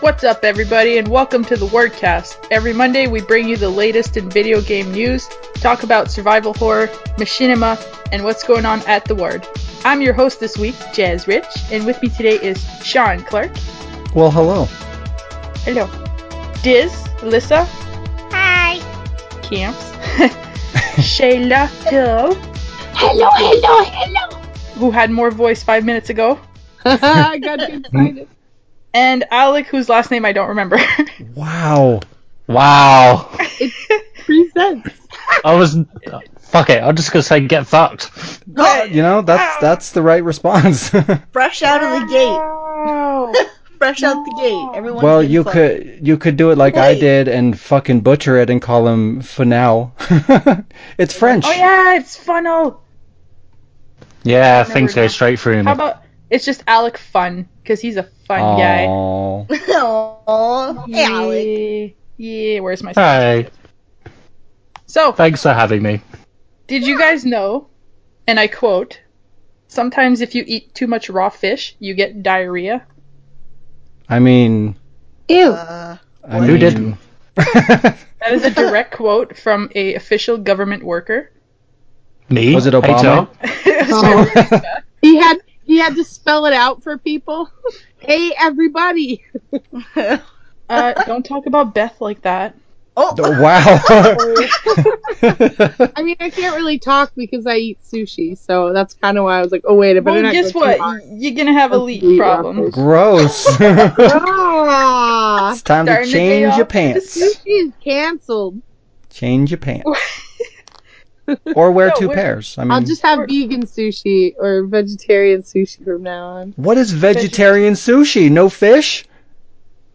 What's up, everybody, and welcome to the Wordcast. Every Monday, we bring you the latest in video game news, talk about survival horror, machinima, and what's going on at the Word. I'm your host this week, Jazz Rich, and with me today is Sean Clark. Well, hello. Hello. Diz, Alyssa, Hi. Camps, Shayla Hill, Hello, hello, hello. who had more voice five minutes ago, I got to find it. and Alec, whose last name I don't remember. Wow. Wow. Presents. I was. Fuck it. I'm just gonna say get fucked. You know that's that's the right response. Fresh out of the gate. Wow. Fresh out the gate. Everyone. well, can you fuck. could you could do it like I Wait. did and fucking butcher it and call him Funal. it's French. oh, yeah, it's funnel. Yeah, Never things go mind. straight through How me. about it's just Alec Fun because he's a fun guy. Aw. Aw, hey, Alec. Yeah, yeah. Where's my Hey, so? thanks for having me. Did you guys know? And I quote: Sometimes if you eat too much raw fish, you get diarrhea. I mean, Ew. Uh, I Who mean- didn't? That is a direct quote from a official government worker. Me? Was it Hey, Obama? Tom. He had he had to spell it out for people. Hey everybody. uh, don't talk about Beth like that. oh, wow. I mean, I can't really talk because I eat sushi, so that's kind of why I was like, oh wait, I better Well, not guess go what? Too hard. You're gonna have a Don't leak eat raw problem. fish. Gross. it's Ah, time to Starting the day change your off with the pants. sushi is canceled. Change your pants. Or wear No, 2 we're- pairs. I mean, I'll just have vegan sushi or vegetarian sushi from now on. what is vegetarian sushi? No fish?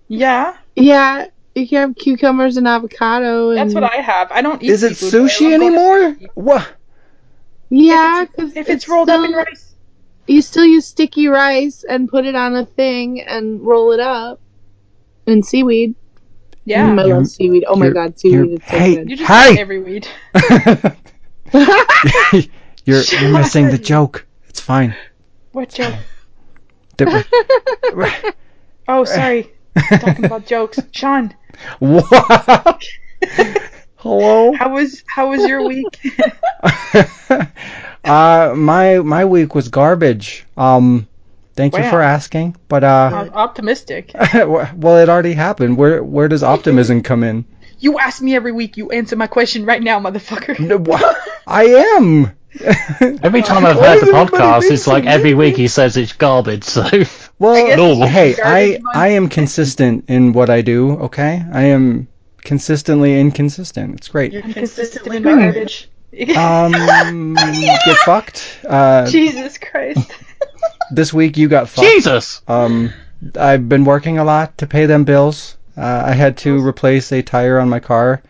Yeah, Yeah, you can have cucumbers and avocado. And, that's what I have. I don't eat. Is it seafood, but I love sushi going to- anymore? What? Yeah, because If it's rolled up in rice. you still use sticky rice and put it on a thing and roll it up and seaweed. Yeah, Mm, I You're- love seaweed. Oh my you're- god, you're- seaweed is so hey. good. you just Hey! eat every weed. You're Sure. you're missing the joke. It's fine. What joke? The- Oh, sorry. Talking about jokes. Sean, Wha- Hello. how was how was your week? uh, my my week was garbage. Um, thank you Wow. for asking, but uh, I'm optimistic. well, it already happened. Where where does optimism come in? You ask me every week. You answer my question right now, motherfucker. No, wha- I am. Every time I've Why heard is the everybody podcast, being it's so like every mean? week he says it's garbage, so Well, guess Normal. hey, I garbage month. I am consistent in what I do. Okay, I am consistently inconsistent. It's great. you're I'm consistent consistently in garbage. garbage. Um, get fucked. Uh, Jesus Christ. this week you got fucked. Jesus! Um, I've been working a lot to pay them bills. Uh, I had to replace a tire on my car,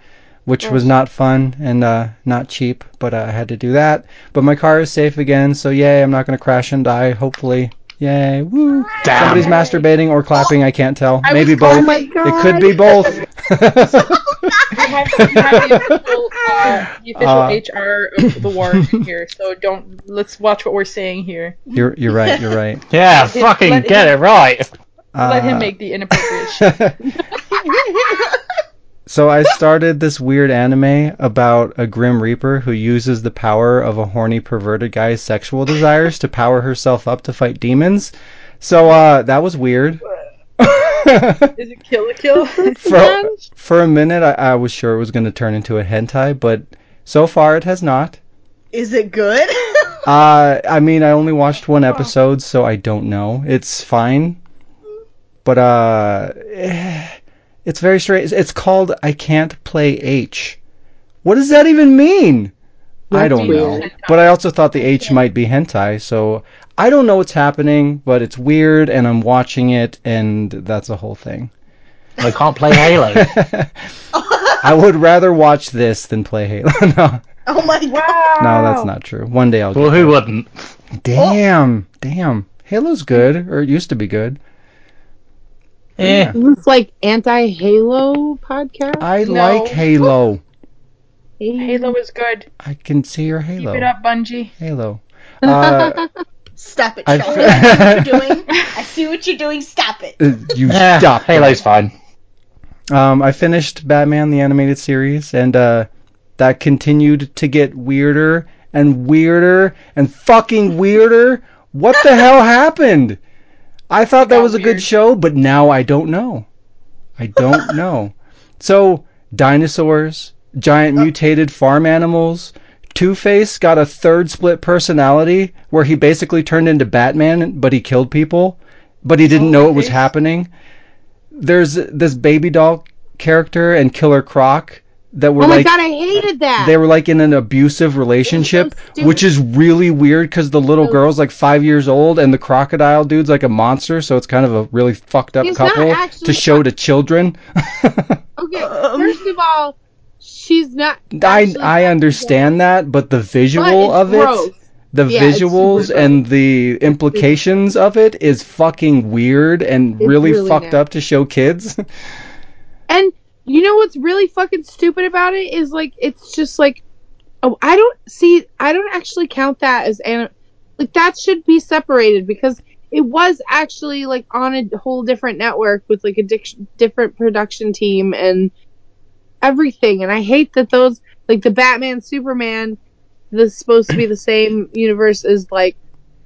which was not fun and uh, not cheap, but uh, I had to do that. But my car is safe again, so yay! I'm not gonna crash and die. Hopefully, yay! Woo! Damn. Somebody's masturbating or clapping. I can't tell. I Maybe was both. oh my god. It could be both. You have, you have the official, uh, the Uh. official HR of the war in here, so don't. Let's watch what we're saying here. you're you're right. You're right. Yeah, him- fucking let get him- it right. Let Uh, him make the inappropriate. shit. so I started this weird anime about a grim reaper who uses the power of a horny perverted guy's sexual desires to power herself up to fight demons. So uh that was weird. Is it kill a kill? for, for a minute I, I was sure it was gonna turn into a hentai, but so far it has not. Is it good? Uh I mean I only watched one episode, so I don't know. It's fine. But uh eh, it's very straight. It's called I can't play H. What does that even mean? I That's don't know. weird. But I also thought the H might be hentai, so I don't know what's happening, but it's weird and I'm watching it and that's a whole thing. I can't play Halo. I would rather watch this than play Halo. no, oh my god. Wow. no, that's not true. One day I'll well, get who wouldn't? Oh. Damn, damn. Halo's good, or it used to be good. Eh. Yeah. Is this like anti Halo podcast? I No. like Halo. Halo is good. I can see your Halo. Keep it up, Bungie. Halo. Uh, Stop it, I- Sean. I see what you're doing. I see what you're doing. Stop it. you Yeah, stop. Halo's fine. Um, I finished Batman the animated series, and uh, that continued to get weirder and weirder and fucking weirder. What the hell happened? I thought that got was a weird. good show, but now I don't know. I don't know. So dinosaurs, giant mutated farm animals. Two Face got a third split personality where he basically turned into Batman, but he killed people, but he didn't know it was Oh, Two-Face. happening. There's this baby doll character and Killer Croc that were Oh my like god, I hated that. they were like in an abusive relationship, stupid. which is really weird because the little girl's like five years old and the crocodile dude's like a monster, so it's kind of a really fucked up He's not couple to actually- show to children. okay, first of all, she's not. um, I actually- I understand that, but the but visual it's of it, gross. the Yeah, it's visuals super and the implications of it is fucking weird and really, really fucked not. up to show kids. And you know what's really fucking stupid about it is like it's just like oh I don't see I don't actually count that as anim- like that should be separated because it was actually like on a whole different network with like a dic- different production team and everything and I hate that those like the Batman Superman this is supposed to be the same universe as like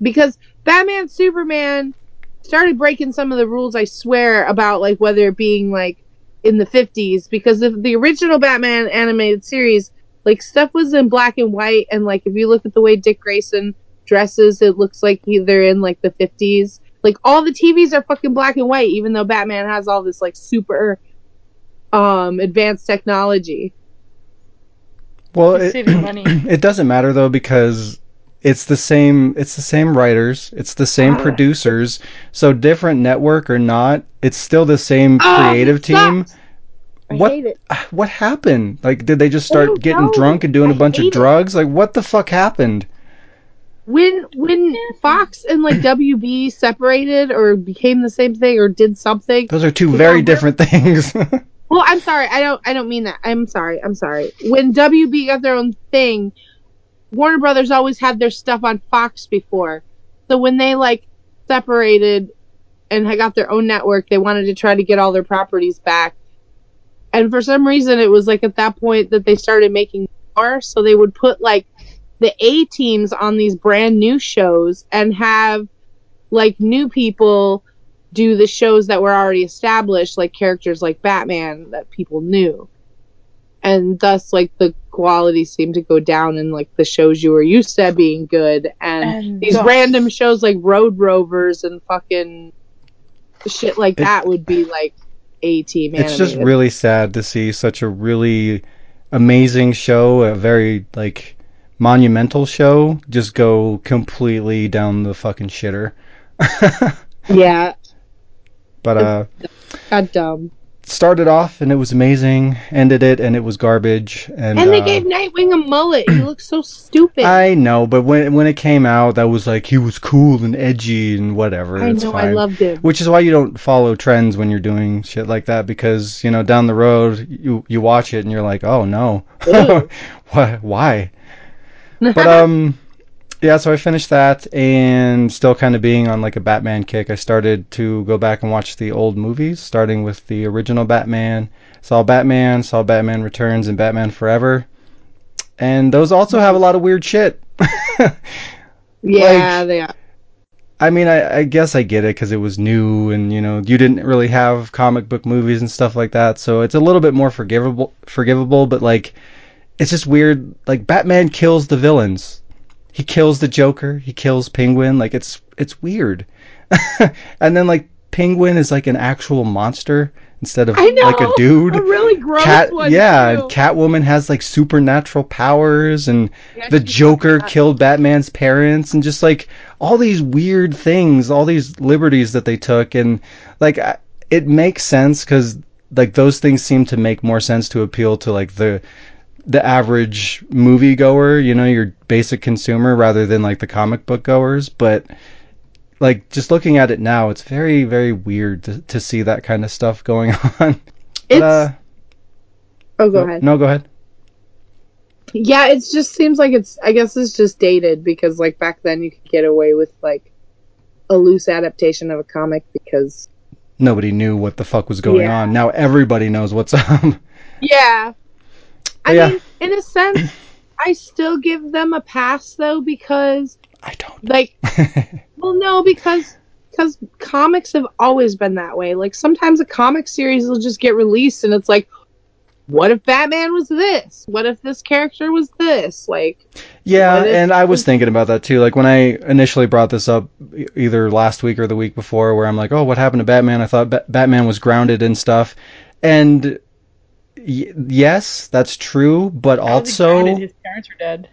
because Batman Superman started breaking some of the rules I swear about like whether it being like in the 50s because of the original Batman animated series, like stuff was in black and white, and like if you look at the way Dick Grayson dresses, it looks like he- they're in like the 50s. Like all the TVs are fucking black and white, even though Batman has all this like super um advanced technology. well, It's it- saving money. It doesn't matter though because it's the same it's the same writers, it's the same producers. So different network or not, it's still the same Oh, creative it team. sucks. What it. what happened? Like did they just I start don't getting know. drunk and doing a I bunch of hate it. drugs? Like what the fuck happened? When when Fox and like WB separated or became the same thing or did something, Those are two Yeah, very we're- different things. Well, I'm sorry. I don't. I don't mean that. I'm sorry. I'm sorry. When WB got their own thing, Warner Brothers always had their stuff on Fox before. So when they like separated and had got their own network, they wanted to try to get all their properties back. And for some reason, it was like at that point that they started making more. So they would put like the A teams on these brand new shows and have like new people do the shows that were already established, like characters like Batman that people knew. And thus, like, the quality seemed to go down in, like, the shows you were used to being good. And, And these thus- random shows like Road Rovers and fucking shit like It- that would be, like, A team it's just animated. really sad to see such a really amazing show, a very like monumental show just go completely down the fucking shitter. Yeah, But uh got dumb. started off and it was amazing, ended it and it was garbage. And, And, they uh, gave Nightwing a mullet. He looks so stupid. I know, but when when it came out, that was like he was cool and edgy and whatever. I it's know, I fine. loved him. Which is why you don't follow trends when you're doing shit like that because you know down the road you you watch it and you're like, oh no, Ew. why? Why? But um. Yeah, so I finished that and still kind of being on like a Batman kick. I started to go back and watch the old movies, starting with the original Batman. Saw Batman, saw Batman Returns, and Batman Forever. And those also have a lot of weird shit. yeah, they are. I mean, I, I guess I get it because it was new, and you know, you didn't really have comic book movies and stuff like that, so it's a little bit more forgivable. Forgivable, but like, it's just weird. Like, Batman kills the villains. He kills the Joker. He kills Penguin. Like, it's it's weird. and then like, Penguin is like an actual monster instead of I know. like a dude. A really gross Cat, one. yeah, too. and Catwoman has like supernatural powers, and the Joker killed Batman's parents, and just like all these weird things, all these liberties that they took, and like I- it makes sense because like those things seem to make more sense to appeal to like the the average moviegoer, you know, your basic consumer, rather than like the comic book goers, but. Like just looking at it now, it's very, very weird to, to see that kind of stuff going on. But, It's, uh, oh, go no- ahead. No, go ahead. Yeah, it just seems like it's. I guess it's just dated because, like, back then you could get away with like a loose adaptation of a comic because. Nobody knew what the fuck was going Yeah. on. Now everybody knows what's up. Yeah. I Yeah. mean, in a sense, I still give them a pass though because, I don't. like, well, no, because because comics have always been that way. Like, sometimes a comic series will just get released, and it's like, what if Batman was this? What if this character was this? Like, Yeah, But it's- and I was thinking about that too. Like when I initially brought this up, e- either last week or the week before, where I'm like, "Oh, what happened to Batman?" I thought ba- Batman was grounded and stuff, and y- yes, that's true. But How was he grounded? also, his parents were dead.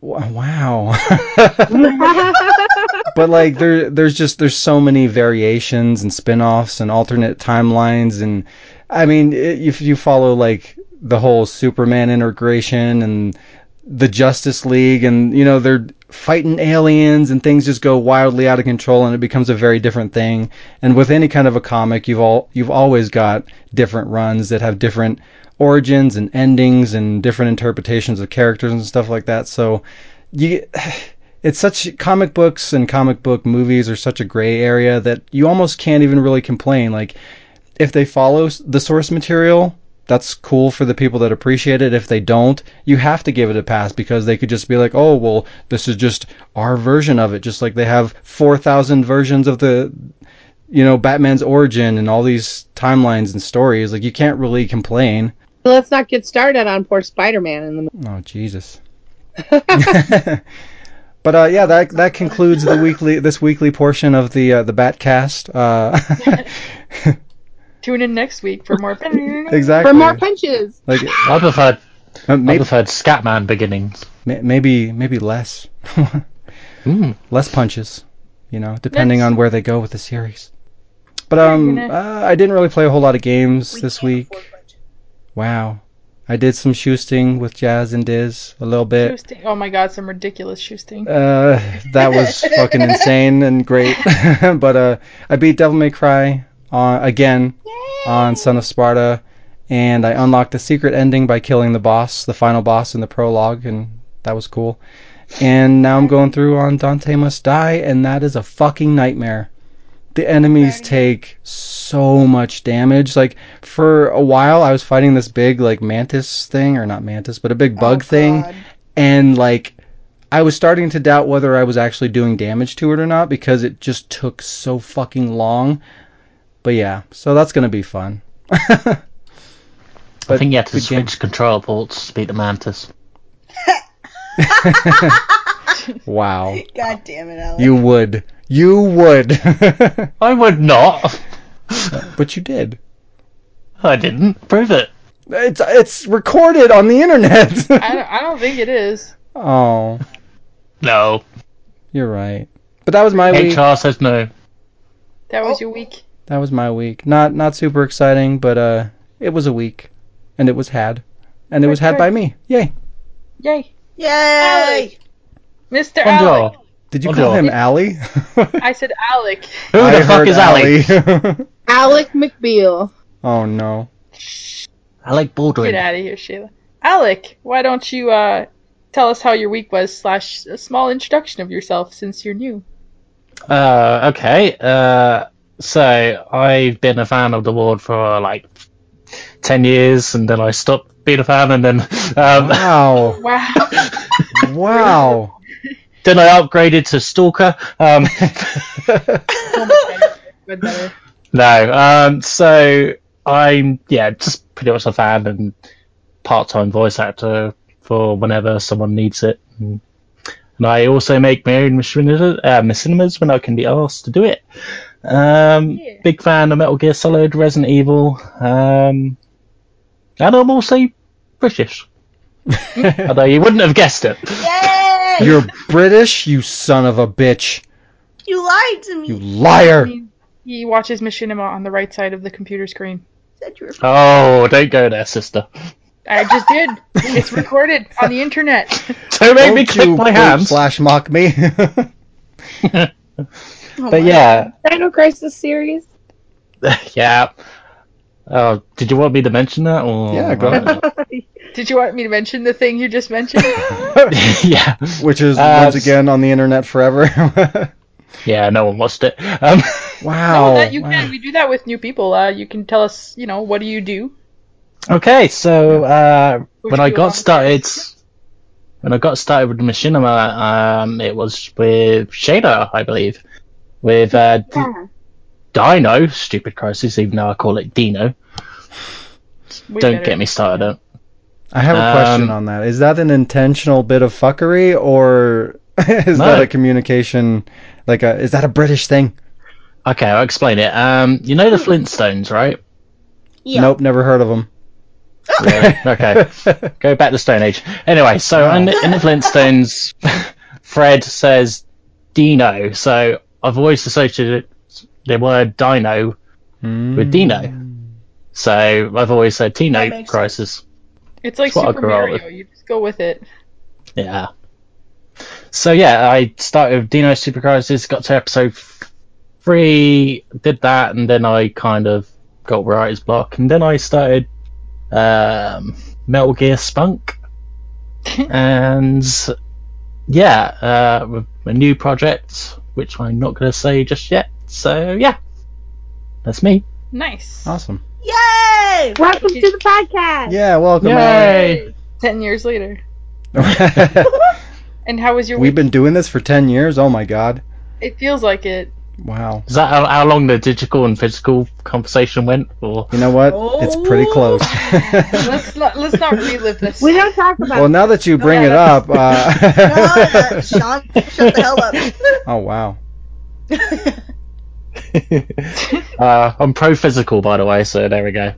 Wa- wow. but like there, there's just there's so many variations and spin-offs and alternate timelines, and I mean, i if you follow like the whole Superman integration and the Justice League, and you know they're fighting aliens and things just go wildly out of control, and it becomes a very different thing. And with any kind of a comic, you've all you've always got different runs that have different origins and endings and different interpretations of characters and stuff like that. So you it's such comic books and comic book movies are such a gray area that you almost can't even really complain like if they follow s- the source material that's cool for the people that appreciate it if they don't you have to give it a pass because they could just be like oh well this is just our version of it just like they have 4000 versions of the you know batman's origin and all these timelines and stories like you can't really complain let's not get started on poor Spider-Man in the movie. Oh Jesus. but uh, yeah, that that concludes the weekly this weekly portion of the uh, the Batcast. Uh, Tune in next week for more. exactly. for more punches. like I preferred, uh, I maybe, preferred Scatman beginnings. maybe maybe less Mm. less punches, you know, depending Yes. on where they go with the series. But um, gonna- uh, I didn't really play a whole lot of games We this can't week. afford lunch. Wow, I did some shoesting with Jazz and Diz a little bit. Shoesting. Oh my god, some ridiculous shoesting. Uh, that was fucking insane and great. but uh, I beat Devil May Cry on, again on Son of Sparta, and I unlocked the secret ending by killing the boss, the final boss in the prologue, and that was cool. And now I'm going through on Dante Must Die, and that is a fucking nightmare. The enemies take so much damage. Like for a while, I was fighting this big like mantis thing, or not mantis, but a big bug thing, and like I was starting to doubt whether I was actually doing damage to it or not because it just took so fucking long. But yeah, so that's gonna be fun. I think you had good to game. switch control ports to beat the Mantis. Wow, God damn it, Alex. you would, you would, I would not. but you did. I didn't. Prove it. It's it's recorded on the I internet. don't, I don't think it is. oh, No. you're right. But that was my week. HR says no. That was your week. That was my week. Not not super exciting, but uh, it was a week, and it was had, and it was had by me. Yay! Yay, Yay! Mr. Alec. Bonjour. Did you Oh, call no. him Allie? I said Alec. Who I the fuck heard is Ali? Allie. Alec McBeal. Oh no. Alec Get Baldwin. out of here, Sheila. Alec, why don't you uh, tell us how your week was? Slash a small introduction of yourself since you're new. Uh, okay. Uh, so I've been a fan of the ward for like ten years, and then I stopped being a fan, and then um, Wow. Wow. wow. then I upgraded to Stalker. Um, Good better. no. Um, so I'm yeah, just pretty much a fan and part-time voice actor for whenever someone needs it. And, and I also make my own machinimas, uh, machinimas when I can be asked to do it. Um, Yeah. Big fan of Metal Gear Solid, Resident Evil, um, and I'm also British. Although you wouldn't have guessed it. Yay! You're British, you son of a bitch. You lied to me. You You liar. He, he watches Machinima on the right side of the computer screen. said you were. Oh, don't go there, sister. I just did. It's recorded on the internet. Don't make me Don't you click my burp hands. slash mock me. Oh But my yeah, Dino Crisis series. yeah. Uh, did you want me to mention that? Or Yeah, go ahead. Did you want me to mention the thing you just mentioned? yeah, Which is Uh, once again on the internet forever. yeah. No one watched it. Um, wow. no, Oh, that you wow. can. We do that with new people. Uh, you can tell us, you know, what do you do? okay, so uh, Which when I you got are. started, when I got started with Machinima, um, it was with Shader, I believe, with uh, D- Yeah. Dino. Stupid crisis, even though I call it Dino. We Don't better- get me started. on- I have a question Um, on that. Is that an intentional bit of fuckery or is No. that a communication like a is that a British thing? Okay, I'll explain it. Um, you know the Flintstones, right? Yeah. Nope, never heard of them. Really? okay. Go back to Stone Age. Anyway, so in, in the Flintstones, Fred says Dino. So I've always associated the word Dino with Dino. Hmm. So I've always said That Tino makes Crisis. It's like That's what I Super grew up Mario. You just go with it. Yeah. So yeah, I started with Dino Super Crisis, got to episode f- three, did that, and then I kind of got writer's block, and then I started um, Metal Gear Spunk, and yeah, uh, with a new project which I'm not going to say just yet. So yeah, that's me. Nice. Awesome. Yay! Welcome to the podcast. Yeah, welcome. Yay! Ten years later. Alan. And how was your We've week? been doing this for 10 years. Oh my god. It feels like it. Wow. Is that how, how long the digital and physical conversation went? Or You know what? It's Oh. pretty close. Let's not let's not relive this. We don't talk about well, now that you bring it up, No, that- uh, Sean, shut the hell up. oh wow. uh, I'm pro physical, by the way. So there we go.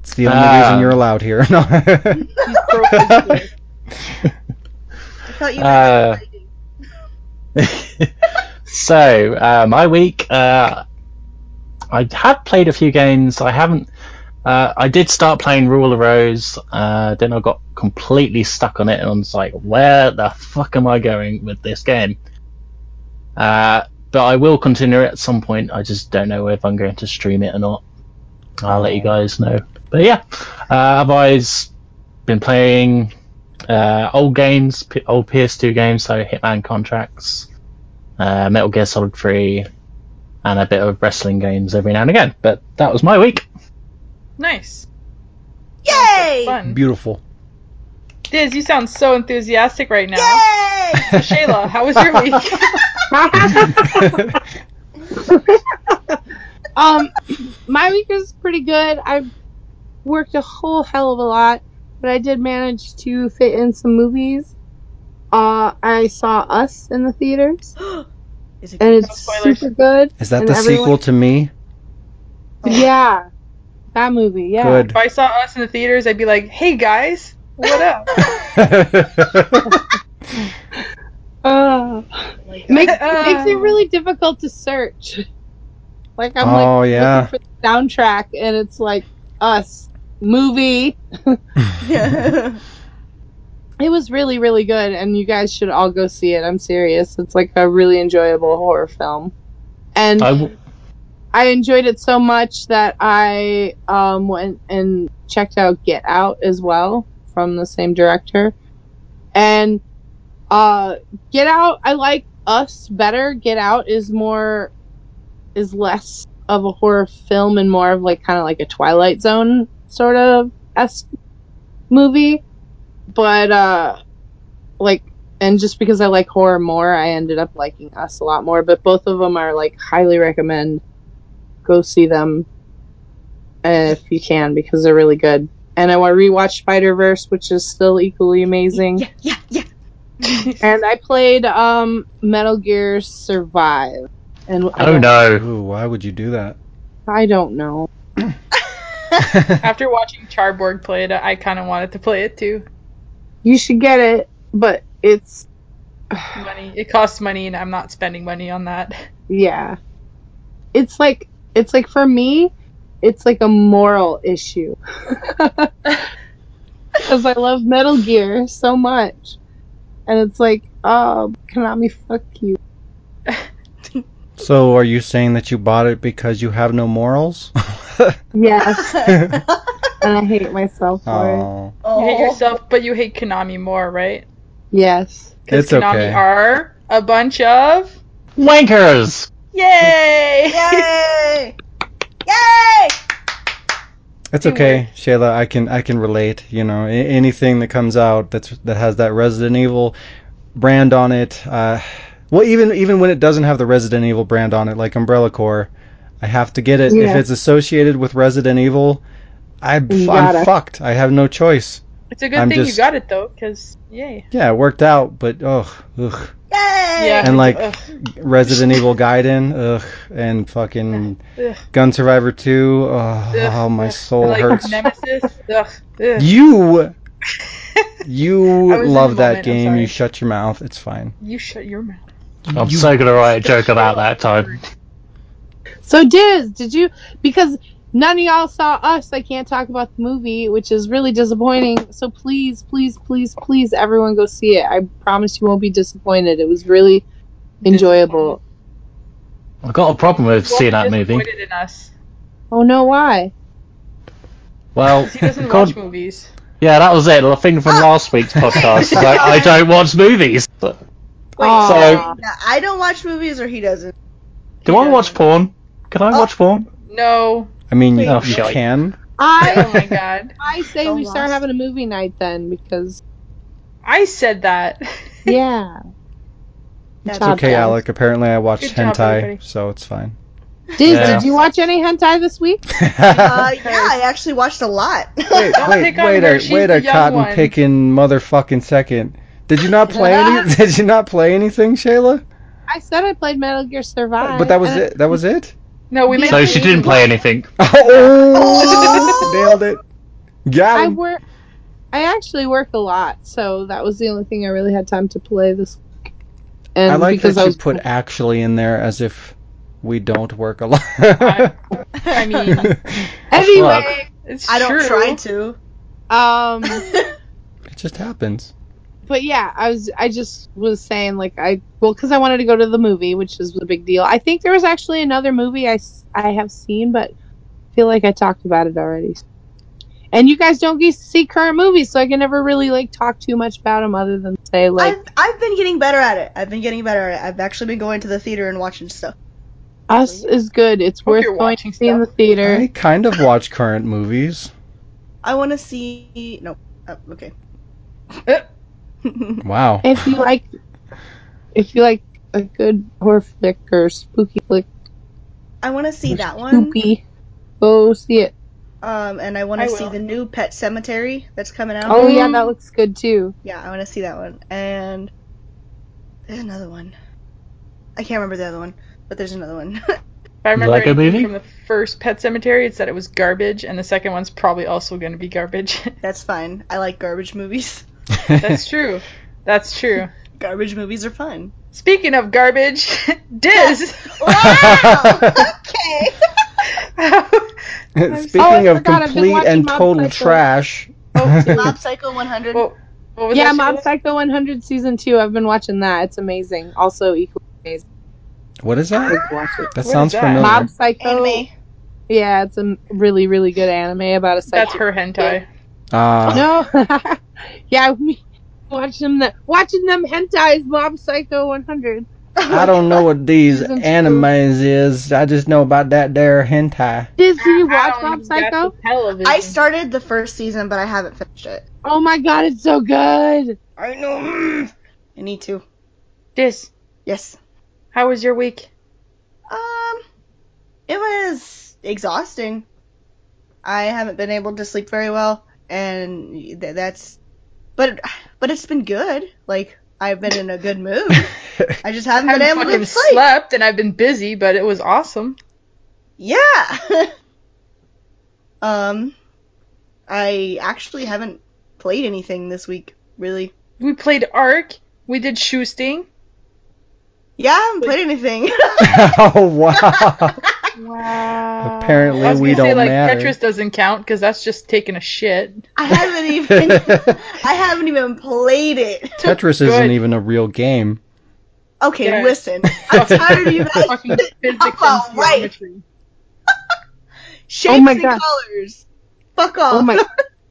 It's the only Ah. reason you're allowed here. No. He's pro- I thought you were Uh, exciting. so uh, my week, uh, I have played a few games. I haven't. Uh, I did start playing Rule of Rose. Uh, then I got completely stuck on it, and I was like, "Where the fuck am I going with this game?" Uh, but I will continue it at some point. I just don't know if I'm going to stream it or not. I'll let you guys know. But yeah, uh, otherwise, been playing uh, old games, p- old PS2 games, so Hitman Contracts, uh, Metal Gear Solid 3, and a bit of wrestling games every now and again. But that was my week. nice. Yay! Fun. Beautiful. Diz, you sound so enthusiastic right now. Yay! Shayla, how was your week? Um, my week was pretty good. I worked a whole hell of a lot, but I did manage to fit in some movies. Uh, I saw Us in the theaters, Is it and good? it's No spoilers. super good. Is that And the everyone- sequel to me? Oh. Yeah, that movie. Yeah. Good. If I saw us in the theaters, I'd be like, "Hey guys, what up?" Oh Uh, Like, makes, Uh. makes it really difficult to search. Like I'm like oh looking yeah. for the soundtrack, and it's like Us movie. It was really, really good, and you guys should all go see it. I'm serious. It's like a really enjoyable horror film. And I I w- enjoyed it so much that I um, went and checked out Get Out as well from the same director. And uh, Get Out, I like Us better. Get Out is more, is less of a horror film and more of like kind of like a Twilight Zone sort of esque movie. But, uh, like, and just because I like horror more, I ended up liking Us a lot more. But both of them are like highly recommend. Go see them uh, if you can because they're really good. And I want to rewatch Spider Verse, which is still equally amazing. yeah, yeah, yeah. And I played um Metal Gear Survive. And I oh don't, no. Ooh, why would you do that? I don't know. After watching Charborg play it, I kind of wanted to play it too. You should get it, but it's Money, it costs money, and I'm not spending money on that. yeah. It's like it's like for me, it's like a moral issue. Cuz I love Metal Gear so much. And it's like, oh, Konami, fuck you. So are you saying that you bought it because you have no morals? Yes. and I hate myself for it. Aw. You hate Oh. yourself, but you hate Konami more, right? Yes. Because It's Konami okay. are a bunch of Wankers! yay. Yay! Yay! It's It okay, Shayla. I can I can relate. You know, a- anything that comes out that's that has that Resident Evil brand on it. Uh, well, even even when it doesn't have the Resident Evil brand on it, like Umbrella Corps, I have to get it. If Yeah. it's associated with Resident Evil, I, You I'm gotta. fucked. I have no choice. It's a good I'm thing you just- got it though, because yay. Yeah, it worked out, but ugh, ugh. Yay! Yeah. And like Ugh. Resident Evil Gaiden, ugh, and fucking Ugh. Gun Survivor 2, ugh, Ugh. oh, my Ugh. soul like hurts. Nemesis. Ugh. Ugh. You I was You in love the moment, that I'm game. sorry. You shut your mouth. It's fine. You shut your mouth. I'm so gonna write a joke about that time. So Diz, did you because none of y'all saw us, I can't talk about the movie, which is really disappointing. So please, please, please, please everyone go see it. I promise you won't be disappointed. It was really enjoyable. I've got a problem with You won't seeing be that movie. disappointed in us. Oh no, why? Well, 'Cause He doesn't God, watch movies. yeah, that was it. The thing from last week's podcast. is Like, I don't watch movies. Do Wait, Aw. so- no, I don't watch movies, or he doesn't. I watch porn? Can I watch porn? No. I mean, you, Oh, you shite. can. Oh my I god. I say So we start lost. having a movie night then because I said that. yeah. That's It's okay, Alec. Apparently, I watched Good job, hentai, everybody. so it's fine. Diz, Yeah. did you watch any hentai this week? Uh, yeah, I actually watched a lot. wait, Don't wait, pick on wait her, a she's wait the a young cotton one. picking motherfucking second. Did you not play any? Did you not play anything, Shayla? I said I played Metal Gear Survive. But that Uh, was and it. That was it. No, we made So she didn't play anything. Oh, nailed it. Got I him. work. I actually work a lot, so that was the only thing I really had time to play this. Week. And I like because that I you was put actually in there as if we don't work a I mean, lot. anyway. it's I don't true. try to. Um, It just happens. but yeah, I was. I just was saying like I well because I wanted to go to the movie, which is a big deal. I think there was actually another movie I s- I have seen, but I feel like I talked about it already. And you guys don't get to see current movies, so I can never really like talk too much about them other than say like I've, I've been getting better at it. I've been getting better at it. I've actually been going to the theater and watching stuff. Us is good. It's Hope worth you're going watching to see in the stuff. theater. I kind of watch current movies. I want to see. No. Uh, okay. Wow. If you like, if you like a good horror flick or spooky flick, I want to see that Mm. one. spooky, go see it. Um, and I want I to see will. the new Pet Cemetery that's coming out. Oh Mm. yeah, that looks good too. Yeah, I want to see that one. And there's another one. I can't remember the other one, but there's another one. If I remember Like a anything movie? from the first Pet Cemetery, it's that it was garbage, and the second one's probably also going to be garbage. That's fine. I like garbage movies. That's true. That's true. Garbage movies are fun. Speaking of garbage, Diz. Wow. okay. Speaking Oh, I of forgot, I've been complete watching and Mob total Psycho. Oh, trash. Mob Psycho 100. Well, what was yeah, that, Mob Shayla? Psycho 100 season two. I've been watching that. It's amazing. Also equally amazing. what is that? Like, watch it. That is sounds that? familiar. Mob Psycho. Anime. Yeah, it's a really really good anime about a That's psycho. her hentai. Ah, No. yeah, we watch them. The, watching them hentai is Mob Psycho 100. I don't know what these Season two. animes is. I just know about that there hentai. Diz, do you watch I Mob don't got Psycho? the television. I started the first season, but I haven't finished it. Oh my god, it's so good. I know. I need to. Diz, Yes. how was your week? Um, it was exhausting. I haven't been able to sleep very well, and th- that's, but but it's been good. Like I've been in a good mood. I just haven't I been haven't able fucking to sleep. slept, and I've been busy, but it was awesome. Yeah. um, I actually haven't played anything this week, really. We played Ark. We did Shoesting. Yeah, I haven't played anything. oh wow. Wow. Apparently I was we gonna don't say like matter. Tetris doesn't count because that's just taking a shit. I haven't even I haven't even played it. Tetris Good. isn't even a real game. Okay, Yeah. listen. I'm tired of you guys. Fucking physics How and about right? geometry. Shapes Oh my and God. colors. Fuck off. Oh my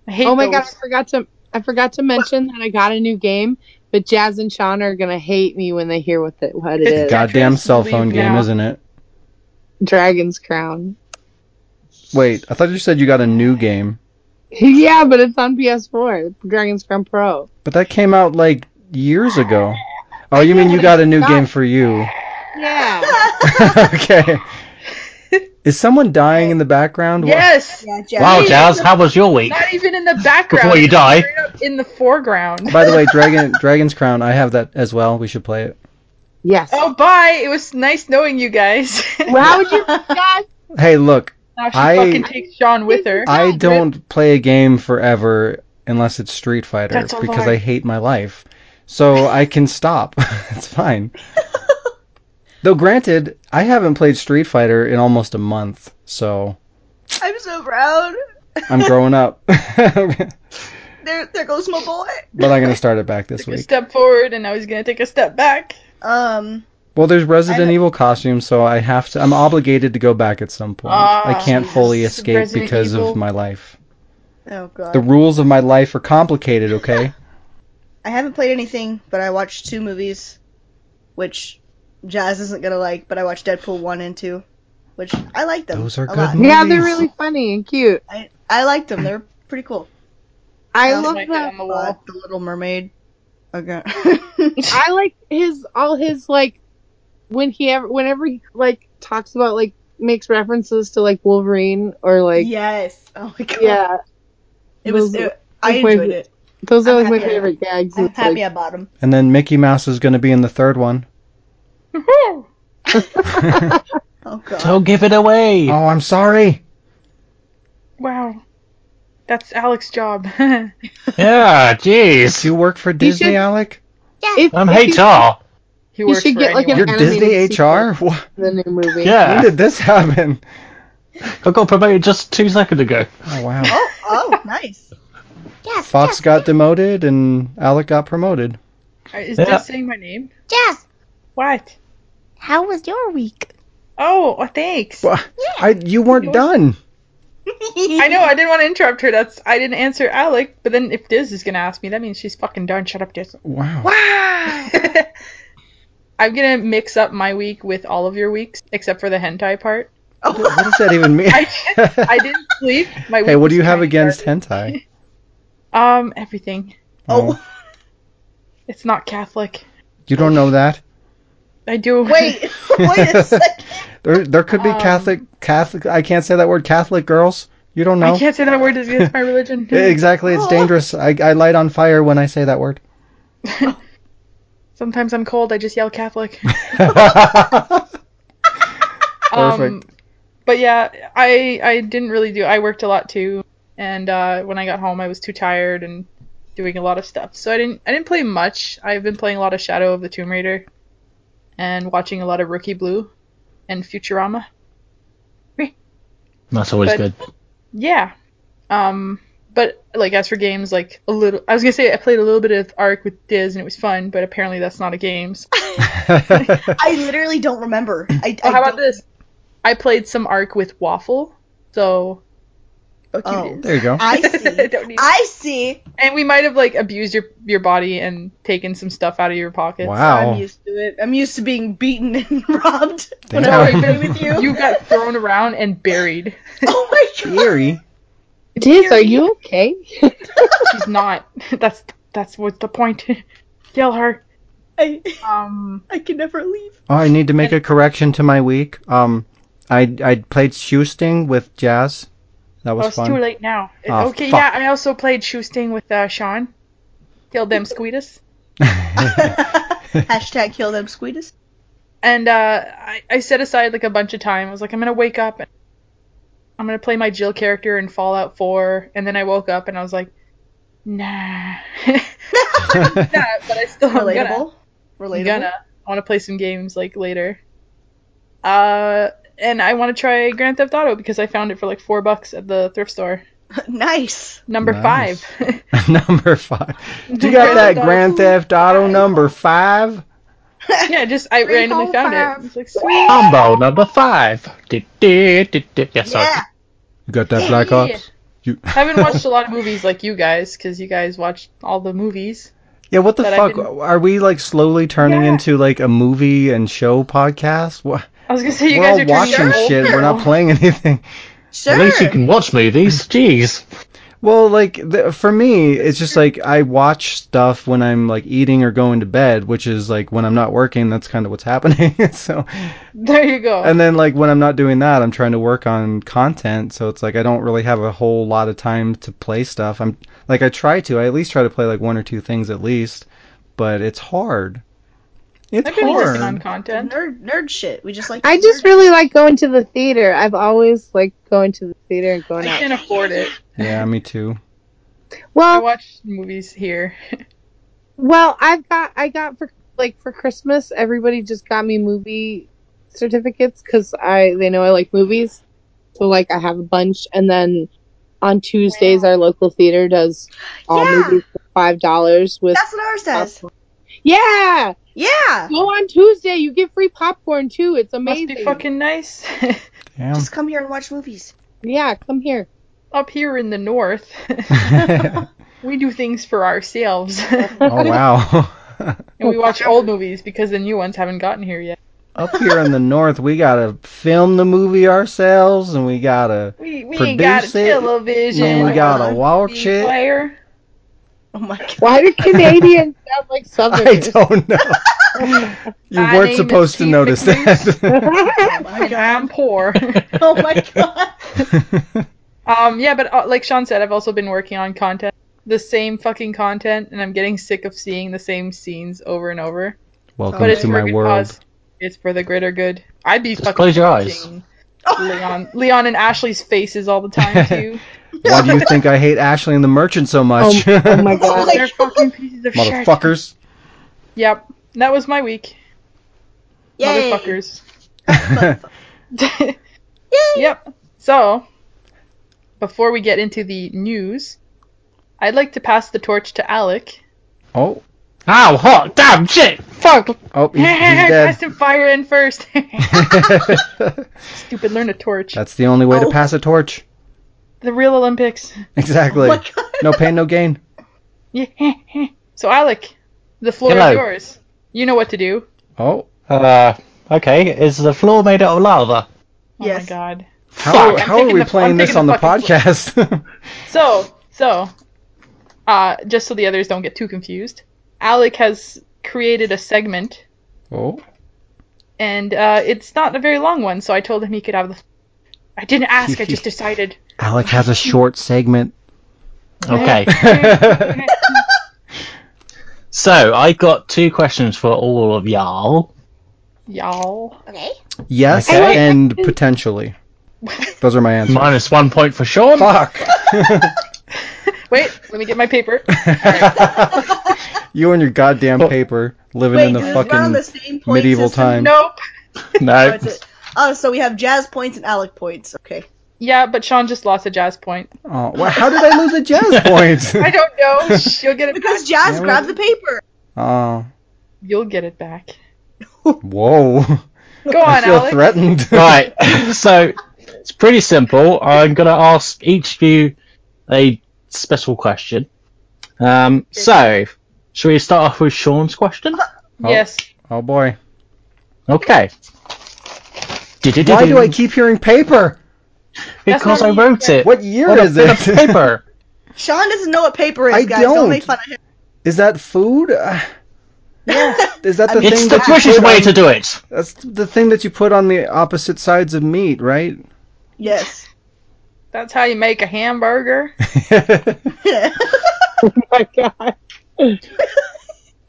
I hate oh my those. god, I forgot to I forgot to mention that I got a new game, but Jazz and Sean are gonna hate me when they hear what it what it is. God- Goddamn Tetris cell leave phone game, now. isn't it? Dragon's Crown. Wait, I thought you said you got a new game, yeah, but it's on PS4. Dragon's Crown Pro. but that came out like years ago. Oh, you mean you got a new game for you? Yeah. okay. Is someone dying in the background? Wha- Yes. Yeah, Wow, Jazz. Jazz, how was your week? Not even in the background. Before you die. Straight up In the foreground. By the way, Dragon Dragon's Crown, I have that as well. We should play it. yes. Oh, bye. It was nice knowing you guys. Well, how would you Jazz? Hey, look, now she I- fucking takes Sean with her. I Rip. don't play a game forever unless it's Street Fighter That's a because lie. I hate my life. So I can stop. it's fine. Though granted, I haven't played Street Fighter in almost a month, so I'm so proud. I'm growing up. but There, there goes my boy. I'm gonna start it back this Took a week. step forward, and now he's gonna take a step back. Um, Well, there's I Resident don't- Evil costumes, so I have to. I'm obligated to go back at some point. I Ah, can't fully Jesus. escape Resident because Evil. of my life. oh god. The rules of my life are complicated. Okay. I haven't played anything, but I watched two movies, which Jazz isn't gonna like. But I watched Deadpool one and two, which I like them. Those are a good Lot. movies. Yeah, they're really funny and cute. I I liked them. They're pretty cool. I Sounds love Might be that. on the Uh, wall. the Little Mermaid. Okay. I like his all his like when he ever whenever he like talks about like makes references to like Wolverine or like yeah, yes. Oh my god. It those- was. It, I those were- enjoyed it. those I'm are like my happy. favorite gags. I'm It's, like, happy I bought them. And then Mickey Mouse is gonna be in the third one. Woohoo. Oh god. Don't give it away. Oh, I'm sorry. wow. That's Alex's job. Yeah, jeez. Do you work for Disney, should- Alec? If- I'm if you- HR. he You should get like an You're animated Disney sequel HR? Wha to The new movie. When Yeah, did this happen? I got promoted just two seconds ago. Oh wow. Oh, oh, nice. Yes, Fox got demoted and Alec got promoted. Is Yeah. Jess saying my name? Jess, What? how was your week? Oh, oh, thanks. Wha- I you weren't done. I know. I didn't want to interrupt her. That's I didn't answer Alec. But then if Diz is gonna ask me, that means she's fucking done. Shut up, Diz. Wow. I'm gonna mix up my week with all of your weeks except for the hentai part. What does that even mean? I, I didn't sleep. My Hey, week what was do you have kinda against dark. hentai? Um, everything. Oh, It's not Catholic. you don't know that? I do. Wait, wait a second. There there could be Um, Catholic Catholic I can't say that word Catholic girls. You don't know. I can't say that word. It's against my religion. Exactly, it's dangerous. I, I light on fire when I say that word. Sometimes I'm cold. I just yell Catholic. Um, Perfect. but yeah, I I didn't really do. I worked a lot too, and uh, when I got home, I was too tired and doing a lot of stuff. So I didn't I didn't play much. I've been playing a lot of Shadow of the Tomb Raider, and watching a lot of Rookie Blue, and Futurama. That's always But- good. Yeah. Um, but like as for games, like a little. I was gonna say I played a little bit of Ark with Diz, and it was fun. But apparently that's not a game. so- I literally don't remember. I, Oh, I how about don't- this? I played some Ark with Waffle, so. Fuck you, Oh. Diz. there you go. I see. Don't need- I see. and we might have like abused your your body and taken some stuff out of your pockets. I'm Wow. used to it. I'm used to being beaten and robbed when Damn. I play with you. You got thrown around and buried. oh my god. Eerie. Diz, are you okay? She's not. That's that's what the point. Kill her. I, Um. I can never leave. Oh, I need to make a correction to my week. Um, I I played shoesting with jazz. That Oh, was it's fun. too late now. Oh, okay. fuck. Yeah. I also played shoesting with uh, Sean. Killed them squeetus. Hashtag kill them squeetus. And uh, I I set aside like a bunch of time. I was like, I'm gonna wake up and I'm gonna play my Jill character in Fallout 4. And then I woke up and I was like, Nah. that, but I still am gonna. Relatable. Relatable. I'm gonna. I want to play some games like later. Uh, and I want to try Grand Theft Auto because I found it for like four bucks at the thrift store. Nice. Number Nice. five. number five. You got that Grand Theft Auto number five? yeah, just I randomly found it. It's like sweet. Combo number five. Di- di- di- di- Yeah, sorry. Yeah. You got that Yeah, Black yeah, Ops? You I haven't watched a lot of movies like you guys because you guys watch all the movies. Yeah, what the that I fuck? didn't- Are we like slowly turning Yeah. into like a movie and show podcast? What? I was gonna say you We're guys all are watching turning into shit. old We're not people. playing anything. Sure. At least you can watch movies. Jeez. Well, like the, for me, it's just like I watch stuff when I'm like eating or going to bed, which is like when I'm not working. That's kind of what's happening. so, There you go. and then like when I'm not doing that, I'm trying to work on content. So it's like I don't really have a whole lot of time to play stuff. I'm like I try to. I at least try to play like one or two things at least, but it's hard. It's I've been working on hard. content. Nerd, nerd shit. We just like. I just nerd- really like going to the theater. I've always liked going to the theater and I going out. can't afford it. Yeah, me too. I Well, watch movies here. Well, I've got I got for like for Christmas, everybody just got me movie certificates because I they know I like movies, so like I have a bunch. And then on Tuesdays, our local theater does all Yeah. movies for five dollars with That's what ours says. popcorn. Yeah, Yeah. go on Tuesday, you get free popcorn too. It's amazing. Must be fucking nice Damn. Just come here and watch movies. yeah, come here. up here in the north. we do things for ourselves, and oh wow. we watch old movies because the new ones haven't gotten here yet. up here in the north, we gotta film the movie ourselves, and we gotta We we ain't got a Produce it, television. and we or gotta a watch DVD it. Player. Oh my god. Why do Canadians sound like I Southerners? don't know. you My name weren't is supposed to Keith notice that. Oh my And god. I'm poor. Oh my god. um, yeah, but uh, like Sean said, I've also been working on content, the same fucking content, and I'm getting sick of seeing the same scenes over and over. Welcome But it's to for a my good world. cause. It's for the greater good. I'd be Just fucking close your eyes. watching Oh, Leon, Leon and Ashley's faces all the time too. Why do you think I hate Ashley and the Merchant so much? Oh, oh my god! They're fucking pieces of shit. Motherfuckers. Yep, that was my week. Yay. Motherfuckers. yep. So, before we get into the news, I'd like to pass the torch to Alec. oh, Ow, hot damn shit. Fuck. oh, he's, he's Cast dead. some fire in first. Stupid, learn to torch. That's the only way to Oh. pass a torch. the real Olympics. Exactly. Oh my god. no pain, no gain. Yeah. so, Alec, the floor Hello. is yours. You know what to do. Oh, Uh, okay. Is the floor made out of lava? Oh my Yes. god. how, I'm how are taking we the- playing I'm this taking on the, the fucking floor. podcast? So, so, uh, just so the others don't get too confused, Alec has created a segment, oh, and uh, it's not a very long one. So I told him he could have the. I didn't ask. I just decided. Alec has a short segment. Okay. That's so I got two questions for all of y'all. Y'all. Okay. Yes Okay. and potentially. Those are my answers. Minus one point for Sean. Fuck. Wait, let me get my paper. you and your goddamn paper living Wait, in the does this round the fucking same point medieval system? time. Nope. Oh, No. it's a- oh, so we have Jazz points and Alec points. Okay. Yeah, but Sean just lost a jazz point. Oh, wha- how did I lose a jazz point? I don't know. You'll get it Because back. Jazz Yeah, grabbed we- the paper. Oh, You'll get it back. whoa. Go on, I feel Alec. threatened. right. so it's pretty simple. I'm gonna ask each of you a special question. Um, so should we start off with Sean's question? Yes. Oh boy. Okay. Why do I keep hearing paper? That's Because not I what you wrote it. What year On a is bit of it? paper. Sean doesn't know what paper is, I guys. Don't. don't. make fun of him. Is that food? Uh, is that the It's thing the that you British put way on- to do it. That's the thing that you put on the opposite sides of meat, right? Yes. That's how you make a hamburger.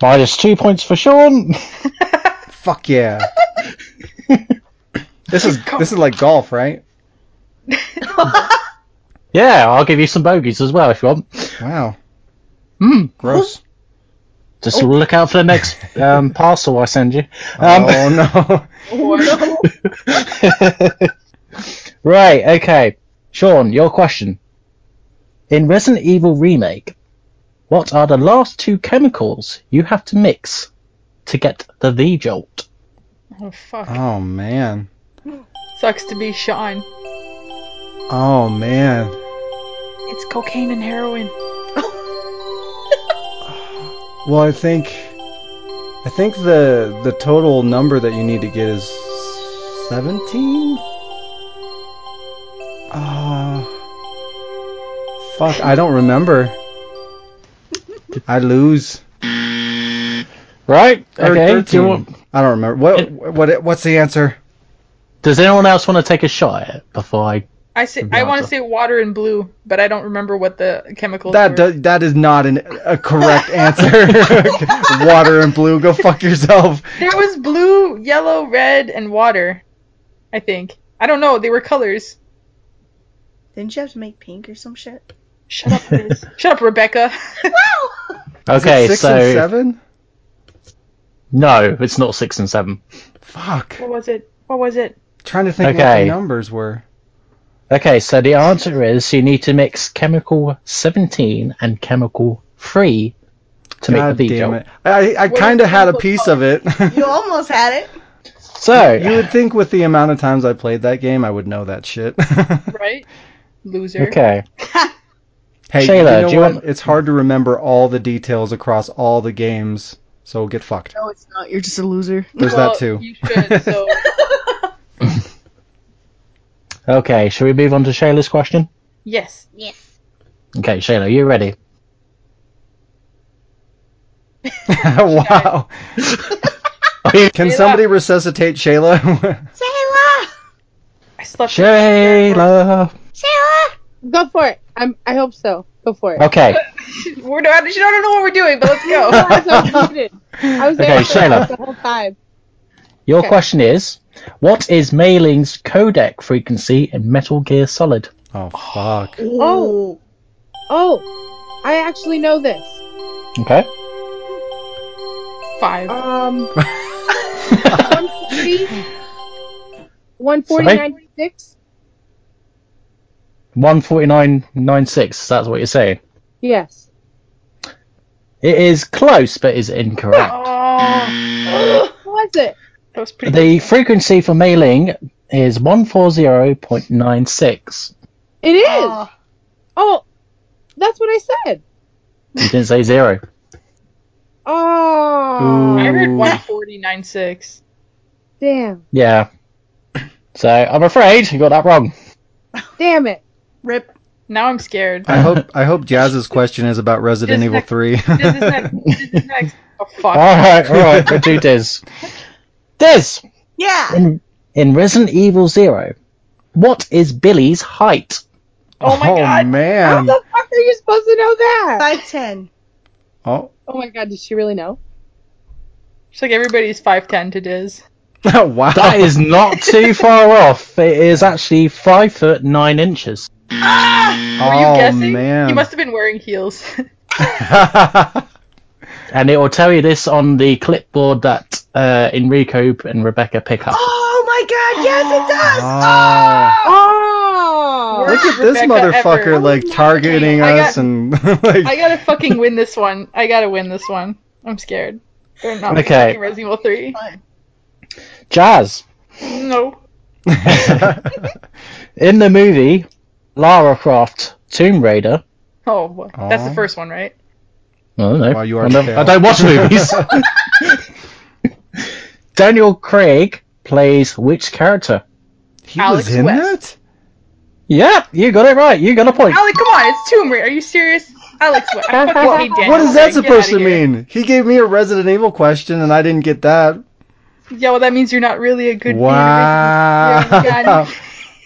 Minus two points for Sean. Fuck yeah. this is this is like golf, right? Yeah, I'll give you some bogeys as well if you want. Wow. Hmm. Gross. Just look out for the next um, parcel I send you. Um, oh no. Or- right, okay. Sean, your question. In Resident Evil Remake, what are the last two chemicals you have to mix to get the V jolt? oh fuck. Oh man. Sucks to be Sean. Oh man. It's cocaine and heroin. Well, I think I think the the total number that you need to get is 17. Uh Fuck, I don't remember. I lose. Right? Or Okay. do you 13. want- I don't remember. What what what's the answer? does anyone else want to take a shot at it before I? I say It'd be I want to awesome. say water and blue, but I don't remember what the chemicals. That were. does, that is not an, a correct answer. Water and blue, go fuck yourself. There was blue, yellow, red, and water. I think. I don't know. They were colors. Didn't you have to make pink or some shit? Shut up, Liz. Shut up, Rebecca. Okay, Six so and seven. no, it's not six and seven. Fuck. what was it? What was it? Trying to think what Okay. the numbers were. Okay, so the answer is you need to mix chemical 17 and chemical 3 to God make the damn beagle. it! I, I What kind of is had a Temple piece Bar? of it. You almost had it. So, you would think with the amount of times I played that game, I would know that shit. hey, Right? Loser. okay. you Shayla, know do you what? want- It's hard to remember all the details across all the games, so get fucked. No, it's not. You're just a loser. There's well, that too. You should. So Okay, shall we move on to Shayla's question? yes. Yes. Okay, Shayla, you ready? wow. Can Shayla. somebody resuscitate Shayla? Shayla! I slept. Shayla! Shayla! Go for it. I'm. I hope so. Go for it. Oh, Okay, We're not, I don't know what we're doing, but let's go. I was muted. I was Okay, there for Shayla. the whole time. your question is What is Mailing's codec frequency in Metal Gear Solid? oh fuck. Oh. Oh, I actually know this. Okay. Five. Um, 140, 140.96. 149.96, that's what you're saying. Yes. It is close, but is incorrect. Oh, What was it? that was pretty. The frequency for mailing is 140.96. It is. Oh. Oh, that's what I said. You didn't say zero. Oh, I heard one forty nine six. damn. Yeah. So I'm afraid you got that wrong. Damn it. Rip. Now I'm scared. I hope I hope Jazz's question is about Resident This Evil next- 3. this is next. This is next. Oh fuck. Alright, alright, go to Diz. Diz! Yeah. In, in Resident Evil Zero, what is Billy's height? Oh my god. How man. the fuck are you supposed to know that? Five ten. Oh. Oh my god, did she really know? It's like everybody's five ten to Diz. wow. That is not too far off. It is actually five foot nine inches. Were you oh, guessing? man. You must have been wearing heels. And it will tell you this on the clipboard that uh, Enrico and Rebecca pick up. Oh my god, yes it does! Oh. Oh, We're- Look at this Ah! Rebecca motherfucker Everett. like targeting I us got- and like I gotta fucking win this one. I gotta win this one. I'm scared. They're not Okay. making Resident Evil 3. Jazz, No. in the movie Lara Croft Tomb Raider, Oh, boy. that's Aw. the first one, right? I don't know. Well, you are I, never- pale. I don't watch movies. Daniel Craig plays which character? he Alex was in West. Yeah, you got it right. You got a point. Alec, come on, it's Tomb Raider. Are you serious? Alex, what? I fucking hate that? Daniel What is that Craig. Get supposed to outta here. mean? He gave me a Resident Evil question and I didn't get that. Yeah, well, that means you're not really a good Wow. fan of Resident Evil. Yeah,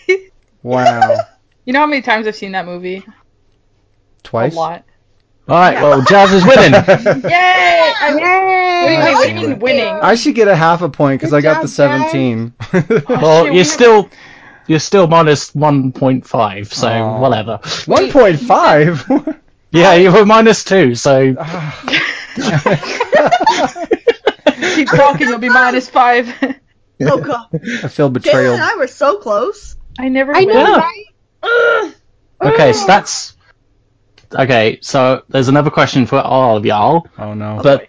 God. Wow. You know how many times I've seen that movie? Twice. A lot. All right, well, Jazz is winning. Yay! Oh. I- Wait, wait, what do you mean winning? I should get a half a point because Good I got the job, guys. 17. well, Shit, we you're have- still you're still minus one point five, so Aw. whatever. 1.5? Yeah, you were minus two, so Keep talking, you'll be minus five. Oh god. I feel Jalen betrayal. and I were so close. I never I win. know, Yeah. right? Oh. okay, so that's okay. So there's another question for all of y'all, Oh no. but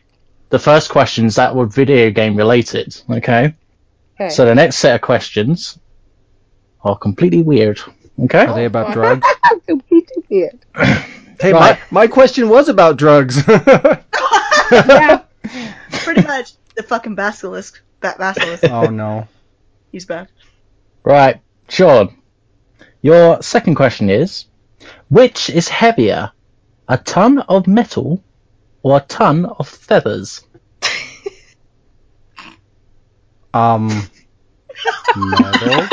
the first questions that were video game related. Okay. Okay. So the next set of questions are completely weird. Okay. Are they about fuck. drugs? How could we do it? Hey, my, Right. my question was about drugs. Yeah. Pretty much the fucking basilisk. That basilisk. oh no. He's bad. Right, Sean. Your second question is Which is heavier, a ton of metal or a ton of feathers? Um. metal?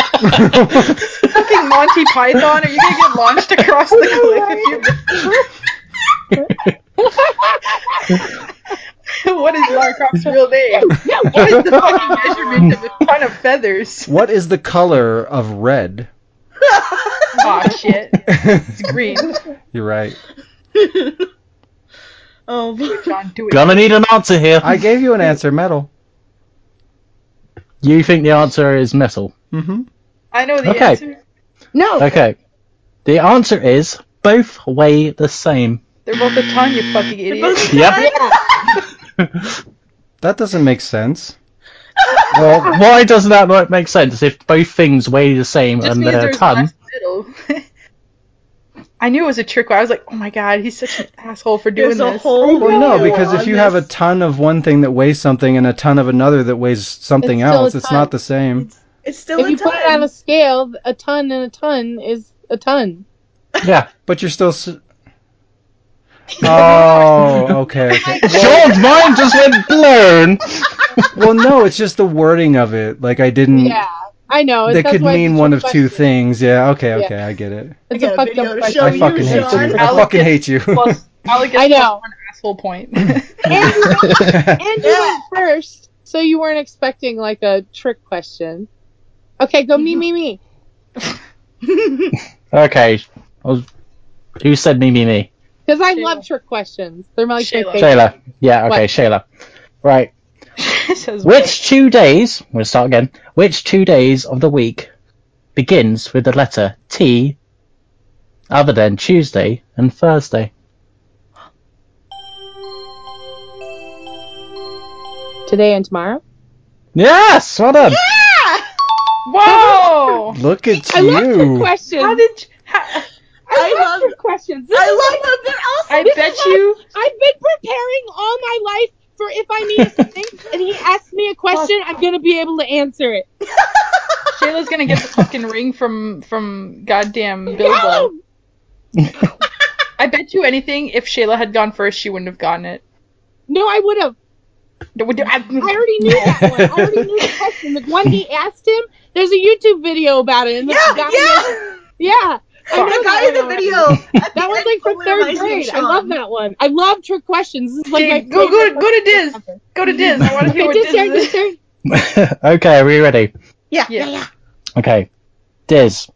Fucking Monty Python? Are you gonna get launched across the cliff? If you... what is Lara Croft's real name? What is the fucking measurement of a ton of feathers? What is the color of red? Aw, shit. It's green. You're right. Oh, Do it, John. Do it. Gonna need an answer here. I gave you an answer. Metal. You think the answer is metal? Mm-hmm. I know the Okay. answer. No. Okay. The answer is both weigh the same. They're both a ton, you fucking idiot. Yep. That doesn't make sense. Well, why does that not make sense if both things weigh the same Just and uh, means they're a there's ton? less middle. I knew it was a trick. I was like, oh my god, he's such an asshole for doing There's a this. whole Well, no, video because on if you have a this. ton of one thing that weighs something and a ton of another that weighs something It's still a else, it's ton. not the same. it's still If a you put it on ton. a scale, a ton and a ton is a ton. Yeah. But you're still. S- oh, okay. okay. Sean's mind just went blown. Well, no, it's just the wording of it. Like I didn't. Yeah, I know. Mm. That that's could why it's mean such a one of two question. things. Yeah. Okay. Yeah. Okay. I get it. It's I a got a fucked video up to question. show I fucking hate Sean. you. I fucking hate you. Plus, Alec gets I plus know. one asshole point. And you and you went first, so you weren't expecting like a trick question. Okay, go me, me, me. Okay. I was- Who said me, me, me? Because I Shayla. love trick questions. They're like Shayla. my favorite. Shayla. Yeah, okay, What? Shayla. Right. Says Which two days, we'll start again. Which two days of the week begins with the letter T other than Tuesday and Thursday? Today and tomorrow. Yes! Well done! Whoa! Look at I love trick you. questions. How did? How, I, I love love- trick questions. This is I love that they're I also. bet you. I've been preparing all my life for if I need something, and he asks me a question, I'm gonna be able to answer it. Shayla's gonna get the fucking ring from from goddamn Bilbo. No! I bet you anything. If Shayla had gone first, she wouldn't have gotten it. No, I would have. I I already already knew that one. I already knew the question. The one he asked him. There's a YouTube video about it. And the Yeah, guy- yeah. yeah. Oh I know The guy that in the one video. already. at the That was end like for totally third reminds me of grade. I Sean. love that one. I love trick questions. This is like my Okay, go go favorite go to Diz. question ever. Go to Diz. I want to hear what Okay, just turn, Diz just is. turn. okay, are we ready? Yeah, Yeah. yeah, yeah. Okay. Diz.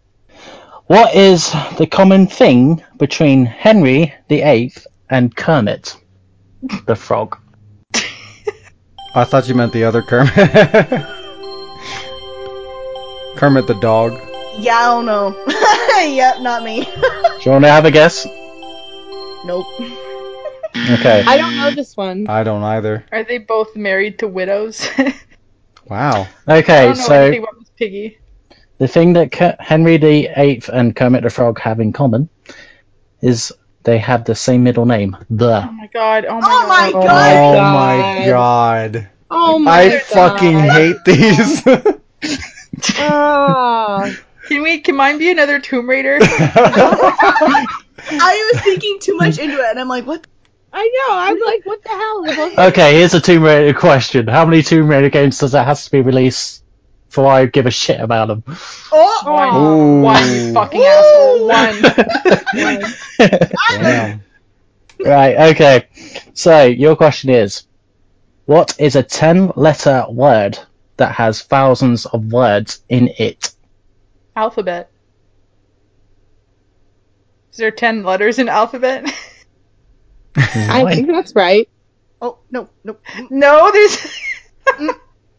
What is the common thing between Henry VIII and Kermit the Frog? I thought you meant the other Kermit. Kermit the dog. Yeah, I don't know. yep, not me. Do you want to have a guess? nope. Okay. I don't know this one. I don't either. Are they both married to widows? Wow. I Okay, don't know so. anything about Miss Piggy. The thing that Ker- Henry VIII and Kermit the Frog have in common is they have the same middle name, Oh the. my god. Oh my Oh my god. Oh god. my god. Oh my I fucking hate these. god. Can we? Can mine be another Tomb Raider? I was thinking too much into it, and I'm like, what? I know. I'm like, what the hell? They're both- Okay, here's a Tomb Raider question: How many Tomb Raider games does that has to be released before I give a shit about them? Oh, One. Ooh. One. You fucking asshole. One. Damn. right. Okay. So your question is, what is a ten-letter word that has thousands of words in it? Alphabet. Is there ten letters in alphabet? I think that's right. oh no, no. Mm, no, there's.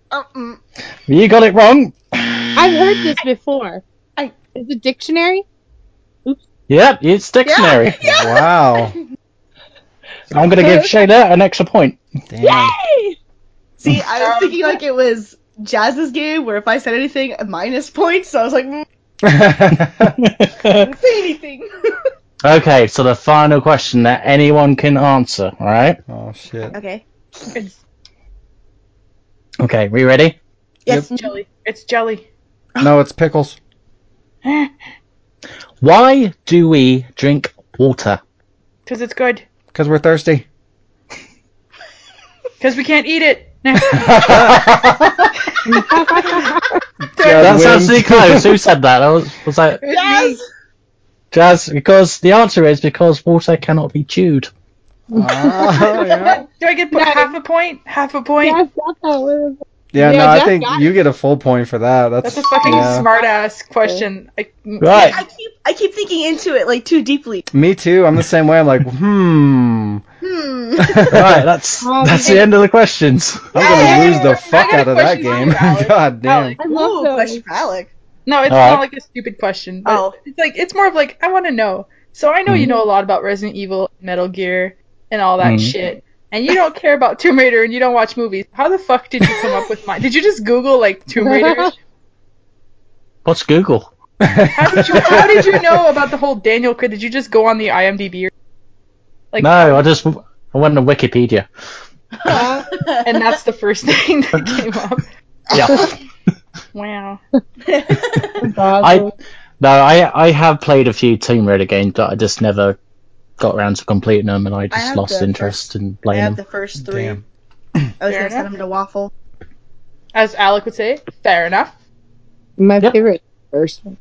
uh, mm. You got it wrong. I've heard this before. I- Is it dictionary? Yep, it's dictionary. Wow. I'm gonna give Shayla an extra point. Damn. See, I was Um, thinking like it was Jazz's game, where if I said anything, minus points. So I was like, mm, Say anything. okay, so the final question that anyone can answer, all right? oh shit. okay. Okay, we ready? Yes. Jelly. It's jelly. No, it's pickles. Why do we drink water? Because it's good. Cause we're thirsty. Because we can't eat it. Nah. That's Wing. absolutely close. Who said that? I was, was that Yes. Jazz? Because the answer is because water cannot be chewed. Ah, yeah. Do I get put half a point? Half a point? Yes, that's how it is. Yeah, Yeah, no, I Jeff think got you get a full point for that. That's, That's a fucking yeah. smart ass question. I, Right. I keep I keep thinking into it like too deeply. Me too. I'm the same way. I'm like, hmm. Hmm. right, that's Oh, that's the end of the questions. I'm gonna Hey, lose the fuck got a out of that question for game. you, Alex. God damn. Alex. I Ooh, love those. question for Alec. No, it's Alright. not like a stupid question. But Oh. it's like it's more of like I want to know. So I know you know a lot about Resident Evil, Metal Gear, and all that Mhm. shit, and you don't care about Tomb Raider and you don't watch movies. How the fuck did you come up with mine? Did you just Google like Tomb Raider? What's Google? How did you How did you know about the whole Daniel? Craig? Did you just go on the IMDb? Or, like, No, I just I went to Wikipedia. Uh, and that's the first thing that came up. Yeah. Wow. I no, I I have played a few Tomb Raider games, but I just never got around to completing them, and I just have lost the interest in I playing have them. the first three. Damn. I was Fair gonna send enough. him to waffle. As Alec would say, fair enough. My Yep. favorite first one.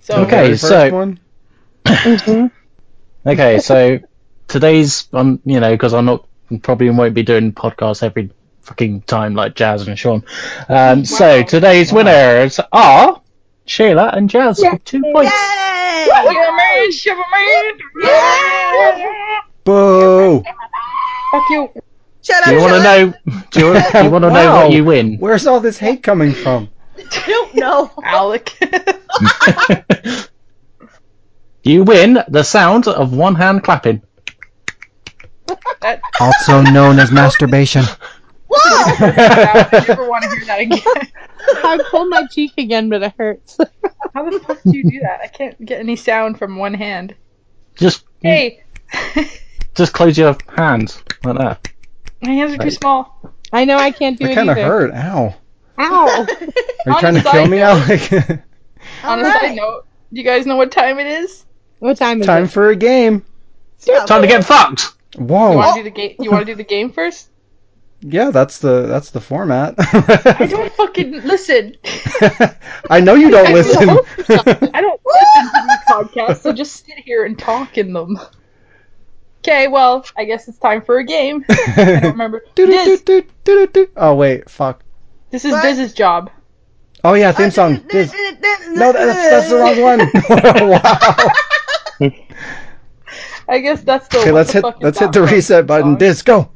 So Okay, Very so- first one? Mm-hmm. Okay, so today's um, you know, because I'm not probably won't be doing podcasts every fucking time like Jazz and Sean. Um, so Wow. today's winners are Sheila and Jazz with two points. Yay! Shiverman, Shiverman! Yeah! Boo! Fuck you. Shut up. Do you want to Shut know? Do you, want to know Wow. what you win? Where's all this hate coming from? up. No. Alec. you win the sound of one hand clapping. that, Also known as masturbation. Whoa! I never want to hear that again. I pulled my cheek again, but it hurts. How the fuck do you do that? I can't get any sound from one hand. Just, Hey, just close your hands like that. my hands are too small. I know I can't do That it kind either. of hurt. Ow. Ow! Are you On trying a to kill side me, Alec? On a side note, you guys know what time it is? What time is Time it? for a game. Time to get fucked. You Whoa. want to do the game? You want to do the game first? Yeah, that's the that's the format. I don't fucking listen. I know you don't I listen. hope I don't listen to these podcasts, so just sit here and talk in them. Okay, well, I guess it's time for a game. I don't remember. This, Do-do-do-do-do-do-do. Oh wait, fuck. this is Diz's job. Oh yeah, theme song. This. No, that's, that's the wrong one. wow. I guess that's the. Okay, what let's the hit fuck is let's that hit the from reset button. song? This go.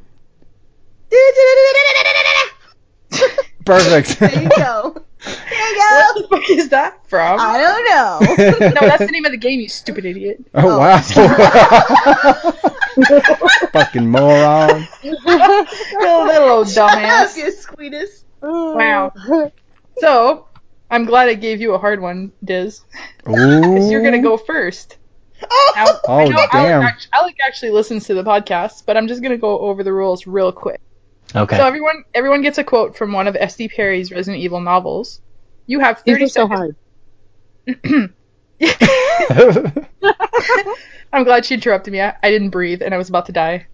Perfect. There you go. There you What go. the fuck is that from? I don't know. no, that's the name of the game, you stupid idiot. Oh wow. Fucking moron. Little, little old Up, dumbass. you sweetest. Wow. So, I'm glad I gave you a hard one, Diz. Ooh. You're gonna go first. Oh, Now, I Oh, know Alec, damn. act- Alec actually listens to the podcast, but I'm just gonna go over the rules real quick. Okay. So everyone, everyone gets a quote from one of S.D. Perry's Resident Evil novels. You have 30 These are so seconds. hard. I'm glad she interrupted me. I, I didn't breathe, and I was about to die.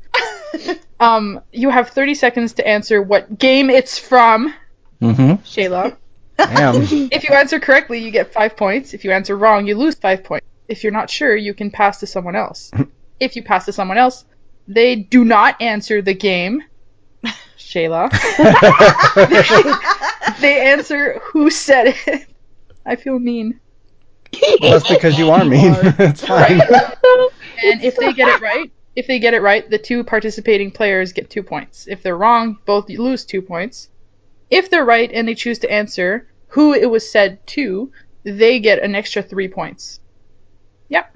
um, you have 30 seconds to answer what game it's from, hmm Shayla. Damn. If you answer correctly, you get five points. If you answer wrong, you lose five points. If you're not sure, you can pass to someone else. if you pass to someone else, they do not answer the game. Shayla. they answer who said it. I feel mean. That's because you are mean. it's fine. And if they get it right, if they get it right, the two participating players get two points. If they're wrong, both lose two points. If they're right and they choose to answer who it was said to, they get an extra three points. Yep.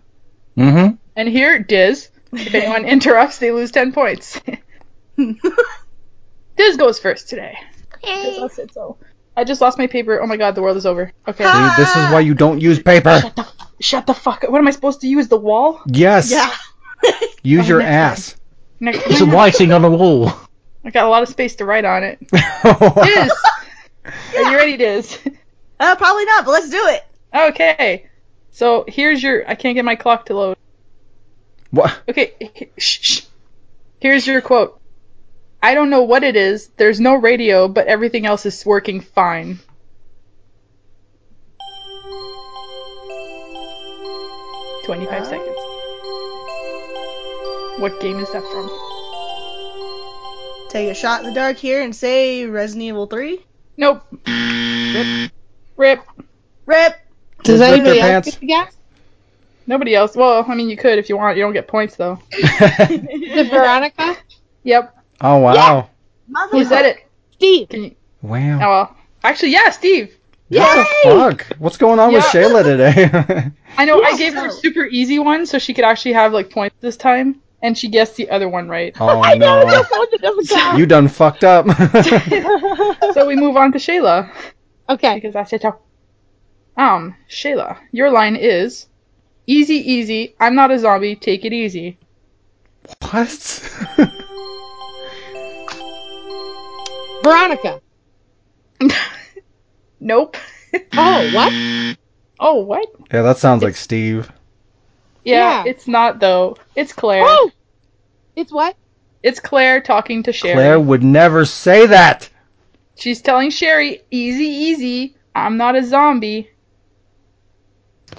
hmm Mm-hmm. And here, Diz. If anyone interrupts, they lose ten points. Diz goes first today. Yay. That's it, so. I just lost my paper. Oh my god, the world is over. Okay. Huh? See, this is why you don't use paper. Shut the shut the fuck up. What am I supposed to use? The wall? Yes. Yeah. Use Oh, your next ass. Next There's some writing on the wall. I got a lot of space to write on it. Yes. Diz! Are you ready, Diz? Uh, probably not, but let's do it. Okay. So here's your. I can't get my clock to load. what? Okay. he- Shh, shh. Here's your quote. I don't know what it is. There's no radio, but everything else is working fine. Twenty-five seconds. What game is that from? Take a shot in the dark here and say Resident Evil 3. Nope. Rip. Rip. Rip. Does Just rip anybody their else pants. get to guess? Nobody else. Well, I mean, you could if you want. You don't get points though. Is it Veronica? Yep. oh wow. Mother. Who said it? Steve. Can you? Wow. Oh well. Actually, yeah, Steve. What the fuck? What's going on with Yeah. Shayla today? I know I Yeah, gave her a so- super easy one so she could actually have like points this time, and she guessed the other one right. oh I know no. that's the one that doesn't count. You done fucked up. so we move on to Shayla Okay. because that's it. Um, Shayla, your line is easy, easy. I'm not a zombie. Take it easy. what? Veronica. Nope. Oh, what? oh what? yeah, that sounds like Steve. Yeah, Yeah. it's not though. It's Claire. Oh! It's what? It's Claire talking to Sherry. Claire would never say that. She's telling Sherry, easy, easy. I'm not a zombie.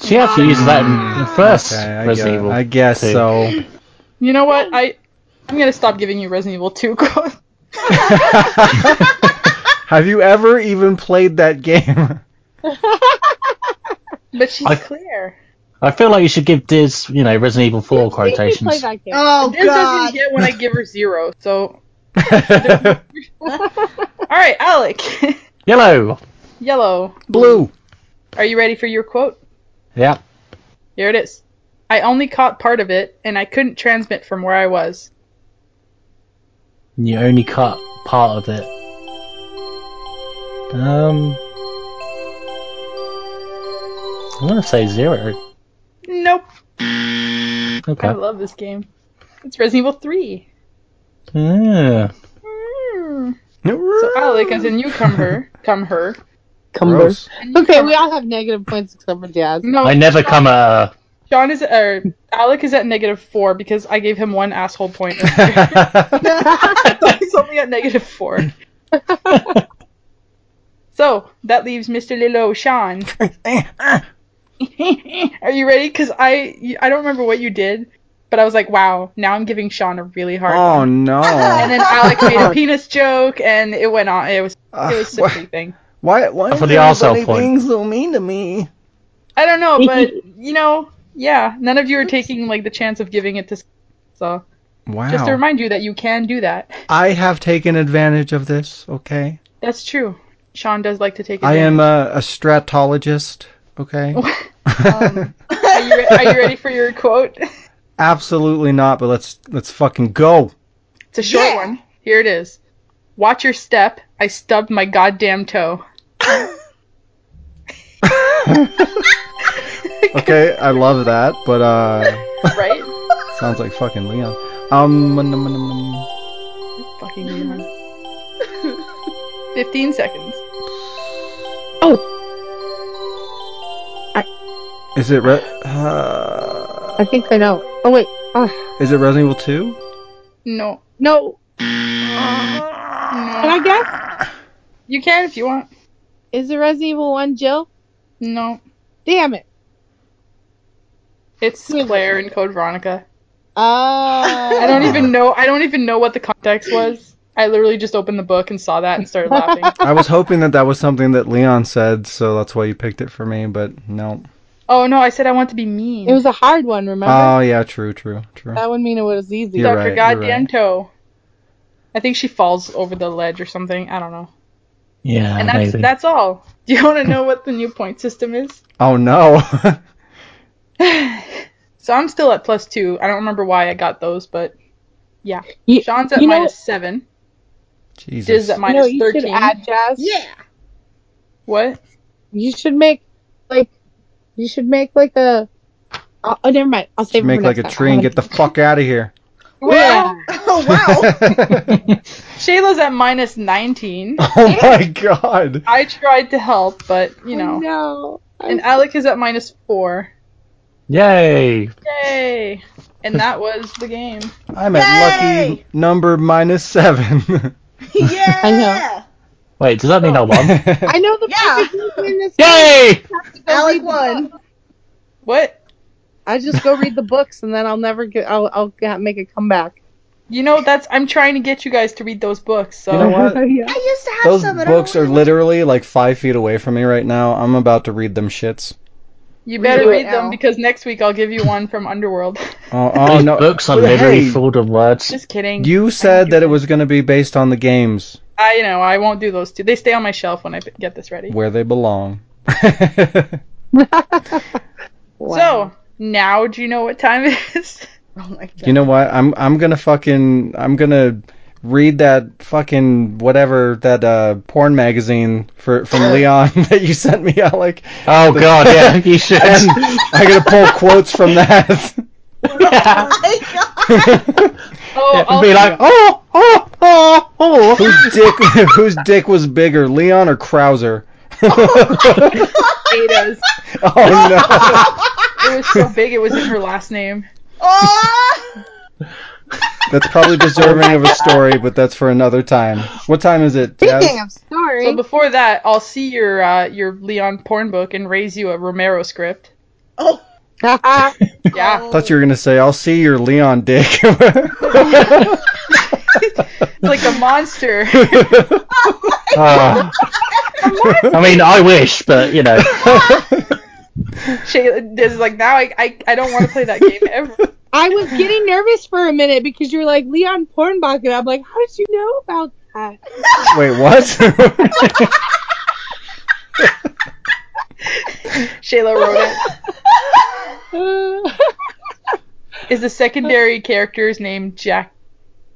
She actually uses that in the first Okay, I, Resident guess, Evil. I guess two. so. You know what? I I'm gonna stop giving you Resident Evil 2 quotes. Have you ever even played that game? But she's I- Claire. I feel like you should give Diz, you know, Resident Evil 4 Steve, you play quotations. that game. Oh, This God. doesn't get when I give her zero. So, Blue. all right, Alec, Yellow! yellow. Are you ready for your quote? Yeah. Here it is. I only caught part of it, and I couldn't transmit from where I was. You only cut part of it. Um. I'm gonna say zero. Nope. I Okay. love this game. It's Resident Evil 3. Yeah. Mm. So Alec, as a newcomer, come her. Gross. Okay, we all have negative points except for Jazz. No, I never come a. John is or Alec is at negative four because I gave him one asshole point. So he's only at negative four. so that leaves Mr. Lilo Sean. Are you ready? Because I you- I don't remember what you did, but I was like, wow, now I'm giving Sean a really hard. one. oh no. And then Alec made a penis joke, and it went on. It was it was Uh, such a thing. why? Why For is the arsehole everybody point. being so mean to me? I don't know, but you know, yeah, none of you are taking like the chance of giving it to. s- So Wow. just to remind you that you can do that. I have taken advantage of this. Okay. That's true. Sean does like to take. I am uh, advantage. a, a stratologist. Okay. Oh, um. Are you, re- are you ready for your quote? Absolutely not. But let's let's fucking go. It's a short Yeah. one. Here it is. Watch your step. I stubbed my goddamn toe. Okay. I love that. But uh, Right? sounds like fucking Leon. Um. mm, mm, mm, mm. Fucking Leon. 15 seconds. Is it re- uh, I think I know. Oh, wait. Oh, Is it Resident Evil Two? No. No. no. Can I guess? You can if you want. Is the Resident Evil 1 Jill? No. Damn it. It's Claire and Code Veronica. Oh. I don't even know. I don't even know what the context was. I literally just opened the book and saw that and started laughing. I was hoping that that was something that Leon said, so that's why you picked it for me. But no. Oh no! I said I want to be mean. It was a hard one, remember? Oh yeah, true, true, true. that would mean it was easy. You're Stubbed her right, you're goddamn right. toe. I think she falls over the ledge or something. I don't know. Yeah, And that's maybe. that's all. Do you want to know what the new point system is? Oh no. So I'm still at plus two. I don't remember why I got those, but yeah. You- Sean's at you know- minus seven. Diz Jesus. um, at minus no, you thirteen. should add Jazz. Yeah. What? You should make like you should make like a. Oh, oh, never mind. I'll save it Make for like a next time. tree and get the fuck out of here. Yeah. Oh wow. Shayla's at minus 19. oh my god. I tried to help, but, you know. Oh, No. And Alec is at minus 4. Yay! Yay! And that was the game. I'm at lucky Yay! number minus seven. yeah. I know. Wait, does that mean I won? I know the Yeah. person who's in this Yay! Alec won. What? I just go read the books and then I'll never get. I'll I'll get, make a comeback. You know, that's. I'm trying to get you guys to read those books, so. You know what? yeah. I used to have Those some. but I don't books are really- literally like five feet away from me right now. I'm about to read them shits. You better do it read them now. because next week I'll give you one from Underworld. Oh, oh These no. books are Hey, literally full of words. Just kidding. You said that it was going to be based on the games I know, I won't do those two. They stay on my shelf when I p- get this ready. where they belong. So, now do you know what time it is? Oh my god. you know what? I'm I'm going to fucking I'm going to read that fucking whatever that uh porn magazine for from Leon that you sent me, Alec. Oh god, yeah, you should. And I'm going to pull quotes from that. Oh, And I'll be like, oh, oh, oh, oh. whose dick whose dick was bigger, Leon or Krauser? potatoes. Oh It was so big, it was in her last name. Oh! no. That's probably deserving of a story, but that's for another time. What time is it? Jazz? Speaking of story, So before that, I'll see your uh, your Leon porn book and raise you a Romero script. Oh. Yeah. thought you were gonna say, "I'll see your Leon dick." It's like a monster. Uh, I mean, I wish, but you know, Shayla is like now I, I I don't want to play that game ever. I was getting nervous for a minute because you were like Leon Pornbach, and I'm like, how did you know about that? Wait, what? Uh, Shayla wrote it. Uh, Is the secondary character's name Jack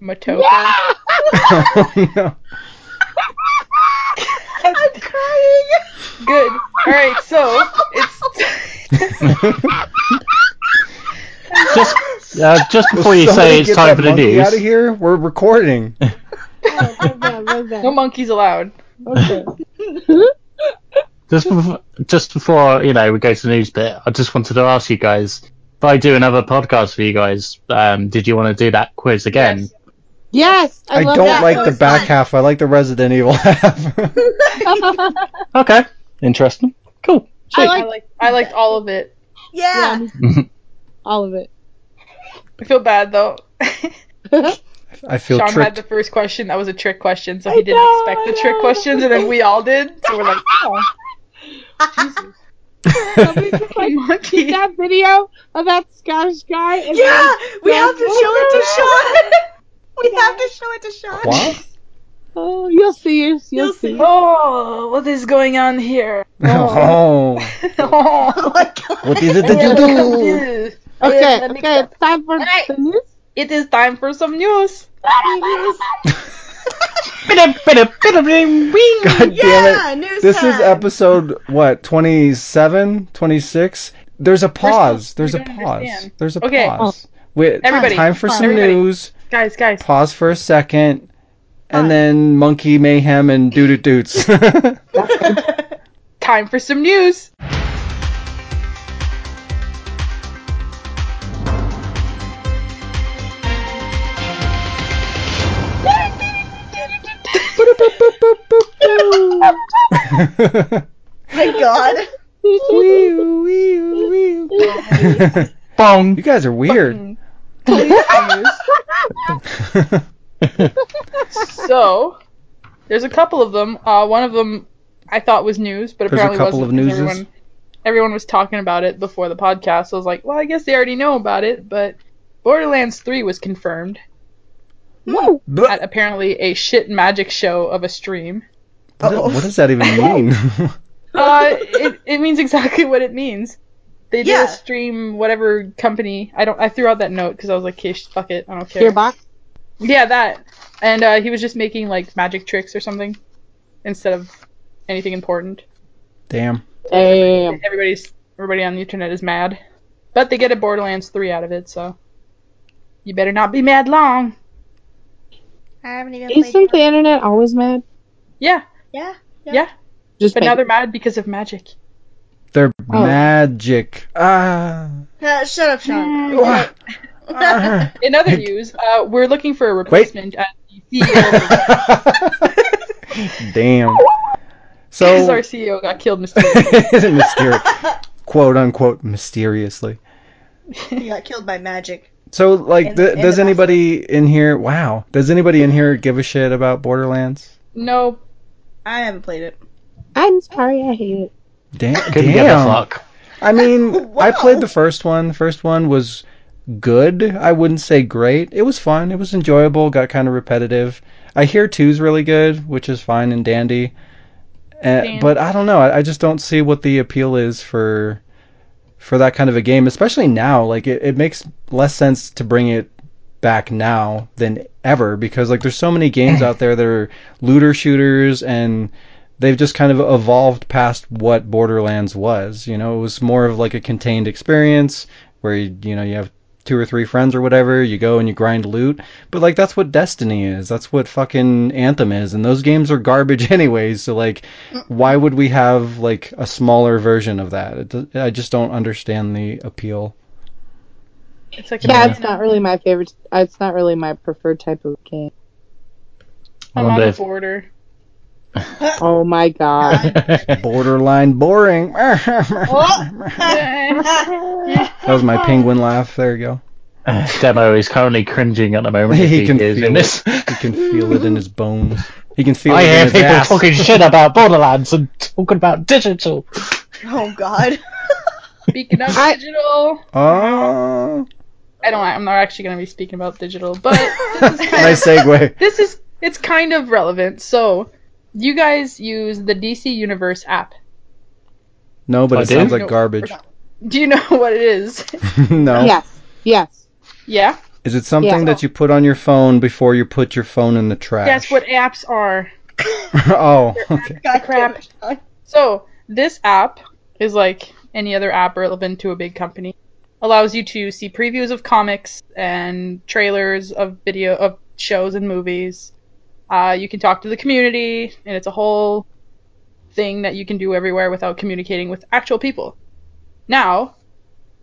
Matoko? oh, no. I'm crying. Good. All right, so it's just uh, just before you say it's time for the Out of news, here, we're recording. oh, my God, love that. no monkeys allowed. just before, just before you know we go to the news bit, I just wanted to ask you guys if I do another podcast for you guys, um, did you want to do that quiz again? Yes. Yes, I, I, love don't that. like That the was back fun. half. I like the Resident Evil half. Okay, interesting, cool. I I like liked, I liked all of it. Yeah. all of it. I feel bad though. I feel Sean had tricked. the first question. That was a trick question, so he didn't know, expect I the trick know. questions, and then we all did. So we're like, oh, Jesus, Somebody just like monkey. that video of that Scottish guy. and Yeah. We Yeah. have to show it to Sean. We have to show it to Sean. What? then- oh, you'll see. You'll, You'll see. see. Oh, what is going on here? Oh. Oh Oh. my god. What is it that you do? Okay, Let me okay, go. it's time for Alright. the news. It is time for some news. God damn it. Yeah, news This is time. episode, what, 27? 26? There's a pause. We're There's a still- we don't pause. understand. There's a Okay. pause. Wait, Everybody, time for some everybody. news. Guys, guys, Pause for a second. And then monkey mayhem and doo doo doots. time for some news. Thank God. Bong. you guys are weird. Fucking police news. so there's a couple of them. Uh, one of them I thought was news, but There's a apparently couple wasn't. 'cause of newses. Everyone, everyone was talking about it before the podcast. So I was like, well, I guess they already know about it. But Borderlands 3 was confirmed Whoa. at apparently a shit magic show of a stream. What, Uh-oh. what does that even mean? Uh, it, it means exactly what it means. They did Yeah. a stream, whatever company. I don't. I threw out that note because I was like, okay, sh- fuck it, I don't care. Gearbox. Yeah, that. And uh, he was just making like magic tricks or something instead of anything important. Damn. Damn. Everybody's everybody on the internet is mad, but they get a Borderlands three out of it, so you better not be mad long. I haven't even played. Isn't the internet always mad? Yeah, Yeah. Just but now another. they're mad because of magic. They're Oh. magic. Ah. Uh, shut up, Sean. Ah. Ah. In other news, uh, we're looking for a replacement at the E CEO. Damn. because our So CEO got killed mysteriously. mysterious, quote unquote, mysteriously. He got killed by magic. So, like, And- th- and does the anybody in here? Wow, does anybody in here give a shit about Borderlands? no, I haven't played it. I'm sorry, I hate it. Damn, Couldn't give a damn. fuck. I mean, I played Wow. the first one. The first one was good. I wouldn't say great. It was fun. It was enjoyable. Got kind of repetitive. I hear two's really good, which is fine and dandy. Uh, Dan- but I don't know. I, I just don't see what the appeal is for for that kind of a game, especially now. Like it, it makes less sense to bring it back now than ever because like there's so many games out there that are looter shooters and they've just kind of evolved past what Borderlands was. You know, it was more of like a contained experience where you, you know you have two or three friends or whatever, you go and you grind loot. But like that's what Destiny is. That's what fucking Anthem is, and those games are garbage anyways. So like, why would we have like a smaller version of that? It, do- I just don't understand the appeal. it's like Yeah, it's not really my favorite. uh, It's not really my preferred type of game. I I'm on wonder the if. border. Oh my god. Borderline boring. that was my penguin laugh. There you go. Demo is currently cringing at the moment. He He, can is feel in this. He can feel it in his bones. He can feel I it in hear his people ass. talking shit about Borderlands and talking about digital. Oh God. Speaking of I- digital, Oh, I don't. I'm not actually going to be speaking about digital, but this is kind of nice segue. this is it's kind of relevant. So, you guys use the DC Universe app. No, but I it do? sounds like Oh, No, garbage. Do you know what it is? no. Yes. Yes. yeah, Is it something Yeah. that you put on your phone before you put your phone in the trash? that's what apps are. oh, okay. God Crap. damn it, So, this app is like any other app relevant to a big company. Allows you to see previews of comics and trailers of video of shows and movies. Uh, you can talk to the community, and it's a whole thing that you can do everywhere without communicating with actual people. Now,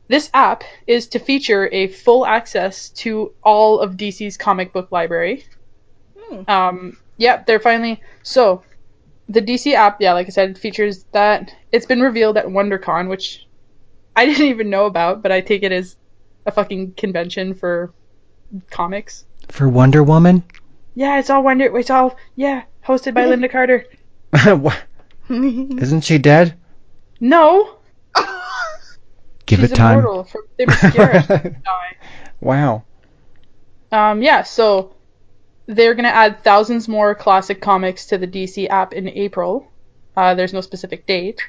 this app is to feature a full access to all of DC's comic book library. Hmm. Um, yep, they're finally. So, the DC app, yeah, like I said, features that. It's been revealed at WonderCon, which I didn't even know about, but I take it as a fucking convention for comics. For Wonder Woman? Yeah, it's all Wonder. It's all yeah, hosted by Linda Carter. Wha- Sean. Isn't she dead? No, Give she's it time. immortal from Themyscira. die. Wow. Um, yeah, so they're gonna add thousands more classic comics to the DC app in April. Uh, there's no specific date.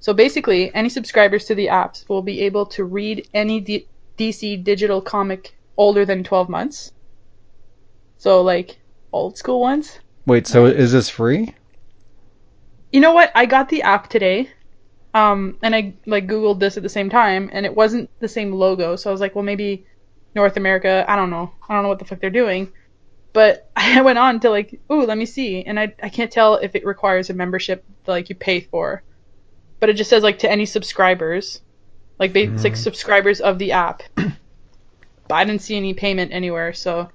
So basically, any subscribers to the apps will be able to read any D- DC digital comic older than 12 months. So like old school ones. Wait, so is this free? You know what? I got the app today. Um, and I like googled this at the same time, and it wasn't the same logo. So I was like, well, maybe North America. I don't know. I don't know what the fuck they're doing. But I went on to like, ooh, let me see, and I I can't tell if it requires a membership that, like you pay for, but it just says like to any subscribers, like they Mm-hmm. it's, like subscribers of the app. but I didn't see any payment anywhere, so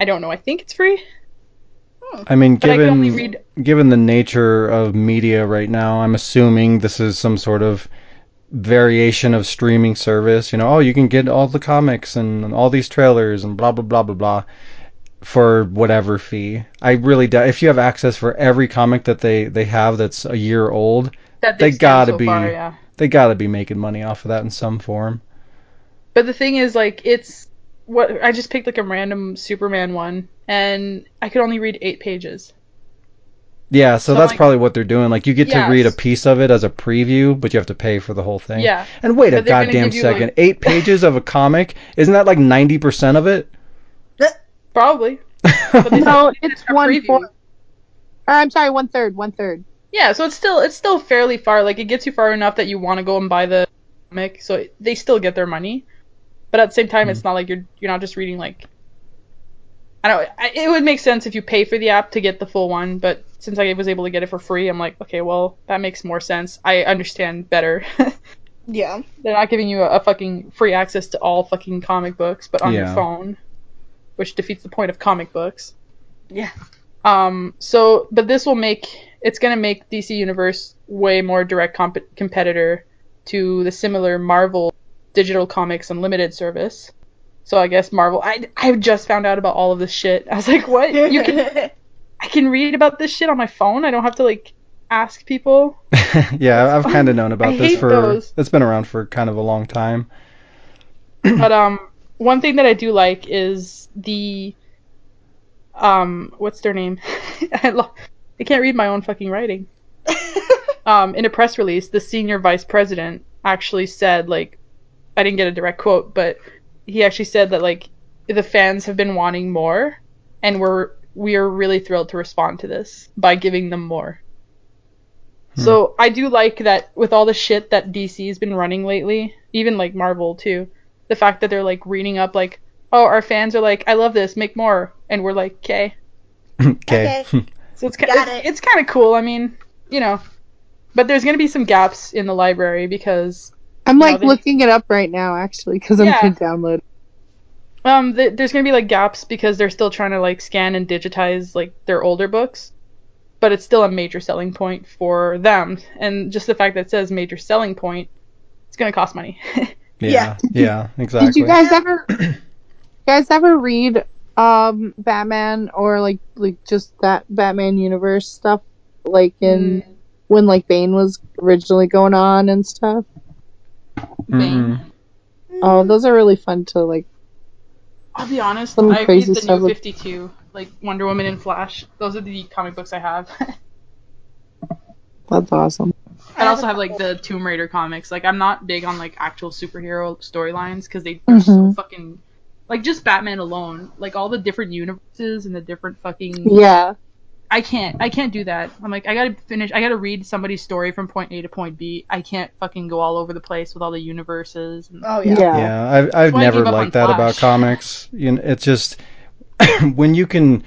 I don't know. I think it's free, I mean, but I can only given read given the nature of media right now, I'm assuming this is some sort of variation of streaming service. You know, oh, you can get all the comics and all these trailers and blah blah blah blah blah for whatever fee. I really doubt if you have access for every comic that they they have that's a year old, that They they've scanned gotta so be- far, yeah. they got to be making money off of that in some form. But the thing is, like, it's what I just picked like a random Superman one, and I could only read eight pages. Yeah, so, So, that's like- probably what they're doing. Like you get Yes. to read a piece of it as a preview, but you have to pay for the whole thing. Yeah, And wait a But they're gonna goddamn give you, second. like- Eight pages of a comic? Isn't that like 90% of it? probably. But they said No, it's it's a one preview. fourth. Or I'm sorry, one third. One third. Yeah, so it's still it's still fairly far. Like it gets you far enough that you want to go and buy the comic, so it, they still get their money. But at the same time, it's not like you're you're not just reading like. I don't. I, it would make sense if you pay for the app to get the full one, but since I was able to get it for free, I'm like, okay, well that makes more sense. I understand better. Yeah. They're not giving you a, a fucking free access to all fucking comic books, but on Yeah. your phone, which defeats the point of comic books. Yeah. Um, so, but this will make it's going to make DC Universe way more direct comp- competitor to the similar Marvel Digital Comics Unlimited service. So I guess Marvel. I I just found out about all of this shit. I was like, what? You can I can read about this shit on my phone. I don't have to like ask people. yeah, I've kind of known about I this hate for those. it's been around for kind of a long time. but um, one thing that I do like is the um, what's their name? I, lo- I can't read my own fucking writing. um, in a press release, the senior vice president actually said, like, I didn't get a direct quote, but he actually said that like the fans have been wanting more, and we're we are really thrilled to respond to this by giving them more. So I do like that with all the shit that DC's been running lately, even like Marvel too the fact that they're like reading up like oh our fans are like i love this make more and we're like okay okay. so it's kind Got it's, it. it's kind of cool i mean you know but there's going to be some gaps in the library because I'm No, like they- looking it up right now, actually, because I'm Yeah. gonna download. it. um th- there's going to be like gaps because they're still trying to like scan and digitize like their older books but it's still a major selling point for them and just the fact that it says major selling point it's going to cost money Yeah. Yeah. Exactly. Did you guys ever, you guys ever read um Batman or like like just that Batman universe stuff, like Mm. in when like Bane was originally going on and stuff? Bane. Mm-mm. Oh, those are really fun to like. I'll be honest, Some I read crazy the stuff new with- 52, like Wonder Woman and Flash. Those are the comic books I have. That's awesome. I also have like the Tomb Raider comics. Like I'm not big on like actual superhero storylines because they are so Mhm. fucking like just Batman alone. Like all the different universes and the different fucking. Yeah, I can't. I can't do that. I'm like I gotta finish. I gotta read somebody's story from point A to point B. I can't fucking go all over the place with all the universes. And... oh yeah. yeah. Yeah, I've I've why I never gave up on liked that about Flash. comics. You know, it's just when you can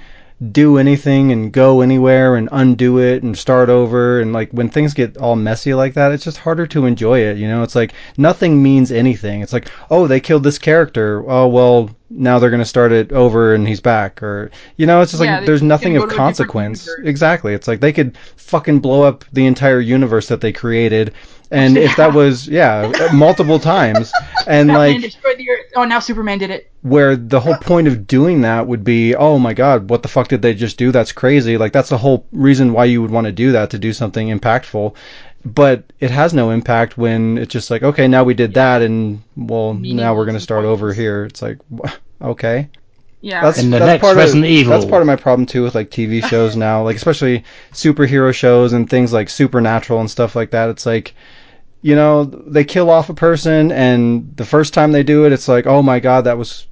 do anything and go anywhere and undo it and start over and like when things get all messy like that, it's just harder to enjoy it. You know, it's like nothing means anything. It's like oh they killed this character. Oh well now they're gonna start it over and he's back or you know it's just Yeah, like they- there's you can nothing go of to a different consequence. universe. Exactly. It's like they could fucking blow up the entire universe that they created. And if that was yeah multiple times and Batman like destroyed the earth. Oh, now Superman did it. where the whole point of doing that would be, oh my god, what the fuck did they just do? That's crazy. Like that's the whole reason why you would want to do that to do something impactful. But it has no impact when it's just like, okay, now we did that, and well, now we're Meaningless gonna and start over pointless. here. It's like, wh- okay, Yeah. And the that's next part Resident of, Evil. That's part of my problem too with like TV shows now, like especially superhero shows and things like Supernatural and stuff like that. It's like, you know, they kill off a person, and the first time they do it, it's like, oh my god, that was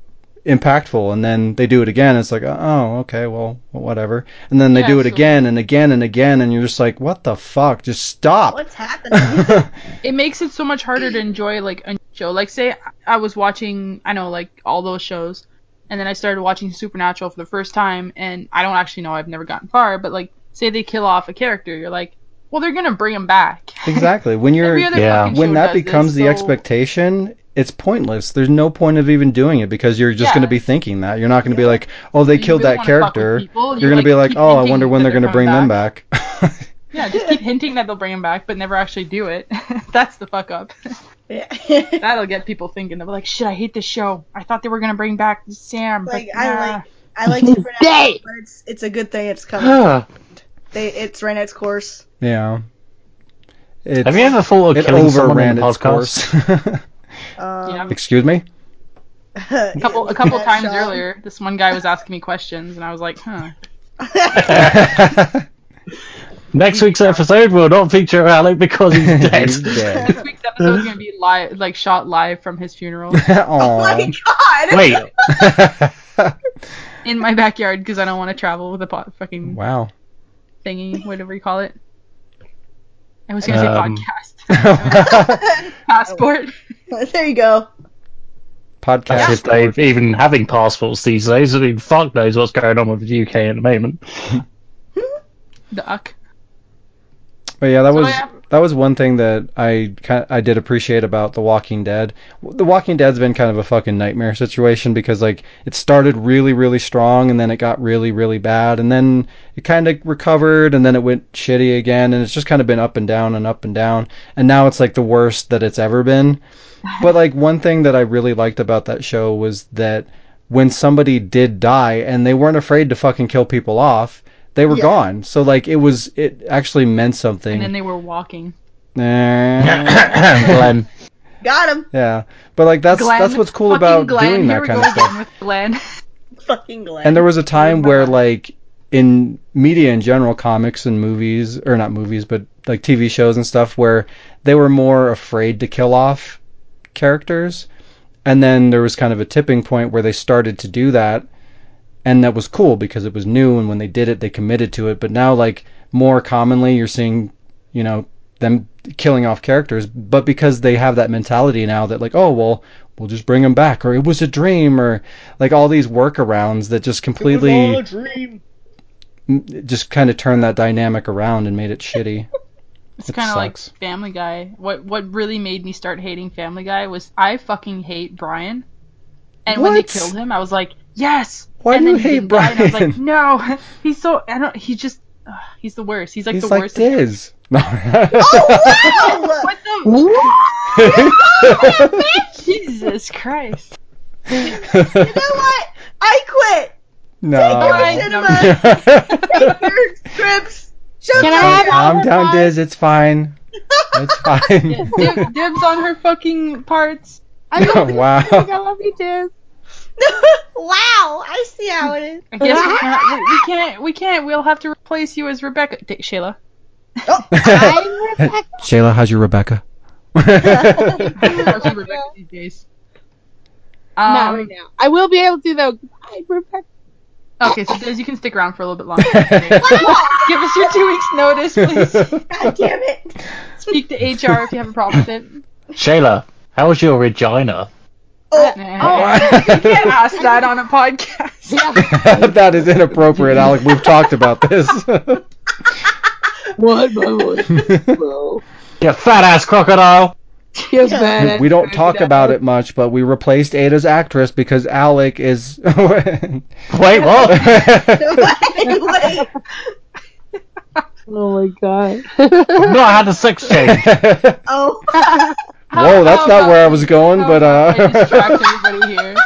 impactful, and then they do it again. It's like, oh, okay, well, whatever. And then they Yeah, do it so- again and again and again, and you're just like, what the fuck? Just stop. What's happening? it makes it so much harder to enjoy like a show. Like say I was watching, I know like all those shows, and then I started watching Supernatural for the first time, and I don't actually know, I've never gotten far, but like say they kill off a character, you're like, well they're gonna bring him back. exactly. When you're Every other Yeah. fucking when show that does this, becomes the so- expectation, it's pointless. There's no point of even doing it because you're just Yeah. going to be thinking that. You're not going to be like, oh, they You killed really that wanna fuck with character. people, You're, you, going to be like, keep oh, I hinting wonder that when they're going to bring coming them back. Yeah, just keep hinting that they'll bring him back, but never actually do it. That's the fuck up. Yeah. That'll get people thinking. They'll be like, shit, I hate this show. I thought they were gonna bring back Sam. like but I nah." like I like Supernatural, Day. but it's it's a good thing it's coming. Ah, they it's ran its course. yeah. It's, have you ever thought of it killing someone overran in a its podcast? course. Yeah. Um, Excuse me. yeah, A couple a look couple at times Sean. earlier, this one guy was asking me questions, and I was like, huh. Oh Next week's episode will not feature Alec because he's dead. He's dead. This week's episode is gonna be live, like shot live from his funeral Oh my Aw. god! Wait, in my backyard because I don't want to travel with a po- fucking wow. thingy, whatever you call it. I was going to Um, say podcast. Passport. there you go. Podcast. That's if they've even having passports these days. I mean, fuck knows what's going on with the UK at the moment. Duck. But yeah, that So was I have- that was one thing that I ki- I did appreciate about The Walking Dead. The Walking Dead's been kind of a fucking nightmare situation because like it started really really strong and then it got really really bad and then it kind of recovered and then it went shitty again and it's just kind of been up and down and up and down and now it's like the worst that it's ever been. But like one thing that I really liked about that show was that when somebody did die and they weren't afraid to fucking kill people off, they were Yeah. gone. So like it was it actually meant something. And then they were walking. Nah. Glenn, Got him. yeah, but like that's Glenn, that's what's cool fucking about Glenn. doing Here that we kind go of stuff. again with Glenn. Fucking glad. And there was a time where like in media in general, comics and movies or not movies, but like TV shows and stuff, where they were more afraid to kill off characters, and then there was kind of a tipping point where they started to do that, and that was cool because it was new, and when they did it, they committed to it. But now, like more commonly, you're seeing, you know, them killing off characters, but because they have that mentality now that like, oh well, we'll just bring them back, or it was a dream, or like all these workarounds that just completely m- just kind of turned that dynamic around and made it shitty. It's It kind of like sucks. Family Guy. What what really made me start hating Family Guy was I fucking hate Brian. And when they What? killed him, I was like, yes. Why and then do you he hate didn't die, and I was like, Brian? no, he's so I don't. He just ugh, he's the worst. He's like He's the like worst. Diz. No. Oh, What the? Jesus Christ! you know what? I no. quit. Cinema, your scripts. Showtime. Can I have all Calm her down, pies? Diz. It's fine. It's fine. Dib- dibs on her fucking parts. I love you, wow. I love you, Diz. wow, I see how it is. I guess we can't. We, we can't. We can't. We'll have to replace you as Rebecca. D- Shayla. Oh. I'm Rebecca. Shayla, how's your Rebecca? Mostly Rebecca these days. Um, Not right now. I will be able to though. I'm Rebecca. Okay, so Diz, you can stick around for a little bit longer. Give us your two weeks' notice, please. God damn it. Speak to HR if you have a problem with it. Shayla, how was your Regina? Oh, Nah. you can't ask that on a podcast. Yeah. that is inappropriate, Alec. We've talked about this. what, my boy? You fat ass crocodile. Yes, man. we don't talk about it much, but we replaced Ada's actress because Alec is. Wait, what? wait, wait. Oh my god. I've not had a sex change. Oh, Whoa, that's How not about where I we- was going, how but about we uh, distract everybody here.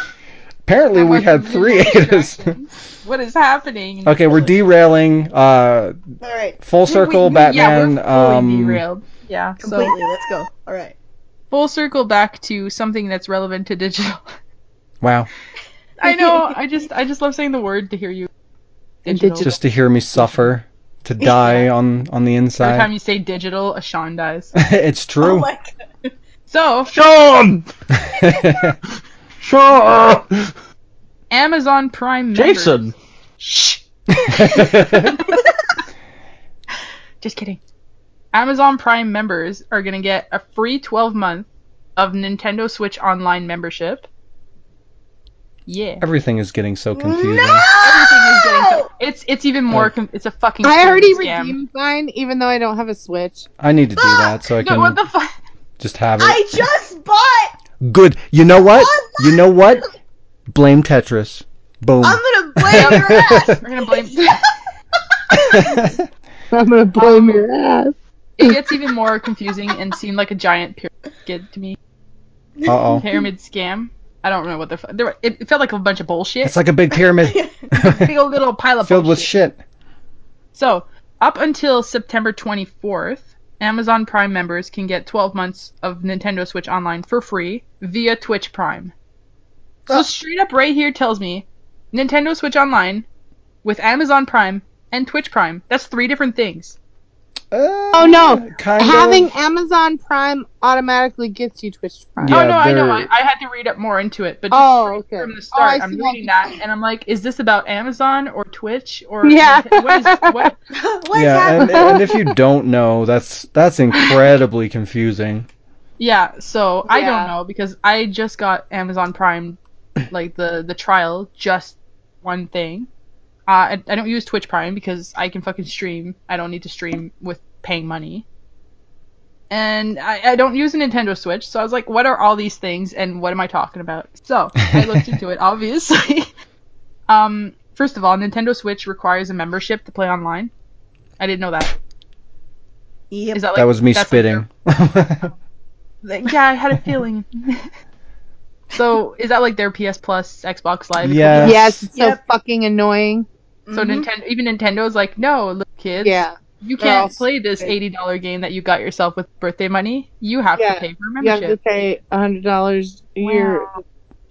apparently we How had much three visual Adas. distractions? What is happening? Okay, we're derailing. Uh, alright. full We- circle, we- Batman. Yeah, we're fully um, derailed. Yeah, so Completely. Let's go. Alright. full circle back to something that's relevant to digital. Wow, I know. I just I just love saying the word to hear you. And Digital. digital. just to hear me suffer, to die on on the Every time inside. you say digital, a Sean dies. it's Oh true. my god. So Sean, Sean, Amazon Prime members. Jason. Just kidding. Amazon Prime members are going to get a free 12 month of Nintendo Switch Online membership. Yeah. Everything is getting so confusing. Everything is getting so. It's it's even more. Com- it's a fucking. I already scam. redeemed mine, even though I don't have a Switch. I need to do that so I No, what can the fuck? just have it. I just bought. Good. You know what? Oh, You know what? Blame Tetris. Boom. I'm gonna blame your ass. We're gonna blame. I'm gonna blame your ass. it gets even more confusing and seemed like a giant pyramid to me. Uh oh. Pyramid scam. I don't know what the fuck. There were, it, it felt like a bunch of bullshit. It's like a big pyramid big old little pile of filled with bullshit. shit. So, up until September 24th, Amazon Prime members can get 12 months of Nintendo Switch Online for free via Twitch Prime. So, Oh. straight up right here tells me Nintendo Switch Online with Amazon Prime and Twitch Prime. That's three different things. Oh, Uh, no. Having Amazon Prime automatically gets you Twitch Prime. Yeah, oh no, I know. they're- I, I had to read up more into it, but just Oh, straight okay. from the Oh, start, I see I'm what reading you that and I'm like, is this about Amazon or Twitch or Yeah. what is what? What's yeah, and, happening? and if you don't know, that's that's incredibly confusing. Yeah, so I Yeah. don't know because I just got Amazon Prime, like the the trial, just one thing. Uh, I, I don't use Twitch Prime because I can fucking stream. I don't need to stream with paying money. And I, I don't use a Nintendo Switch, so I was like, what are all these things and what am I talking about? So I looked into it, obviously. um, first of all, Nintendo Switch requires a membership to play online. I didn't know that. Yep. Is that, like, that was me that's like their- spitting. I like, yeah, I had a feeling. so is that like their PS Plus, Xbox Live? Yeah. equivalent? Yes, it's so Yep. fucking annoying. So Mhm. Nintendo, even Nintendo's like, no, little kids, Mm-hmm. Yeah. you they're all can't play this stupid. eighty dollar game that you got yourself with birthday money. You have Yeah, to pay for a You have to membership. pay $100 a year to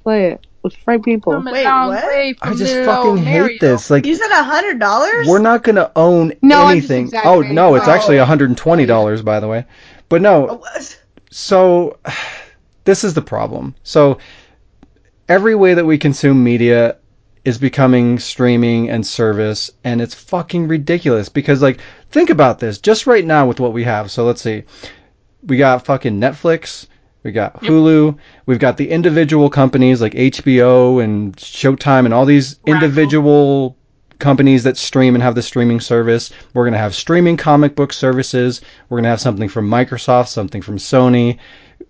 play it with free people. Come Wait, down, what? play for just little fucking Mario. hate this. Like, You said a hundred dollars? we're not gonna own No, I'm just anything. oh exaggerating. no, it's Oh. actually one hundred and twenty dollars, by the way. But no, Oh. so this is the problem. So every way that we consume media is becoming streaming and service and it's fucking ridiculous because like think about this just right now with what we have. So let's see. We got fucking Netflix, we got Hulu, we've got the individual companies like HBO and Showtime and all these individual companies that stream and have the streaming service. We're going to have streaming comic book services. We're going to have something from Microsoft, something from Sony,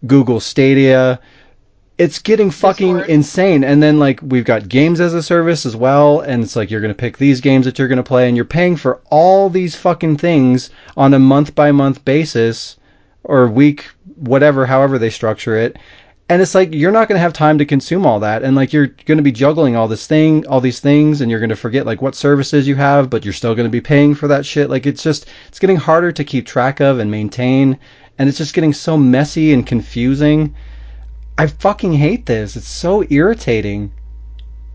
Google Stadia. It's getting fucking Discord. insane. And then, like, we've got games as a service as well. And it's like, you're going to pick these games that you're going to play, and you're paying for all these fucking things on a month by month basis or week, whatever, however they structure it. And it's like you're not going to have time to consume all that, and like you're going to be juggling all this thing, all these things, and you're going to forget like what services you have, but you're still going to be paying for that shit. Like it's just it's getting harder to keep track of and maintain, and it's just getting so messy and confusing. I fucking hate this. It's so irritating.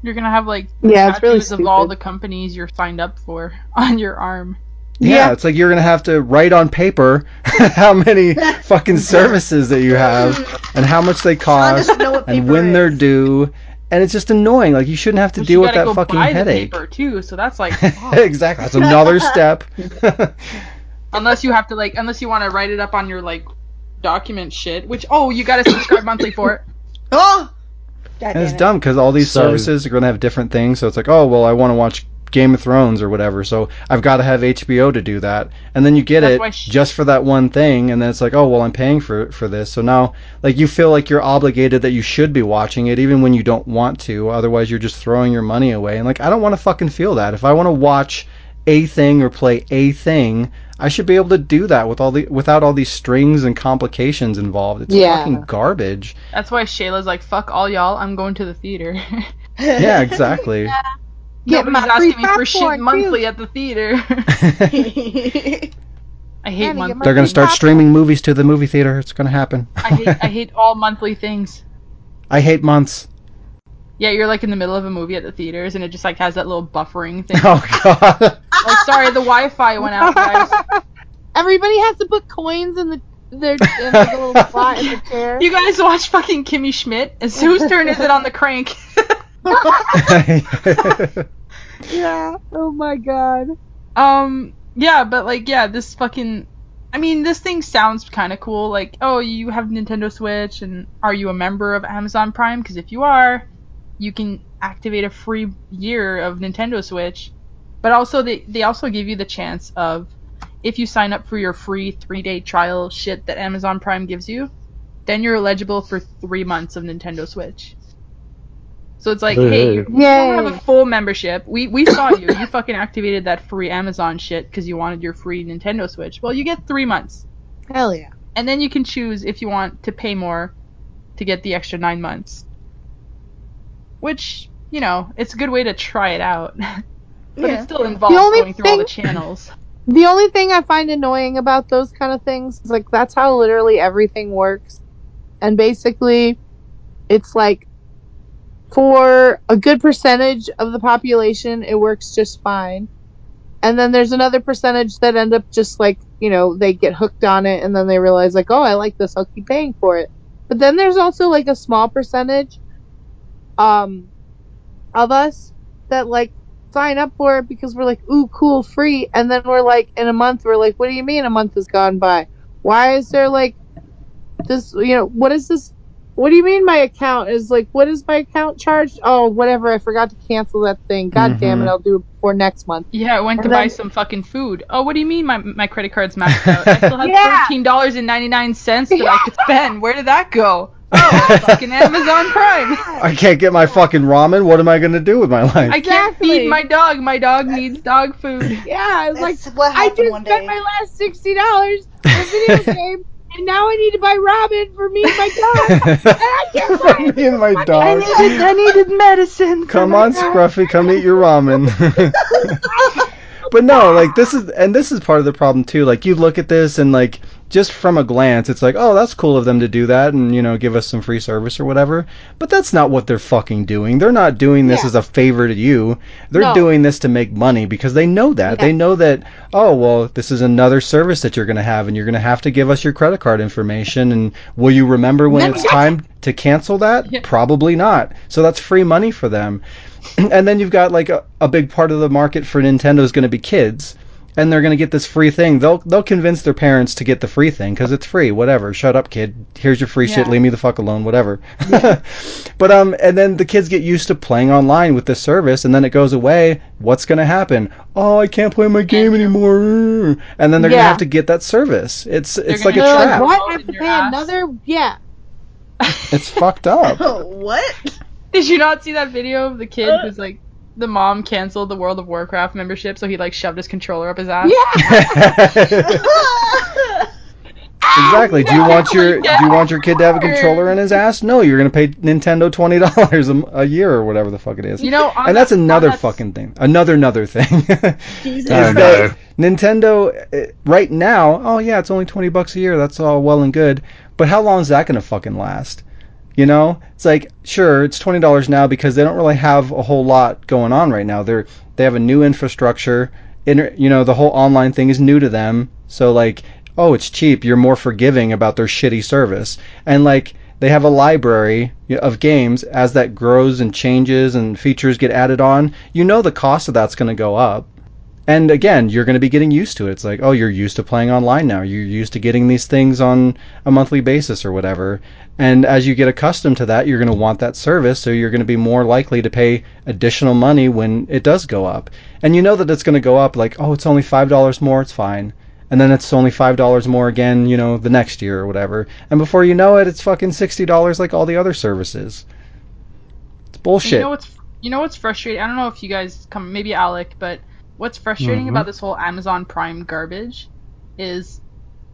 You're gonna have like Yeah, it's really tattoos of all stupid. the companies you're signed up for on your arm. Yeah, Yeah. it's like you're gonna have to write on paper how many fucking services that you have and how much they Sean cost doesn't know what Uh, and paper when they're is. due. And it's just annoying. Like you shouldn't have to But deal you with gotta that go fucking buy headache. the paper too. So that's like, fuck. exactly. That's another step. unless you have to like, unless you want to write it up on your like document shit, which oh, you gotta subscribe monthly for it. Oh! God and it's damn it. dumb because all these So- services are gonna have different things. So it's like, oh well, I want to watch Game of Thrones or whatever, so I've got to have HBO to do that. And then you get That's it why sh- just for that one thing, and then it's like, oh well, I'm paying for for this. So now, like, you feel like you're obligated that you should be watching it, even when you don't want to. Otherwise, you're just throwing your money away. And like, I don't want to fucking feel that. If I want to watch a thing or play a thing, I should be able to do that with all the without all these strings and complications involved. It's Yeah. fucking garbage. That's why Shayla's like, fuck all y'all, I'm going to the theater. Yeah, exactly. Get Nobody's my free asking me for popcorn, shit too. monthly at the theater. I hate Gotta get monthly. my- They're going to Big start Papa. streaming movies to the movie theater. It's going to happen. I hate I hate all monthly things. I hate months. Yeah, you're like in the middle of a movie at the theaters and it just like has that little buffering thing. Oh god. like sorry, the Wi-Fi went out, guys. Everybody has to put coins in the their in like a little slot in the chair. You guys watch fucking Kimmy Schmidt. It's whose turn is it on the crank? yeah. Oh my god. Um, yeah, but like, yeah, this fucking. I mean, this thing sounds kind of cool. Like, oh, you have Nintendo Switch, and are you a member of Amazon Prime? Because if you are, you can activate a free year of Nintendo Switch. But also, they they also give you the chance of, if you sign up for your free three day trial shit that Amazon Prime gives you, then you're eligible for three months of Nintendo Switch. So it's like, hey, you, Yay. don't have a full membership. We we saw you. You fucking activated that free Amazon shit because you wanted your free Nintendo Switch. Well, you get three months, Hell yeah. and then you can choose if you want to pay more to get the extra nine months. Which you know, it's a good way to try it out, but it Yeah. still involves The only going through all the thing- channels. The only thing I find annoying about those kind of things is like that's how literally everything works. And basically it's like for a good percentage of the population it works just fine. And then there's another percentage that end up just like, you know, they get hooked on it and then they realize, like, oh, I like this. I'll keep paying for it. But then there's also like a small percentage um, of us that like sign up for it because we're like, ooh, cool, free. And then we're like, in a month, we're like, what do you mean a month has gone by? Why is there like this, you know, what is this? What do you mean my account is like, what is my account charged? Oh, whatever. I forgot to cancel that thing. God damn it. Mhm. I'll do it before next month. Yeah, I went to And buy then- some fucking food. Oh, what do you mean my my credit card's maxed out? I still have Yeah. thirteen dollars and ninety nine cents that I could spend. Where did that go? Oh, fucking Amazon Prime. I can't get my fucking ramen. What am I gonna do with my life? I can't feed Exactly. my dog. My dog needs dog food. Yeah. I was like, That's what I happened just one spent day. my last sixty dollars on a video game, and now I need to buy ramen for me and my dog. and I can't buy it. Me and my dog. I needed medicine. Come on, Scruffy, come eat your ramen. but no, like this is and this is part of the problem too. Like you look at this and like just from a glance, it's like, oh, that's cool of them to do that and you know give us some free service or whatever. But that's not what they're fucking doing. They're not doing this Yeah. as a favor to you. They're No. doing this to make money because they know that. Yeah. They know that. Oh well, this is another service that you're gonna have, and you're gonna have to give us your credit card information. And will you remember when it's time to cancel that? Probably not. So that's free money for them and then you've got like a, a big part of the market for Nintendo is going to be kids, and they're going to get this free thing. They'll they'll convince their parents to get the free thing because it's free. Whatever. Shut up, kid. Here's your free shit. Yeah. Leave me the fuck alone. Whatever. but um, and then the kids get used to playing online with this service, and then it goes away. What's going to happen? Oh, I can't play my game anymore. And then they're going to Yeah. have to get that service. It's it's They're like a gonna They're get trap. like, what? I Ramen have to in your pay ass. another? Yeah. It's fucked up. what? Did you not see that video of the kid Uh. who's like the mom canceled the World of Warcraft membership, so he like shoved his controller up his ass? Yeah. Exactly. Do you want your do you want your kid to have a controller in his ass? No, you're gonna pay Nintendo twenty dollars a m- a year or whatever the fuck it is. You know, on and that's that- on another that s- fucking thing. Another another thing is Oh, that Nintendo uh, right now. Oh yeah, it's only twenty bucks a year. That's all well and good. But how long is that gonna fucking last? You know, it's like sure, it's twenty dollars now because they don't really have a whole lot going on right now. They're they have a new infrastructure. Inter, you know, the whole online thing is new to them. So like, oh, it's cheap. You're more forgiving about their shitty service. And like, they have a library of games as that grows and changes and features get added on. You know, the cost of that's going to go up. And again, you're going to be getting used to it. It's like, oh, you're used to playing online now. You're used to getting these things on a monthly basis or whatever. And as you get accustomed to that, you're going to want that service, so you're going to be more likely to pay additional money when it does go up. And you know that it's going to go up like, oh, it's only $5 more, it's fine. And then it's only $5 more again, you know, the next year or whatever. And before you know it, it's fucking $60 like all the other services. And It's You bullshit. know what's you know what's frustrating? I don't know if you guys come maybe Alec, but what's frustrating Mm-hmm. about this whole Amazon Prime garbage is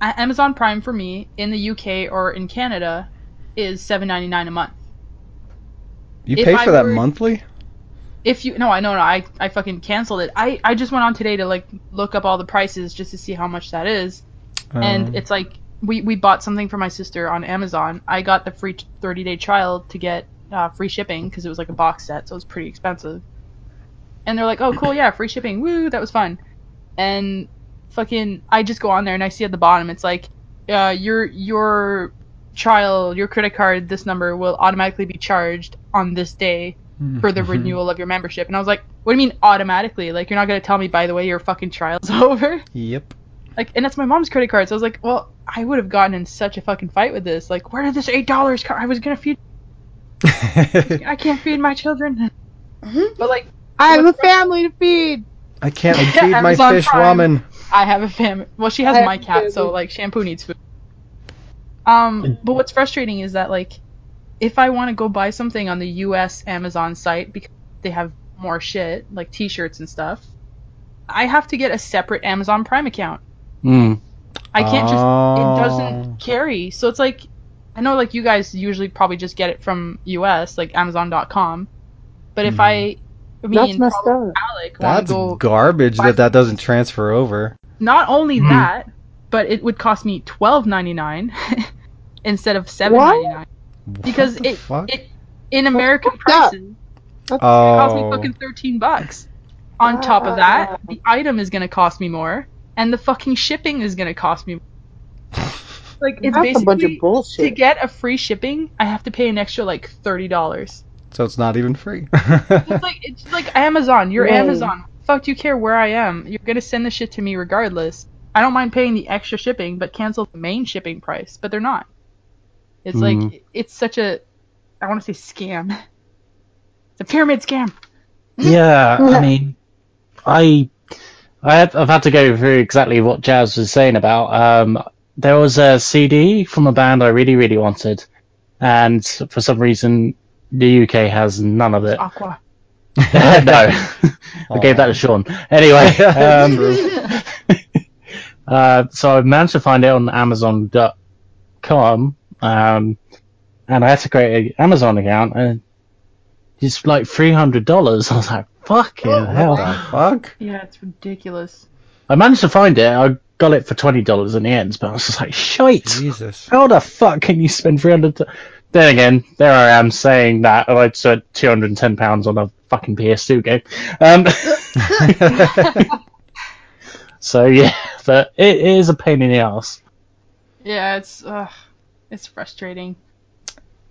A- Amazon Prime for me in the UK or in Canada is 7.99 a month. you if pay I for that were- monthly? If you no, I know, no, I I fucking canceled it. I I just went on today to like look up all the prices just to see how much that is. Um, and it's like we we bought something for my sister on Amazon. I got the free 30 day trial to get uh, free shipping because it was like a box set, so it was pretty expensive. And they're like, "Oh, cool, yeah, free shipping, woo, that was fun." And fucking, I just go on there and I see at the bottom, it's like, uh, your your trial, your credit card, this number will automatically be charged on this day mm-hmm. for the renewal of your membership. And I was like, "What do you mean automatically? Like, you're not gonna tell me by the way your fucking trial's over?" Yep. like and that's my mom's credit card so i was like well i would have gotten in such a fucking fight with this like where did this eight dollars come i was gonna feed i can't feed my children Mm-hmm. but like I have a family to feed. I can't feed my Amazon fish Prime. ramen. i have a family well she has I have my a cat so family. like shampoo needs food um but what's frustrating is that like if i want to go buy something on the us amazon site because they have more shit like t-shirts and stuff i have to get a separate amazon prime account Mm. I can't just it Oh. doesn't carry. So it's like I know like you guys usually probably just get it from US like amazon.com. But if I I mean That's messed probably up. Alec want Hmm. That's to go garbage buy that that doesn't transfer over. not only hmm. that, but it would cost me 12.99 instead of 7.99 because What the it fuck? it in American fucked up. prices oh. cost me fucking 13 bucks. On top of that, the item is going to cost me more, and the fucking shipping is going to cost me. more. Like it's That's basically a bunch of to bullshit. get a free shipping, I have to pay an extra like thirty dollars. So it's not even free. It's like it's like Amazon. You're Right. Amazon. Fuck, do you care where I am? You're gonna send the shit to me regardless. I don't mind paying the extra shipping, but cancel the main shipping price. But they're not. Hmm. It's like it's such a, I want to say scam. It's a pyramid scam. Yeah, I mean, I, I have, I've had to go through exactly what Jazz was saying about. Um, there was a CD from a band I really, really wanted, and for some reason, the UK has none of it. Aqua. no, I gave that to Sean. Anyway, um, uh, so I managed to find it on Amazon.com, um, and I had to create an Amazon account, and it's like three hundred dollars. I was like, "Fucking hell!" Fuck. Yeah, it's ridiculous. I managed to find it. I got it for twenty dollars in the end, but I was just like, "Shite! Jesus. How the fuck can you spend three hundred? Then again, there I am saying that oh, I spent two hundred and ten pounds on a fucking PS2 game. Um, so yeah, but it is a pain in the ass. Yeah, it's uh, it's frustrating.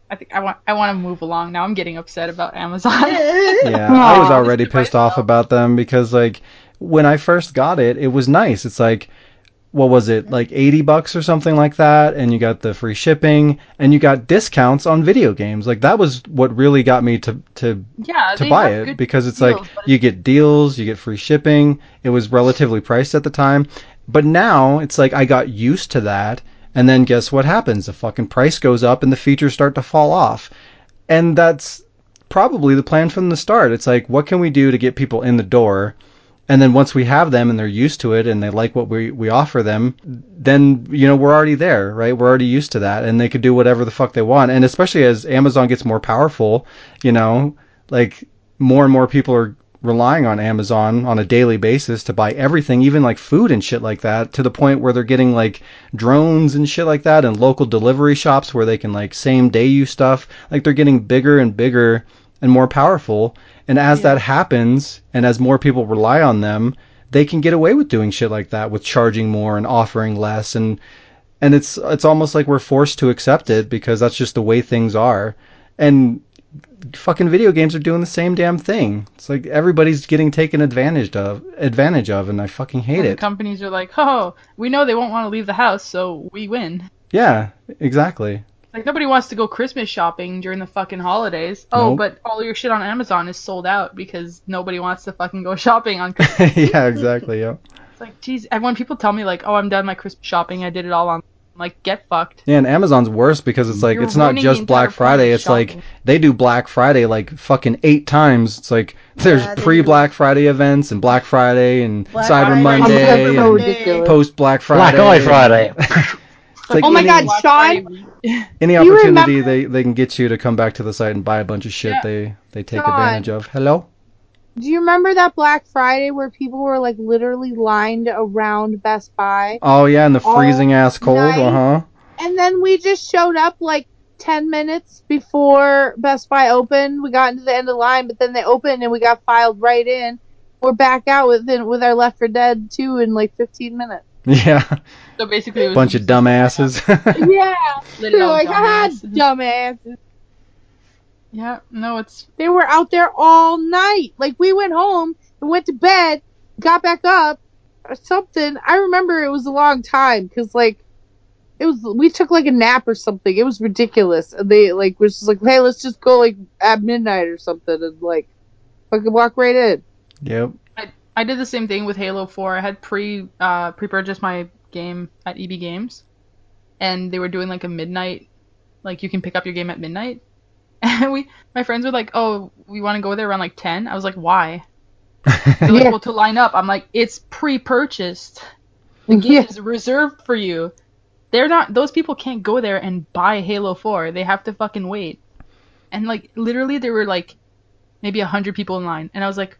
I think I want I want to move along now. I'm getting upset about Amazon. Yeah, I was Aw. already pissed off about them because like when I first got it, it was nice. It's like what was it? Like 80 bucks or something like that and you got the free shipping and you got discounts on video games. Like that was what really got me to to yeah, to they buy have it good because it's deals, like but you get deals, you get free shipping. It was relatively priced at the time, but now it's like I got used to that, and then guess what happens? The fucking price goes up and the features start to fall off, and that's probably the plan from the start. It's like what can we do to get people in the door? And then once we have them and they're used to it and they like what we, we offer them, then you know we're already there, right? We're already used to that, and they could do whatever the fuck they want. And especially as Amazon gets more powerful, you know, like more and more people are relying on Amazon on a daily basis to buy everything, even like food and shit like that, to the point where they're getting like drones and shit like that, and local delivery shops where they can like same day you stuff. Like they're getting bigger and bigger and more powerful. And as that happens, and as more people rely on them, they can get away with doing shit like that with charging more and offering less and and it's it's almost like we're forced to accept it because that's just the way things are. And fucking video games are doing the same damn thing. It's like everybody's getting taken advantage of, advantage of, and I fucking hate and it. companies are like, oh, we know they won't want to leave the house, so we win. yeah, exactly. Like nobody wants to go Christmas shopping during the fucking holidays. Oh, Nope. but all your shit on Amazon is sold out because nobody wants to fucking go shopping on Christmas. yeah, exactly. Yeah. it's like, geez, and when people tell me like, oh, I'm done my Christmas shopping, I did it all on, I'm like, get fucked. Yeah, and Amazon's worse because it's like You're it's not ruining the just Black entire point of Friday. It's like shopping. they do Black Friday like fucking eight times. It's like there's Yeah, they do. pre Black Friday events and Black Friday and Black Cyber Friday. Monday I'm so and ridiculous. post Black Black Friday. Eye Friday. It's like oh my any- god, Black Sean. Any you opportunity remember- they, they can get you to come back to the site and buy a bunch of shit Yeah. they, they take John. advantage of. Hello? Do you remember that Black Friday where people were like literally lined around Best Buy? Oh yeah, and the All freezing ass cold, night. uh huh. And then we just showed up like 10 minutes before Best Buy opened. We got into the end of the line, but then they opened and we got filed right in. We're back out with with our Left for Dead 2 in like 15 minutes. Yeah. So basically, it was Bunch of dumbasses. Yeah. Little They're like, ah, dumbass. dumbasses. Yeah, no, it's They were out there all night. Like, we went home and went to bed, got back up or something. I remember it was a long time because, like, it was, we took like a nap or something. It was ridiculous. And they, like, was just like, hey, let's just go, like, at midnight or something and, like, fucking walk right in. yep. I did the same thing with Halo 4. I had pre uh, pre-purchased my game at EB Games, and they were doing like a midnight, like you can pick up your game at midnight. And we, my friends were like, "Oh, we want to go there around like 10." I was like, "Why?" They're like, Yeah. "Well, to line up." I'm like, "It's pre-purchased. The game Yeah. is reserved for you." They're not; those people can't go there and buy Halo 4. They have to fucking wait. And like literally, there were like maybe a hundred people in line, and I was like,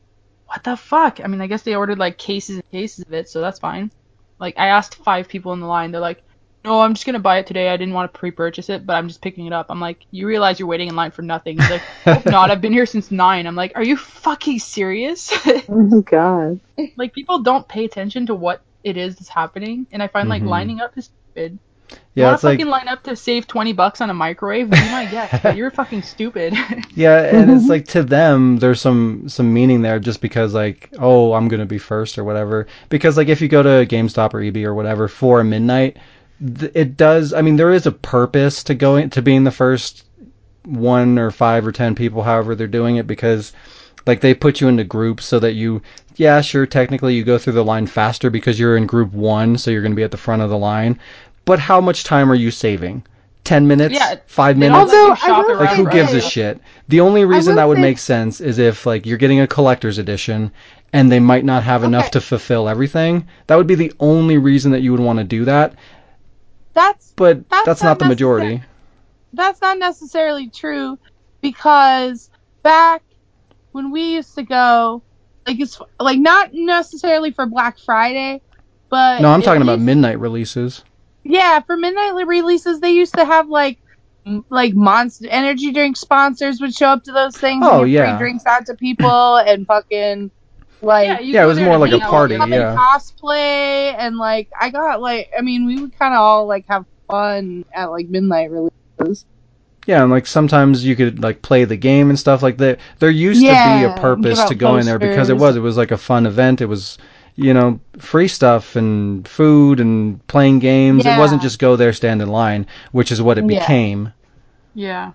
what the fuck? I mean, I guess they ordered like cases and cases of it, so that's fine. Like, I asked five people in the line. They're like, No, I'm just gonna buy it today. I didn't want to pre-purchase it, but I'm just picking it up. I'm like, you realize you're waiting in line for nothing. He's like, "Hope not. I've been here since nine. I'm like, are you fucking serious? Oh God. like people don't pay attention to what it is that's happening, and I find like Mhm. lining up is stupid. you Yeah, want it's to fucking like line up to save twenty bucks on a microwave? Be my guest, but you're fucking stupid. yeah, and it's like to them there's some some meaning there just because like oh I'm gonna be first or whatever because like if you go to GameStop or EB or whatever for midnight th- it does I mean there is a purpose to going to being the first one or five or ten people however they're doing it because like they put you into groups so that you yeah sure technically you go through the line faster because you're in group one so you're gonna be at the front of the line but how much time are you saving? Ten minutes? Yeah, five They don't minutes? let you Although, I shop will around Like who for gives a it. shit? The only reason will that would say- make sense is if like you're getting a collector's edition and they might not have enough Okay. to fulfill everything. That would be the only reason that you would want to do that, That's but that's, That's not not the majority. that's not necessarily true because back when we used to go like it's like not necessarily for black friday but No, I'm at talking about least- midnight releases. yeah for midnight releases they used to have like m- like monster energy drink sponsors would show up to those things Oh, and give yeah. free drinks out to people and fucking like you Yeah, it go was there more to like a hang out. party, come yeah. and cosplay and like I got like I mean we would kind of all like have fun at like midnight releases. Yeah, and like sometimes you could like play the game and stuff like that. There used to be Yeah, a purpose give out to going there because it posters. was it was like a fun event. It was you know free stuff and food and playing games. It wasn't Yeah. just go there, stand in line, which is what it Yeah. became. Yeah.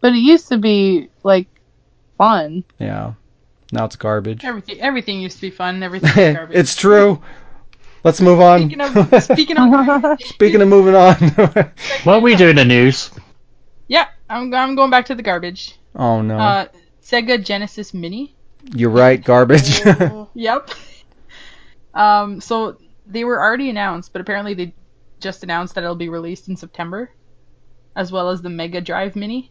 But it used to be like fun. Yeah, now it's garbage. Everything everything used to be fun. Everything is garbage. it's true. Let's move on. Speaking of speaking of Speaking of moving on. What are we doing in the news? yeah, I'm I'm going back to the garbage. oh no, Uh, Sega Genesis Mini. you're right, garbage. Yep. Um, so they were already announced, but apparently they just announced that it'll be released in September, as well as the Mega Drive Mini.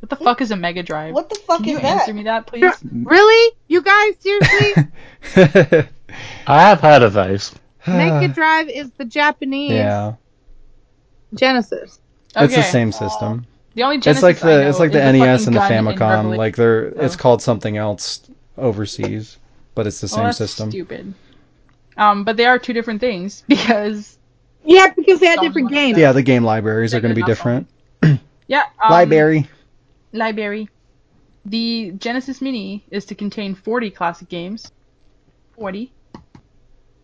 What the fuck is a Mega Drive? What the fuck Can is you that? Oh, answer me that, please? Mm. Really? You guys seriously? I have heard of those. Mega Drive is the Japanese yeah, Genesis. it's the same system. The only Genesis it's like I the know it's like is the NES fucking and the gun in Famicom. Revelation. like they're it's Oh. called something else overseas, but it's the Oh, same that's system. Stupid. Um, but they are two different things because Yeah, because they had Sounds different like games. Yeah, the game libraries are going to be They're not different. yeah. Um, Library. library. The Genesis Mini is to contain 40 classic games. 40.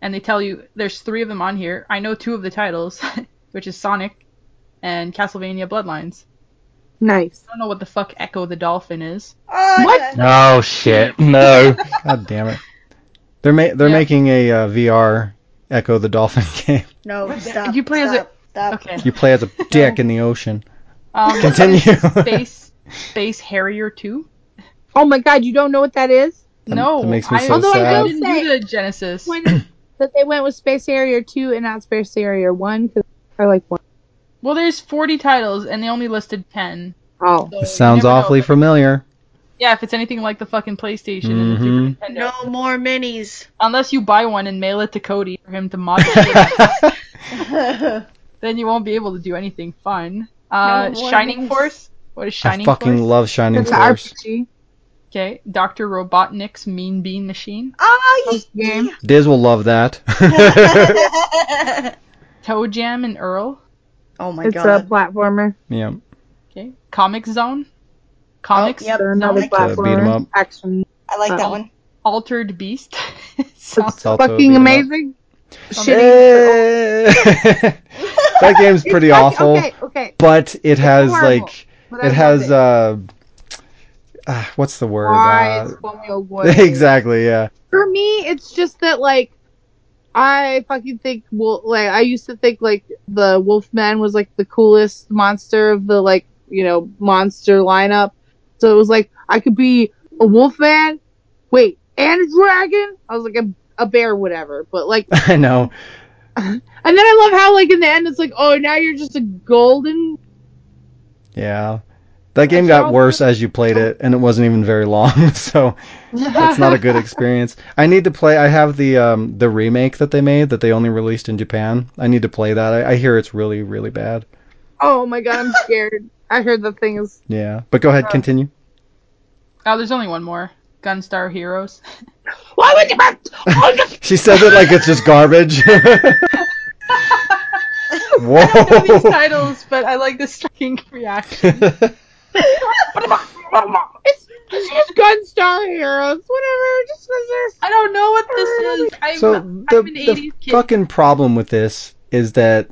And they tell you there's three of them on here. I know two of the titles, which is Sonic and Castlevania Bloodlines. Nice. I don't know what the fuck Echo the Dolphin is. Oh, What? yeah. Oh shit! No. God damn it. They're ma- they're Um, Yeah. making a uh, VR Echo the Dolphin game. No, stop. You play as a- stop, Stop. Okay. You play as a dick in the ocean. Um, Continue. Space Space Harrier 2. Oh my god, you don't know what that is? No, that makes me I, so although I sad. didn't do the Genesis. When that they went with Space Harrier 2 and not Space Harrier 1 cuz I like 1. Well, there's 40 titles and they only listed 10. Oh. so you This sounds never know, awfully but- familiar. Yeah, if it's anything like the fucking PlayStation and the Mhm. Super Nintendo. No more minis. Unless you buy one and mail it to Cody for him to mod it, Oh, then you won't be able to do anything fun. Uh, No, what Shining is- Force. What is I Shining fucking Force? love Shining It's an Force. RPG. Okay, Doctor Robotnik's Mean Bean Machine. oh, Game. Diz will love that. yeah. Toe Jam and Earl. oh my It's a god. platformer. yeah, Okay, Comic Zone. Comics. Oh, yep. They're another Like to beat 'em up. platformer. Action. I like that Uh-oh. one. Altered Beast. It's Sounds- also fucking beat 'em up. amazing. Yay! that game's pretty It's fucking- awful. Okay, okay. but it has horrible, like but I it love has uh, uh what's the word Why is uh, Romeo Wood? exactly yeah For me, it's just that like I fucking think well, like I used to think like the Wolfman was like the coolest monster of the like you know monster lineup. So it was like I could be a Wolfman, wait, and a dragon. I was like a a bear, whatever. But like, i know and then I love how like in the end it's like, oh, now you're just a golden yeah That game got worse as you played it, and it wasn't even very long, so it's not a good experience. I need to play. I have the um, the remake that they made that they only released in Japan. I need to play that. I, I hear it's really really bad. Oh my god, I'm scared. I heard the thing is. Yeah, but go ahead, continue. Oh, there's only one more. Gunstar Heroes. Why would you? Oh, no. She says it like it's just garbage. Some of these Whoa! titles, but I like the striking reaction. it's, it's just Gunstar Heroes, whatever. Just because I don't know what this is. I'm, so the, I'm an 80s the kid. fucking problem with this is that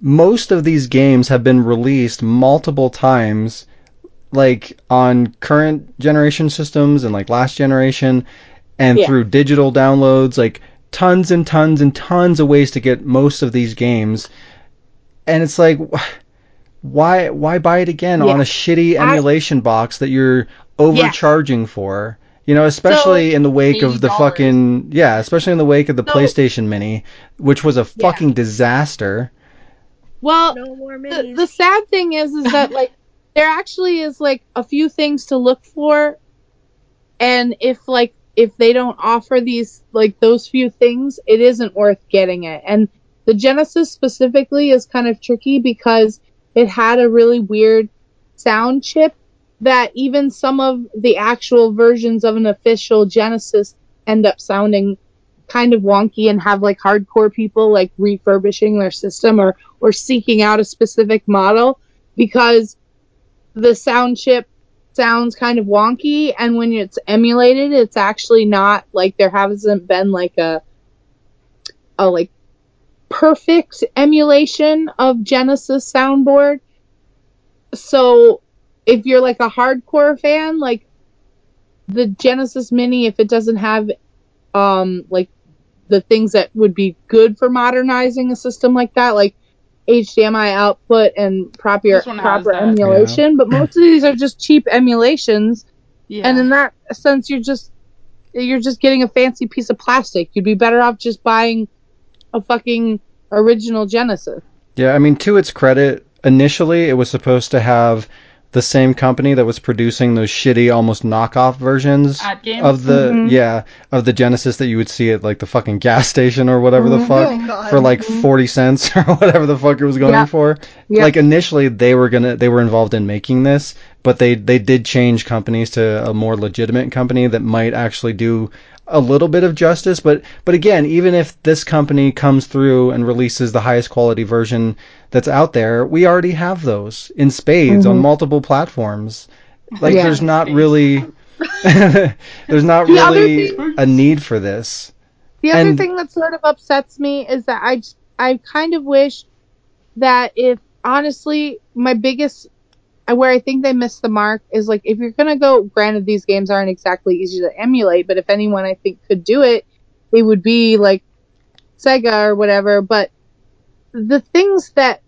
most of these games have been released multiple times like on current generation systems and like last generation and Yeah. through digital downloads like tons and tons and tons of ways to get most of these games and it's like wh- why why buy it again Yeah. on a shitty I- emulation box that you're overcharging for you know especially in the wake of the $80. fucking yeah especially in the wake of the So- PlayStation Mini which was a fucking disaster Well, No more the, minis. the sad thing is is that like there actually is like a few things to look for and if like if they don't offer these like those few things it isn't worth getting it and the genesis specifically is kind of tricky because it had a really weird sound chip that even some of the actual versions of an official genesis end up sounding kind of wonky and have like hardcore people like refurbishing their system or or seeking out a specific model because the sound chip sounds kind of wonky and when it's emulated it's actually not like there hasn't been like a a like perfect emulation of Genesis soundboard so if you're like a hardcore fan like the Genesis mini if it doesn't have um like the things that would be good for modernizing a system like that like HDMI output and proper This one has proper that. emulation but most of these are just cheap emulations yeah. and in that sense you're just you're just getting a fancy piece of plastic you'd be better off just buying a fucking original Genesis Yeah, I mean, to its credit, initially it was supposed to have the same company that was producing those shitty, almost knockoff versions At games? of the yeah of the Genesis that you would see at like the fucking gas station or whatever the fuck Oh, God. for like forty cents or whatever the fuck it was going Mm-hmm. Yeah. for. Yeah. Like initially they were gonna they were involved in making this, but they they did change companies to a more legitimate company that might actually do a little bit of justice. But but again, even if this company comes through and releases the highest quality version that's out there, we already have those in spades on multiple platforms. Like Mm-hmm. Yeah. there's not really there's not The other really thing- a need for this. The other And- thing that sort of upsets me is that I j- I kind of wish that if honestly my biggest where I think they missed the mark is like if you're gonna go. Granted, these games aren't exactly easy to emulate, but if anyone I think could do it, it would be like Sega or whatever. But the things that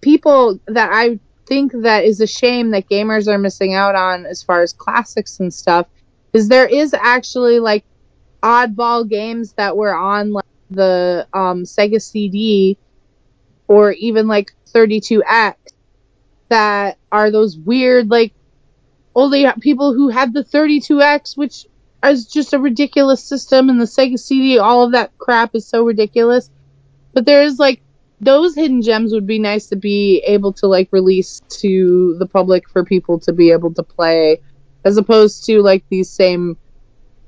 people that I think that is a shame that gamers are missing out on as far as classics and stuff is there is actually like oddball games that were on like the um, Sega CD or even like 32X that are those weird like only people who had the 32X which is just a ridiculous system and the Sega CD all of that crap is so ridiculous but there is like those hidden gems would be nice to be able to like release to the public for people to be able to play as opposed to like these same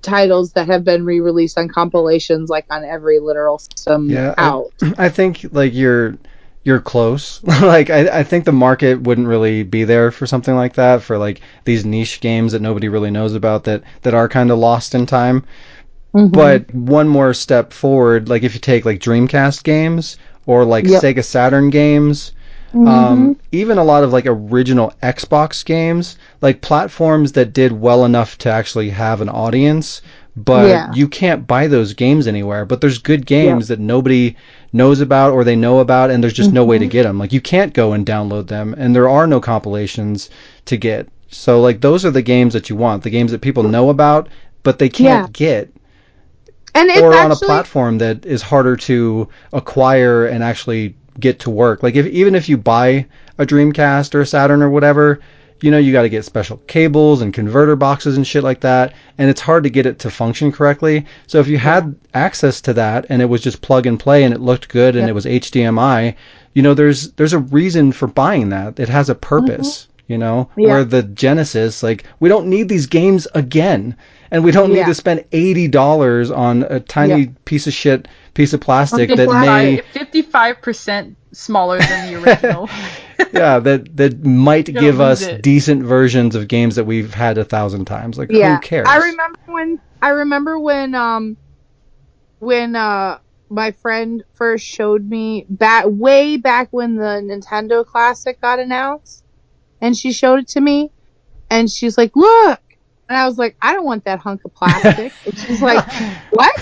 titles that have been re-released on compilations like on every literal system Yeah, I- out I think like you're you're close. like I, I think the market wouldn't really be there for something like that for like these niche games that nobody really knows about that that are kind of lost in time. Mm-hmm. But one more step forward, like if you take like Dreamcast games or like Yep. Mm-hmm. Sega Saturn games, um, even a lot of like original Xbox games, like platforms that did well enough to actually have an audience, but Yeah. you can't buy those games anywhere. But there's good games that nobody knows about or they know about, and there's just no way to Mm-hmm. get them. Like you can't go and download them, and there are no compilations to get. So like those are the games that you want, the games that people know about, but they can't get and it's or on a actually- platform that is harder to acquire and actually get to work. Like if even if you buy a Dreamcast or a Saturn or whatever, you know, you got to get special cables and converter boxes and shit like that, and it's hard to get it to function correctly. So if you had access to that and it was just plug and play and it looked good and it was HDMI, you know, there's there's a reason for buying that. It has a purpose. You know, Mm-hmm. Yeah. where the Genesis, like, we don't need these games again, and we don't need Yeah. to spend eighty dollars on a tiny piece of shit piece of plastic that may 55% smaller than the original. yeah, that that might give lose us it. decent versions of games that we've had a thousand times. Like yeah. who cares? I remember when I remember when um when uh my friend first showed me back way back when the Nintendo Classic got announced and she showed it to me and she's like, "Look." And I was like, "I don't want that hunk of plastic." and she's like, "What?"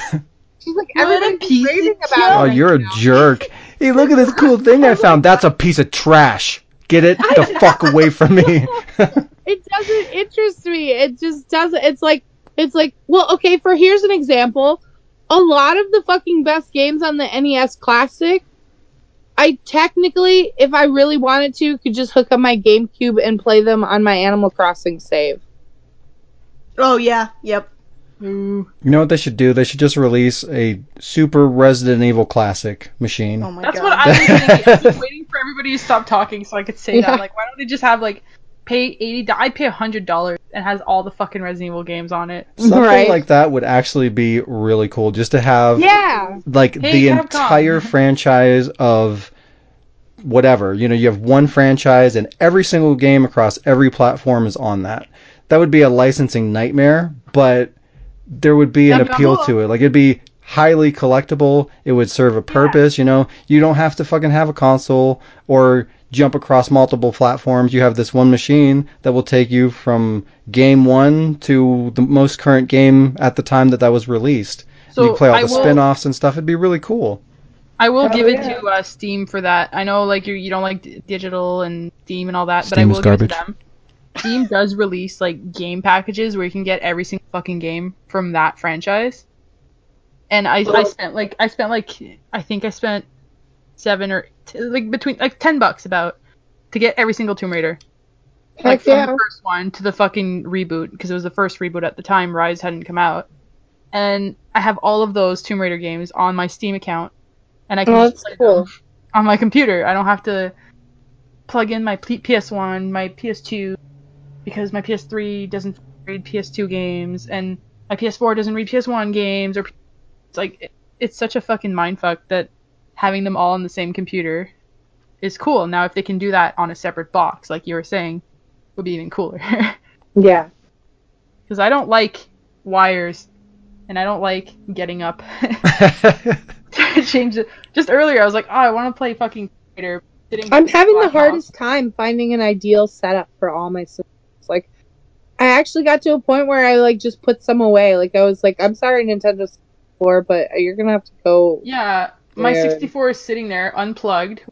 She's like, What a "Everybody's piece of raving junk." about Oh, it." right you're a now." jerk. Hey, look at this cool thing I found. That's a piece of trash. Get it the fuck away from me. it doesn't interest me. It just doesn't. It's like it's like well, okay. For here's an example. A lot of the fucking best games on the NES Classic, I technically, if I really wanted to, could just hook up my GameCube and play them on my Animal Crossing save. Oh yeah, yep. you know what they should do? They should just release a super Resident Evil classic machine. Oh my That's god. what I was thinking. I was waiting for everybody to stop talking so I could say Yeah. that. Like, why don't we just have like pay eighty? do- I'd pay hundred dollars and has all the fucking Resident Evil games on it. Something Right. like that would actually be really cool. Just to have Yeah, like Hey, the Capcom. entire franchise of whatever. You know, you have one franchise and every single game across every platform is on that. That would be a licensing nightmare, but there would be an That'd be appeal cool. to it. Like it'd be highly collectible, it would serve a purpose, you know. You don't have to fucking have a console or jump across multiple platforms. You have this one machine that will take you from game 1 to the most current game at the time that that was released So you play all I the will, spin-offs and stuff. It'd be really cool. I will give it to uh, Steam for that. I know like you you don't like d- digital and Steam and all that, but I Steam will is give it to garbage. them. Steam does release like game packages where you can get every single fucking game from that franchise. And I, I spent like I spent like I think I spent seven or t- like between like ten bucks about to get every single Tomb Raider. like heck from yeah. the first one to the fucking reboot because it was the first reboot at the time rise hadn't come out and i have all of those tomb raider games on my steam account and i can Oh, just play that's cool. them on my computer i don't have to plug in my P- ps1 my ps2 because my ps3 doesn't read ps2 games and my ps4 doesn't read ps1 games or P- it's like it- it's such a fucking mindfuck that having them all on the same computer is cool now if they can do that on a separate box like you were saying would be even cooler. Because Yeah, I don't like wires, and I don't like getting up to change it. Just earlier, I was like, oh, I want to play fucking Raider. Sitting I'm having the Black hardest time finding an ideal setup for all my systems. Like, I actually got to a point where I like just put some away. Like, I was like, "I'm sorry, Nintendo 64, but you're gonna have to go." House. Yeah, my Yeah. 64 is sitting there unplugged,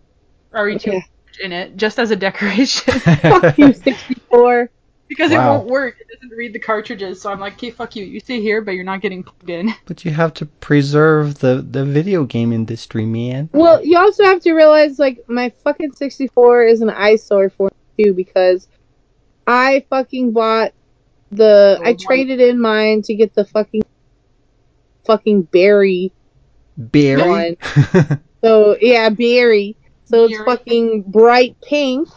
already too Okay. much in it, just as a decoration Fuck you, 64. because Wow. it won't work. It doesn't read the cartridges, so I'm like, okay, fuck you. You stay here, but you're not getting plugged in. but you have to preserve the, the video game industry, man. Well, you also have to realize, like, my fucking 64 is an eyesore for me too because I fucking bought the. Oh, I my- traded in mine to get the fucking fucking berry Barry. So yeah, berry. So it's Berry. fucking bright pink,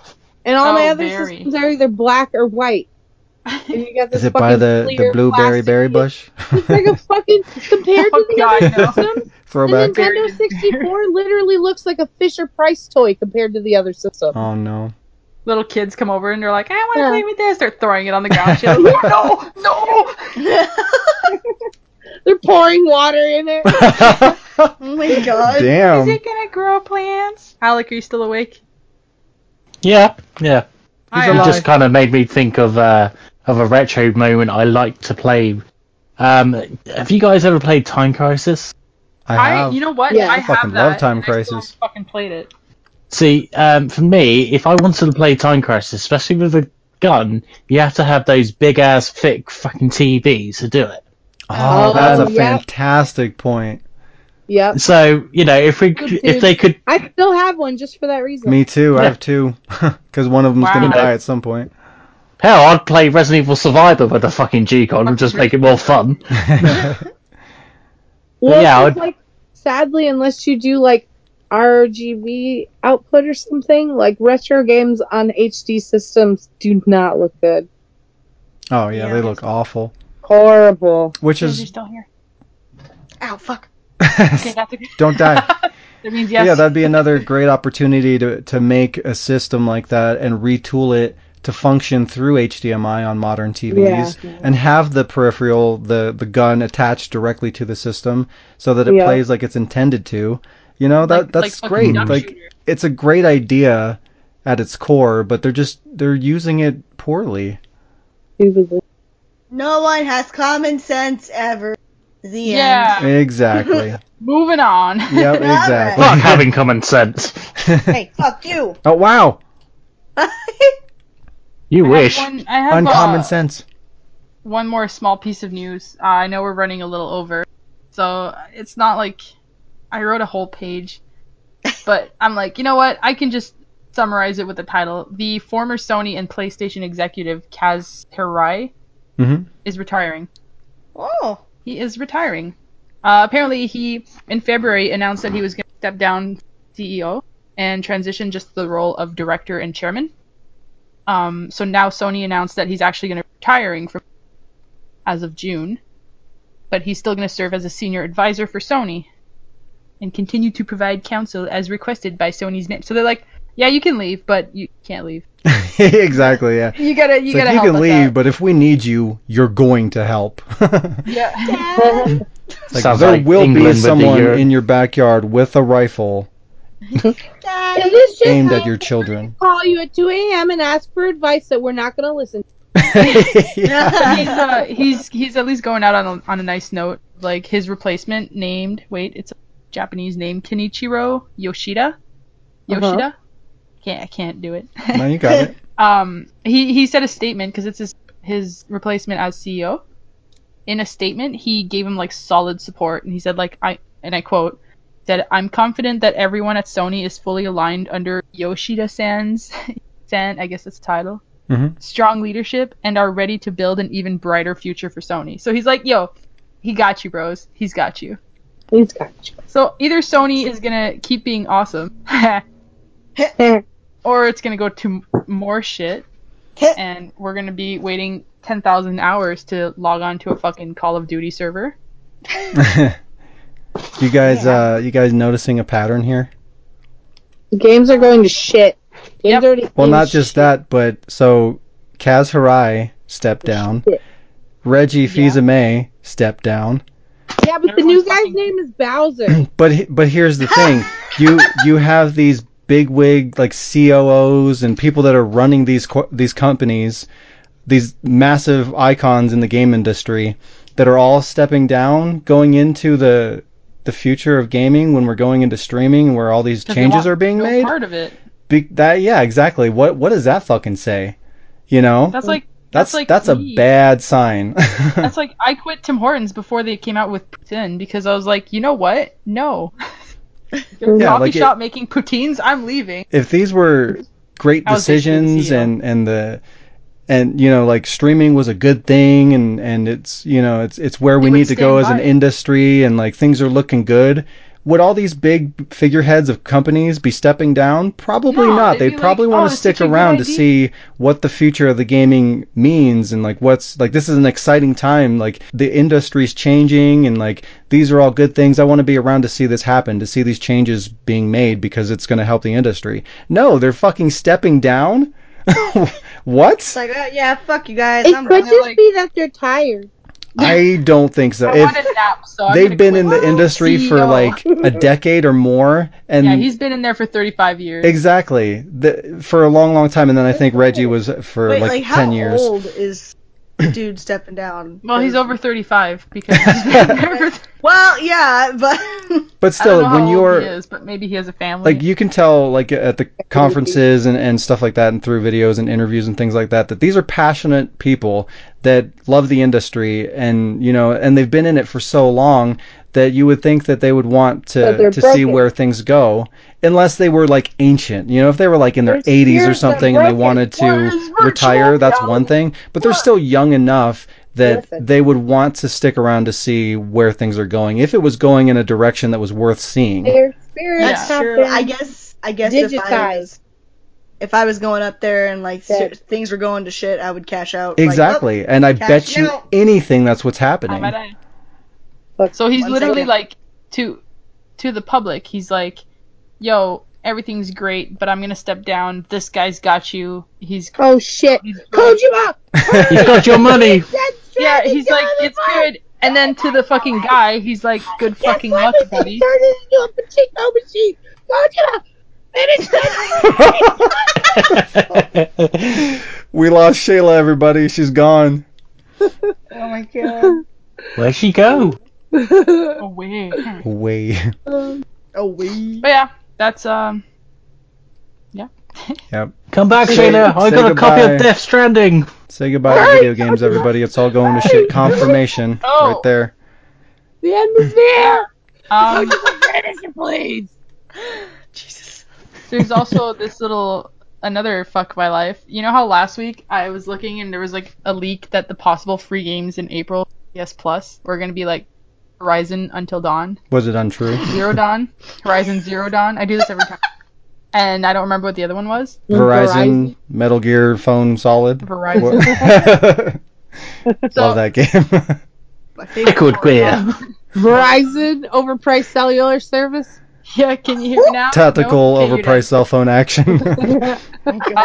and all my Oh, other berry. systems are either black or white. And you got this Is it by fucking the, the clear blueberry plastic- berry bush? It's like a fucking compared Oh, to the God, other no. systems, the Throwback. Berry Nintendo is berry. 64 literally looks like a Fisher Price toy compared to the other system. Oh no. Little kids come over and they're like, I want to Yeah. play with this. They're throwing it on the ground. She's like, no, no. They're pouring water in it. oh my god. Is Damn. it gonna grow plants? Alec, are you still awake? Yeah, yeah. Hi, It Alec. just kind of made me think of uh, of a retro moment I like to play. Um, have you guys ever played Time Crisis? I I, have. you know what? Yeah. I, I have fucking that, love Time and I still Crisis. haven't fucking played it. See, um, for me, if I wanted to play Time Crisis, especially with a gun, you have to have those big ass, thick fucking TVs to do it. oh, that's Oh, a yeah. fantastic point. Yep. So you know, if we Good if they could, I still have one just for that reason. Me too. I Yeah. have two. Because one of them's Wow. going to die at some point. Hell, I'd play Resident Evil Survivor with a fucking G-Con and just make it more fun. Oh, Yeah, Well, I yeah, would- like sadly, unless you do like RGB output or something, like retro games on HD systems do not look good. Oh yeah, Yeah. they look awful. Horrible. Which Just... is don't hear. Ow, fuck. Okay, that's okay. don't die. That means yes. Yeah, that'd be another great opportunity to to make a system like that and retool it to function through HDMI on modern TVs and have the peripheral, the the gun attached directly to the system so that it Yeah. plays like it's intended to. You know, that Like- that's like fucking great. duck Like shooter. it's a great idea at its core, but they're just they're using it poorly. Stupidly. No one has common sense ever. The yeah. Exactly. Moving on. yep, Fuck exactly. having common sense. end. Hey, fuck you. oh wow. You I have wish. One, I have uh, Uncommon sense. one more small piece of news. Uh, I know we're running a little over, so it's not like I wrote a whole page, but I'm like, you know what? I can just summarize it with the title. The former Sony and PlayStation executive Kaz Hirai Mhm. is retiring. Oh. He is retiring. Uh, apparently, he in February announced that he was going to step down CEO and transition just to the role of director and chairman. Um, so now Sony announced that he's actually going to be retiring from as of June, but he's still going to serve as a senior advisor for Sony and continue to provide counsel as requested by Sony's name. So they're like, yeah, you can leave, but you can't leave. exactly, yeah. You gotta, you It's like, gotta you help can us leave, out. but if we need you, you're going to help. It's Yeah. like, Sounds there like will England be with the someone Euro- in your backyard with a rifle Daddy. And this just aimed at means your children. call you at 2 a.m. and ask for advice that we're not going to listen. to. he's, uh, he's he's at least going out on a, on a nice note. Like his replacement named wait, it's a Japanese name Kenichiro Yoshida. Yoshida. Can't I can't do it. no, you got it. Um, he he said a statement because it's his his replacement as CEO. In a statement, he gave him like solid support, and he said like I and I quote said I'm confident that everyone at Sony is fully aligned under Yoshida San's San I guess that's the title Mhm. strong leadership and are ready to build an even brighter future for Sony. So he's like, yo, he got you, bros. He's got you. He's got you. So either Sony is gonna keep being awesome, or it's gonna go to m- more shit, and we're gonna be waiting ten thousand hours to log on to a fucking Call of Duty server. You guys, uh, you guys noticing a pattern here? Games are going to shit. Games Yep. are already Well, going not to just shit. that, but so Kaz Harai stepped down. Shit. Reggie Fils-Aimé stepped down. Yeah, but the Everyone's new guy's fucking- name is Bowser. But he- but here's the thing, you you have these big wig like COOs and people that are running these co- these companies, these massive icons in the game industry that are all stepping down, going into the the future of gaming when we're going into streaming where all these 'Cause they changes want are being no made. Part of it. Be- that yeah, exactly. What what does that fucking say? You know? That's like that's that's like that's a me. bad sign. That's like I quit Tim Hortons before they came out with poutine because I was like, you know what? No. There's a Yeah, coffee like it- shop making poutines. I'm leaving. if these were great I was basically the decisions CEO. and and the and you know like streaming was a good thing and and it's you know it's it's where we would need to go stand as an by it. industry and like things are looking good would all these big figureheads of companies be stepping down probably No, not they'd they'd, be like, probably "Oh, want to that's stick such a good around to idea." see what the future of the gaming means and like what's like this is an exciting time like the industry's changing and like these are all good things i want to be around to see this happen to see these changes being made because it's going to help the industry no they're fucking stepping down what It's like, uh, yeah, fuck you guys. It I'm could done. just like- be that they're tired. i don't think so I if want a nap, so I'm they've gonna been quit. in the industry for CEO. like a decade or more and Yeah, he's been in there for 35 years. Exactly. The, for a long, long time, and then I think Reggie was for Wait, like, like, how ten years. old is the dude stepping down? well, he's Is- over 35 because he's been there for. Well, yeah, but I don't But still, know when how old he you're is, but maybe he has a family. like, you can tell like at the conferences and, and stuff like that, and through videos and interviews and things like that, that these are passionate people that love the industry, and you know, and they've been in it for so long that you would think that they would want But they're to to see broken. where things go, unless they were like ancient. You know, if they were like in their 80s There's or years they're something and they broken. wanted What is to virtual retire, that's one reality? thing. But they're What? still young enough that Listen. they would want to stick around to see where things are going if it was going in a direction that was worth seeing. Their spirits That's have true. been- I guess. I guess if I digitized. was, if I was going up there and like ser- Dead. things were going to shit, I would cash out. like, oh, Exactly. and I cash bet you out. anything that's what's happening. Look, So he's One literally second. like to to the public, he's like, "Yo, everything's great, but I'm gonna step down. This guy's got you. He's oh shit. he's broke." Kojima! He's got your money. yeah. He's like, it's good. And then to the fucking guy, he's like, "Good fucking luck, buddy." Turn it into a pachinko machine. Kojima! Finish that! we lost Shayla, everybody. She's gone. Oh my god. Where'd she go? Oh wait. Way. oh we. But yeah, that's um. Come back, Say- Shayla. I say got a copy goodbye. of Death Stranding. Say goodbye to video games, everybody. It's all going to shit. Confirmation. Oh. Right there. the end is near! um Finish it, please! Jesus. There's also this little another fuck my life. You know how last week I was looking and there was like a leak that the possible free games in April PS Plus were gonna be like Horizon Until Dawn, Was it untrue? Zero Dawn, Horizon Zero Dawn. I do this every time, and I don't remember what the other one was. Verizon, Metal Gear, Phone Solid. Verizon. Love that game. My favorite. queer. Verizon overpriced cellular service. Yeah, can you hear me now? Tactical No? Okay, overpriced cell phone action. Oh, you're God. done.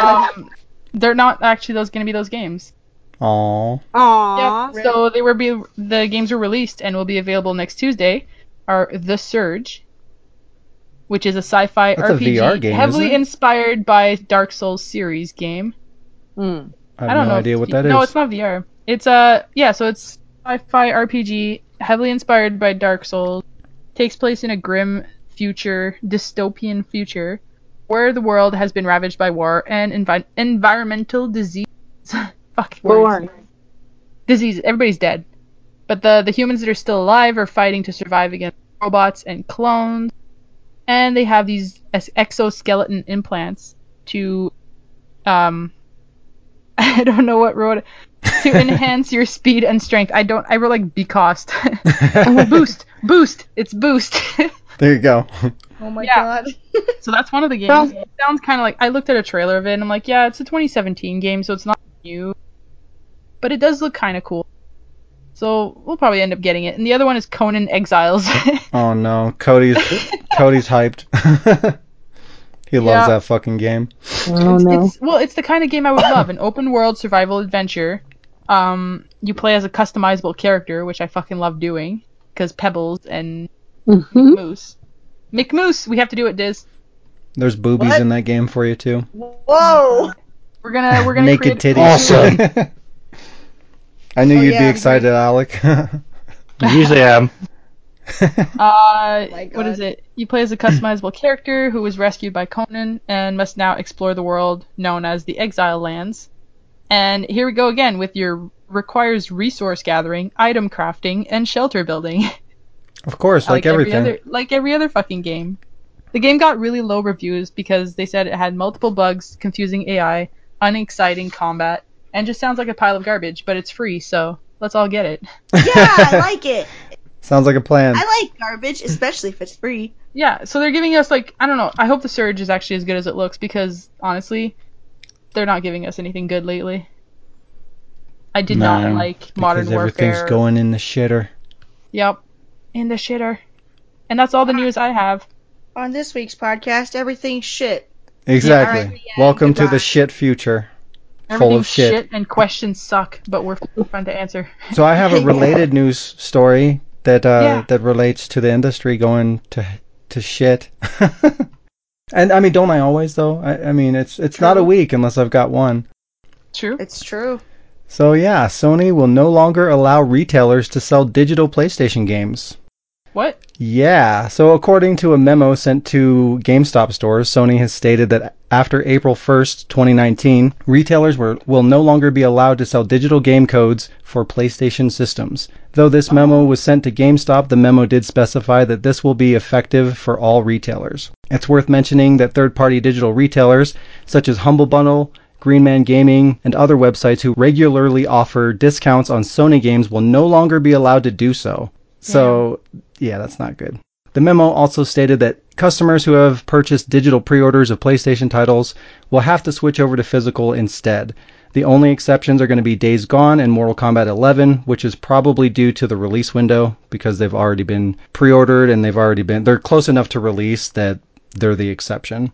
Um, they're not actually those gonna be those games. Aw. Aww. Yep, So they were be the games were released and will be available next Tuesday. Are The Surge, which is a sci-fi That's a RPG VR game, heavily isn't it? inspired by Dark Souls series game. Mm. I I, have don't no know if idea it's what V- that is. No, it's not VR. It's uh, yeah. So it's sci-fi RPG heavily inspired by Dark Souls. Takes place in a grim future, dystopian future, where the world has been ravaged by war and envi- environmental disease. Fuck. words Born. disease. Everybody's dead, but the the humans that are still alive are fighting to survive against robots and clones, and they have these es- exoskeleton implants to, um, I don't know what road to enhance your speed and strength. I don't. I wrote like becost, boost, boost. It's boost. there you go. Oh my Yeah. god. so that's one of the games. Sounds- It sounds kind of like I looked at a trailer of it and I'm like, yeah, it's a 2017 game, so it's not new, but it does look kind of cool. So we'll probably end up getting it. And the other one is Conan Exiles. Oh no, Cody's Cody's hyped. he Yeah. loves that fucking game. Oh no. It's, well, it's the kind of game I would love, an open world survival adventure. Um, you play as a customizable character, which I fucking love doing because Pebbles and Mhm. Moose. McMoose, we have to do it, Diz. There's boobies What? in that game for you too. Whoa. We're gonna we're gonna Naked create- titties. Awesome. I knew Oh, you'd yeah, be I'm excited, Alec. Usually um, I am. Uh, Oh my what is God. it? You play as a customizable character who was rescued by Conan and must now explore the world known as the Exile Lands. And here we go again with your requires resource gathering, item crafting, and shelter building. of course, like, everything. every other like every other fucking game. The game got really low reviews because they said it had multiple bugs, confusing AI, unexciting combat, and just sounds like a pile of garbage, but it's free, so let's all get it. Yeah, I like it. Sounds like a plan. I like garbage, especially if it's free. Yeah, so they're giving us like I don't know. I hope the surge is actually as good as it looks because honestly, they're not giving us anything good lately. I did not No, like modern because everything's warfare. going in the shitter. Yep, in the shitter, and that's all the news I have. On this week's podcast, everything's shit. Exactly. alright, yeah, Welcome to goodbye. the shit future. Everything's Full of shit. and questions suck, but we're fun to answer. So I have a related news story that uh, Yeah. that relates to the industry going to to shit. and I mean, don't I always though? I, I mean, it's it's not a True. week unless I've got one. True. It's true. So yeah, Sony will no longer allow retailers to sell digital PlayStation games. What? Yeah. So, according to a memo sent to GameStop stores, Sony has stated that after April 1st, 2019, retailers were, will no longer be allowed to sell digital game codes for PlayStation systems. Though this memo was sent to GameStop, the memo did specify that this will be effective for all retailers. It's worth mentioning that third party digital retailers, such as Humble Bundle, Green Man Gaming, and other websites who regularly offer discounts on Sony games will no longer be allowed to do so. So, yeah, that's not good. The memo also stated that customers who have purchased digital pre orders of PlayStation titles will have to switch over to physical instead. The only exceptions are going to be Days Gone and Mortal Kombat 11, which is probably due to the release window because they've already been pre ordered and they've already been, they're close enough to release that they're the exception.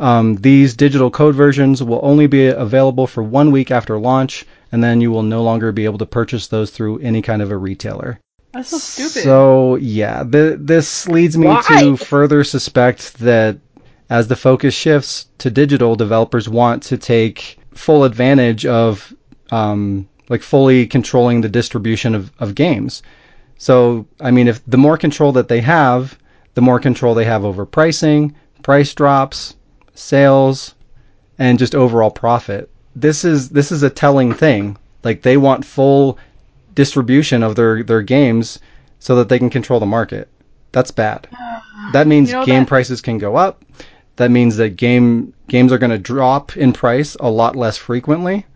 Um, these digital code versions will only be available for one week after launch, and then you will no longer be able to purchase those through any kind of a retailer. That's so stupid. So yeah, th- this leads me to further suspect that as the focus shifts to digital, developers want to take full advantage of um, like fully controlling the distribution of, of games. So I mean, if the more control that they have, the more control they have over pricing, price drops, sales, and just overall profit. This is this is a telling thing. Like they want full distribution of their their games so that they can control the market. That's bad. That means You know game that- prices can go up. That means that game games are going to drop in price a lot less frequently.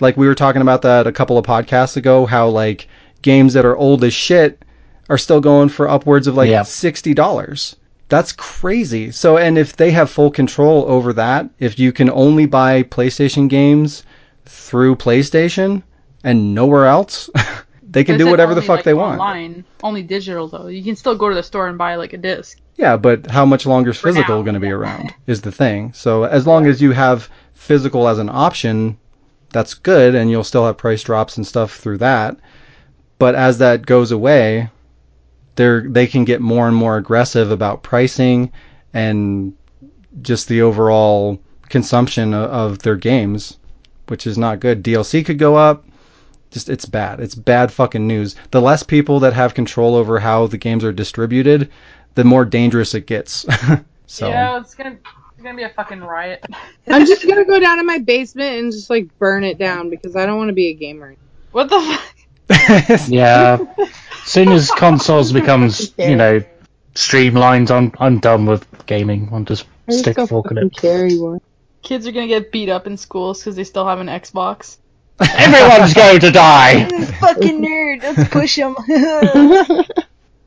Like we were talking about that a couple of podcasts ago how like games that are old as shit are still going for upwards of like Yeah. $60. That's crazy. So and if they have full control over that, if you can only buy PlayStation games through PlayStation and nowhere else, they can But it do said whatever the only, fuck like, they want. online. Only digital though. You can still go to the store and buy like a disc. Yeah, but how much longer is For physical now, going to be yeah. around is the thing. So as long as you have physical as an option, that's good, and you'll still have price drops and stuff through that. But as that goes away, they they can get more and more aggressive about pricing and just the overall consumption of, of their games, which is not good. DLC could go up. Just it's bad. It's bad fucking news. The less people that have control over how the games are distributed, the more dangerous it gets. so it's gonna it's gonna be a fucking riot. I'm just gonna go down to my basement and just like burn it down because I don't want to be a gamer. What the fuck? Yeah. soon as consoles becomes, you know, streamlined, I'm I'm done with gaming. I'm just I just stick go forking fucking it. carry one. Kids are gonna get beat up in schools because they still have an Xbox. Everyone's going to die. Fucking nerd. Let's push him.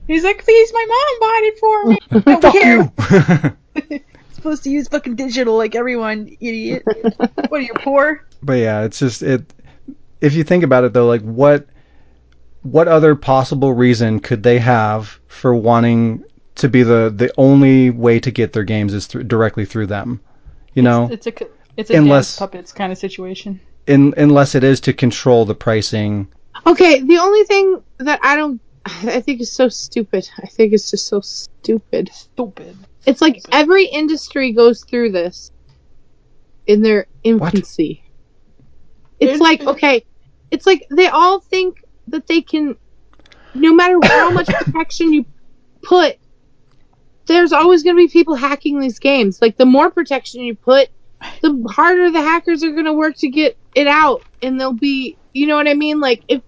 He's like, please, my mom bought it for me. Fuck you. supposed to use fucking digital like everyone, idiot. what are you poor? but yeah, it's just it. If you think about it though, like what what other possible reason could they have for wanting to be the the only way to get their games is through, directly through them? You know, It's a c- it's a Unless- dance puppets kind of situation. in, unless it is to control the pricing. Okay, the only thing that I don't, I think is so stupid. I think it's just so stupid. Stupid. It's like every industry goes through this in their infancy. It's like okay, it's like they all think that they can no matter how much protection you put there's always going to be people hacking these games. Like the more protection you put, the harder the hackers are going to work to get it out and they'll be, you know what I mean? Like if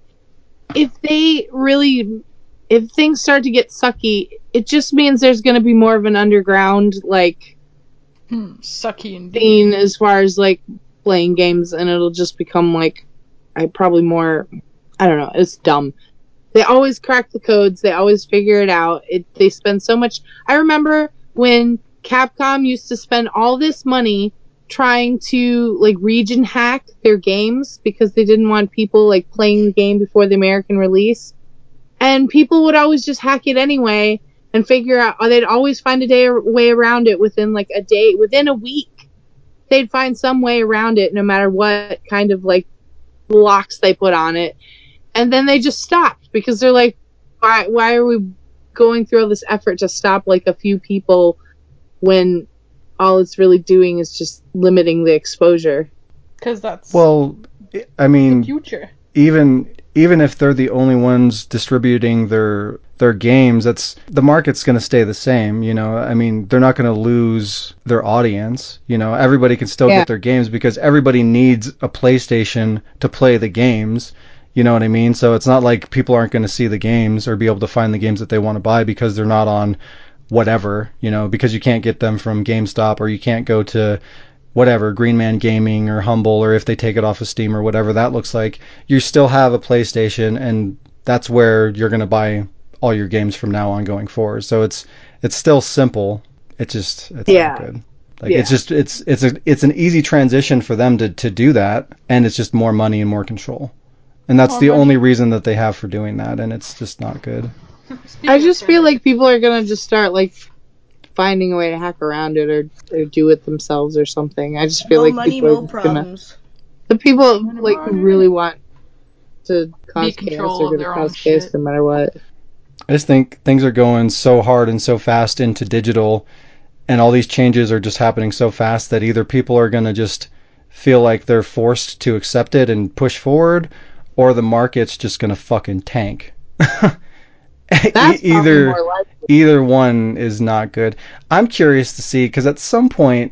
if they really if things start to get sucky, it just means there's going to be more of an underground like Hmm, sucky indeed. scene as far as like playing games, and it'll just become like I probably more I don't know. It's dumb. They always crack the codes. They always figure it out. It they spend so much. I remember when Capcom used to spend all this money trying to like region hack their games because they didn't want people like playing the game before the American release. And people would always just hack it anyway and figure out or they'd always find a day way around it within like a day within a week. They'd find some way around it no matter what kind of like blocks they put on it. And then they just stopped because they're like why why are we going through all this effort to stop like a few people when all it's really doing is just limiting the exposure. Because that's Well, I mean, future. even even if they're the only ones distributing their their games, that's the market's going to stay the same. You know, I mean, they're not going to lose their audience. You know, everybody can still Yeah. get their games because everybody needs a PlayStation to play the games. You know what I mean? So it's not like people aren't going to see the games or be able to find the games that they want to buy because they're not on whatever, you know, because you can't get them from GameStop or you can't go to whatever, Green Man Gaming or Humble or if they take it off of Steam or whatever that looks like, you still have a PlayStation and that's where you're going to buy all your games from now on going forward. So it's it's still simple. It's just it's Yeah. not good. Like Yeah. it's just it's it's a it's an easy transition for them to to do that and it's just more money and more control. And that's the only reason that they have for doing that and it's just not good. I just feel like people are gonna just start like finding a way to hack around it or, or do it themselves or something. I just feel no like money, people are no just gonna- problems. the people like who really want to cause chaos control are of gonna their own cause chaos shit. no matter what. I just think things are going so hard and so fast into digital, and all these changes are just happening so fast that either people are going to just feel like they're forced to accept it and push forward, or the market's just going to fucking tank. That's E- probably more likely. either one is not good. I'm curious to see because at some point,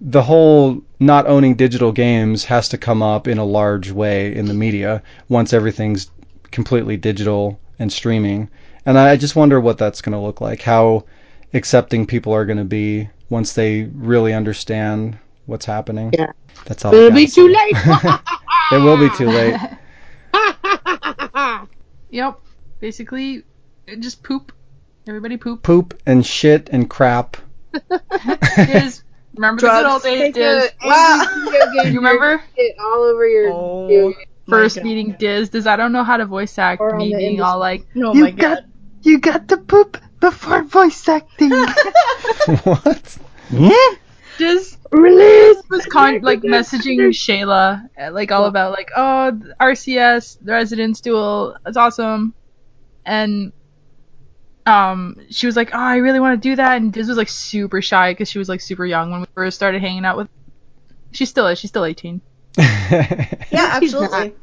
the whole not owning digital games has to come up in a large way in the media once everything's completely digital and streaming. And I I just wonder what that's going to look like, how accepting people are going to be once they really understand what's happening. Yeah. That's all. I It'll gotta be too say. late. it will be too late. Yep. Basically, it just poop. Everybody poop. Poop and shit and crap. Is remember the good old Drugs. days? Diz? Every video game You remember it all over your Oh, your- my first God. meeting Diz? Does I don't know how to voice act. Or on Me the being industry. all like, No, you my got God. you got the poop before voice acting. what? Diz release. was con- like messaging Shayla uh, like all about like oh the RCS the Residence Duel it's awesome, and um she was like oh I really want to do that and Diz was like super shy because she was like super young when we first started hanging out with. She still is. She's still 18. Yeah, He's not. absolutely.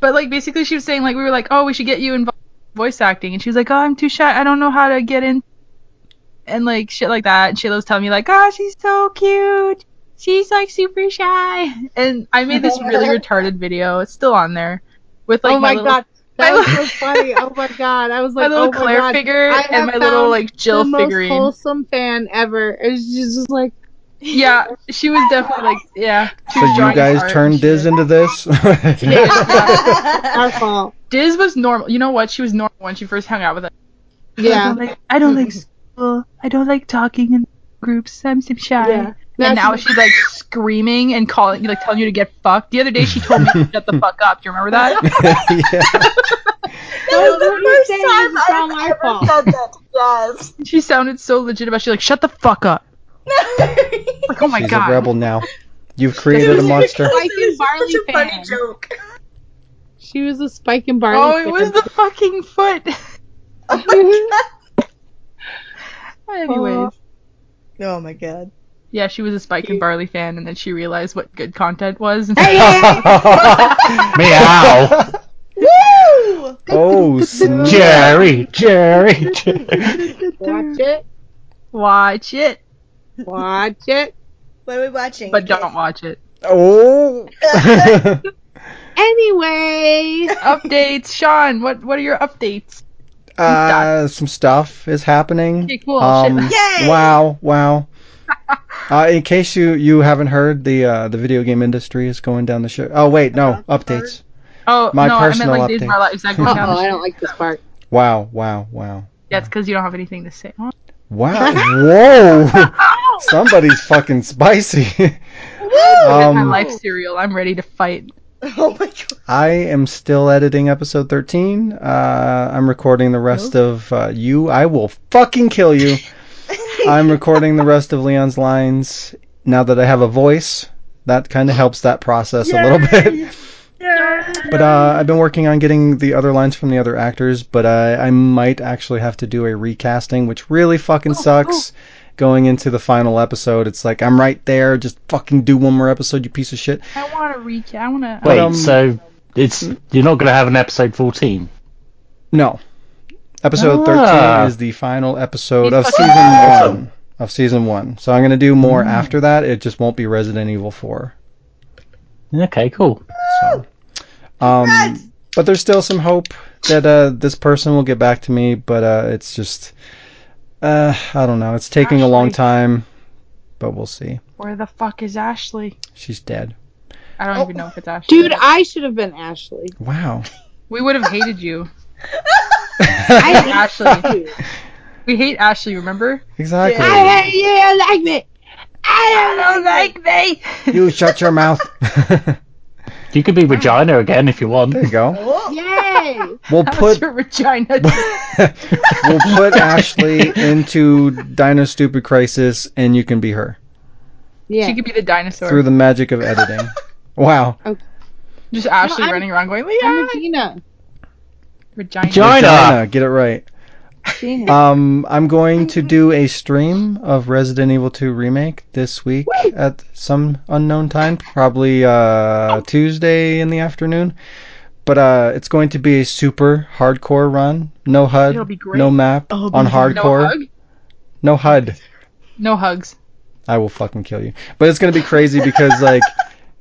But like basically she was saying like we were like oh we should get you in vo- voice acting and she was like oh I'm too shy I don't know how to get in, and like shit like that. And Shayla was telling me like oh she's so cute. She's like super shy, and I made this really retarded video. It's still on there with like oh my little, god, my that was little- so funny. Oh my god, I was my like, little oh my Claire god, figure I and have my little found like Jill the figurine. most wholesome fan ever. It was just, just like Yeah, she was definitely like yeah. she So was you drawing guys art turned and Diz shit. into this? Yeah. our fault. Diz was normal. You know what? She was normal when she first hung out with us. I Yeah, don't like, I don't like school. I don't like talking in groups. I'm so shy. yeah. and now she's like screaming and calling, like telling you to get fucked. The other day she told me to shut the fuck up. Do you remember that? yeah. that was the first time It's all my fault. yes. She sounded so legit about. it. She's like, shut the fuck up. Like, oh my She's god. a rebel now. You've created a monster. Spike and Barley Such a funny fan. joke. She was a Spike and Barley. Oh, it was fan. the fucking foot. Oh my Anyways, god. Oh my god. yeah, she was a Spike and Barley fan, and then she realized what good content was. And Meow. Woo! oh, snap. Jerry, Jerry, Jerry. Watch it, watch it, watch it. What are we watching? but don't watch it. Oh. Anyway, updates, Sean. What what are your updates? uh, some stuff is happening. Okay, cool. Um, Shit. Yay! Wow, wow. Uh, in case you, you haven't heard, the uh, the video game industry is going down the shit. Oh wait, no updates. Oh my no, personal I meant like days of our updates. lives. That oh, goes down the I shit. don't like this part. Wow, wow, wow, That's because you don't have anything to say. Huh? wow. Whoa, somebody's fucking spicy. my um, life cereal. I'm ready to fight. Oh my god. I am still editing episode 13. Uh, I'm recording the rest of uh, you. I will fucking kill you. I'm recording the rest of Leon's lines now that I have a voice. That kind of helps that process a little bit. But uh, I've been working on getting the other lines from the other actors, but uh, I might actually have to do a recasting, which really Oh, fucking sucks. Going into the final episode, it's like I'm right there. Just fucking do one more episode, you piece of shit. I want to recap. I want to. Wait, um, so it's you're not going to have an episode 14? No. Episode Ah. 13 is the final episode of Fucking season awesome. Mm. 1 of season 1. So I'm going to do more after that. It just won't be Resident Evil 4. Okay, cool. So um but there's still some hope that uh this person will get back to me, but uh it's just uh I don't know. It's taking a long Ashley. time, but we'll see. Where the fuck is Ashley? She's dead. I don't Oh. even know if it's Ashley. Dude, I should have been Ashley. Wow. we would have hated you. I hate Ashley. you. We hate Ashley, remember? exactly. I hate you. I like me. I don't like they. You shut your mouth. there You could be Regina again if you want. you go. Oh, Yay! We'll How's put your vagina? we'll put Ashley into Dino Stupid Crisis, and you can be her Yeah. She could be the dinosaur. through the magic of editing. Wow, Just Ashley I'm- running around going, I'm Leah! Regina. Vagina. Vagina. Regina, get it right. Regina. Um, I'm going to do a stream of Resident Evil 2 remake this week at some unknown time, probably uh, Tuesday in the afternoon. But uh, it's going to be a super hardcore run. No It'll HUD, be great. Oh, no map on no hardcore. hug. no HUD. No hugs. I will fucking kill you. But it's gonna be crazy because like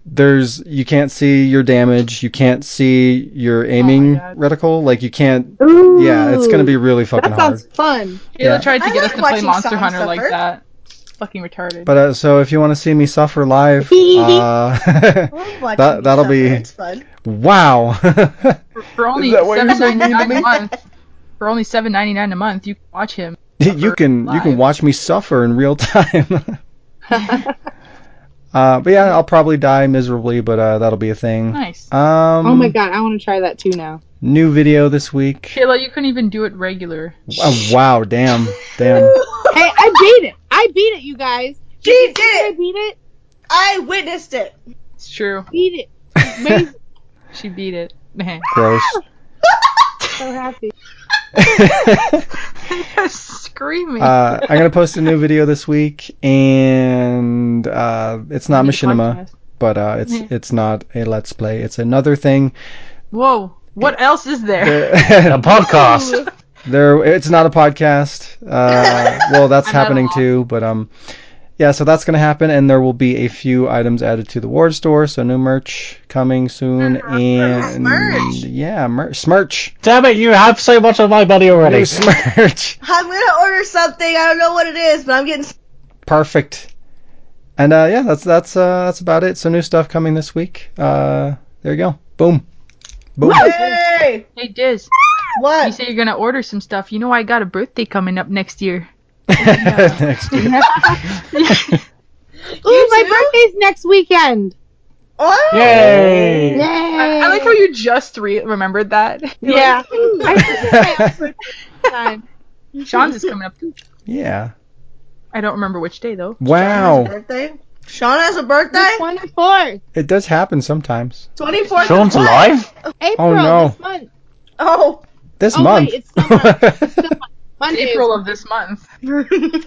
there's you can't see your damage, you can't see your aiming Oh God. reticle, like you can't. Ooh, Yeah, it's gonna be really That fucking hard. sounds fun. Kayla Yeah. tried to I get like us to play watching Monster Song Hunter like suffer. that. Fucking retarded. But uh, so if you want to see me suffer live, uh, we'll watch That- you that'll suffer, be- It's fun. wow. for, for only that what you're seven saying ninety you nine need a to month. For only seven ninety nine a month, you can watch him. you can you can live. watch me suffer in real time. Oh uh, but yeah, I'll probably die miserably, but uh, that'll be a thing. Nice. Um, oh my god, I want to try that too now. New video this week. Kayla, you couldn't even do it regular. Oh, wow, damn, damn. Hey, I beat it. I beat it, you guys. She I did it! beat it. I witnessed it! It's true. Beat it. Amazing. She beat it. Gross. so happy. Screaming. uh, I'm gonna post a new video this week, and uh, it's not machinima, but uh, it's Mm-hmm. Yeah. it's not a let's play. It's another thing. Whoa. What else is there? A there, podcast. it's not a podcast. Uh, well, that's I'm at a happening loss. too, but um, yeah. So that's gonna happen, and there will be a few items added to the ward store. So new merch coming soon, and Merch. yeah, merch, smirch, Damn it, you have so much of my money already. new smirch. I'm gonna order something, I don't know what it is, but I'm getting Perfect. And uh, yeah, that's that's uh, that's about it. So new stuff coming this week. Uh, there you go. Boom. Boom. Hey! Hey Diz, you What? say you're gonna order some stuff. You know I got a birthday coming up next year. Next week. Ooh, my birthday's next weekend. Oh! Yay! Yay! I, I like how you just re- remembered that. You're Yeah. like, I forget my own birthday time. Sean's is coming up too. yeah. I don't remember which day though. Sean has a Wow. birthday? Sean has a birthday? The 24th. It does happen sometimes. 24th Sean's of what? alive? April. no. This month. Oh. This oh, month. wait, it's still month. It's still month. Monday. is April of this month.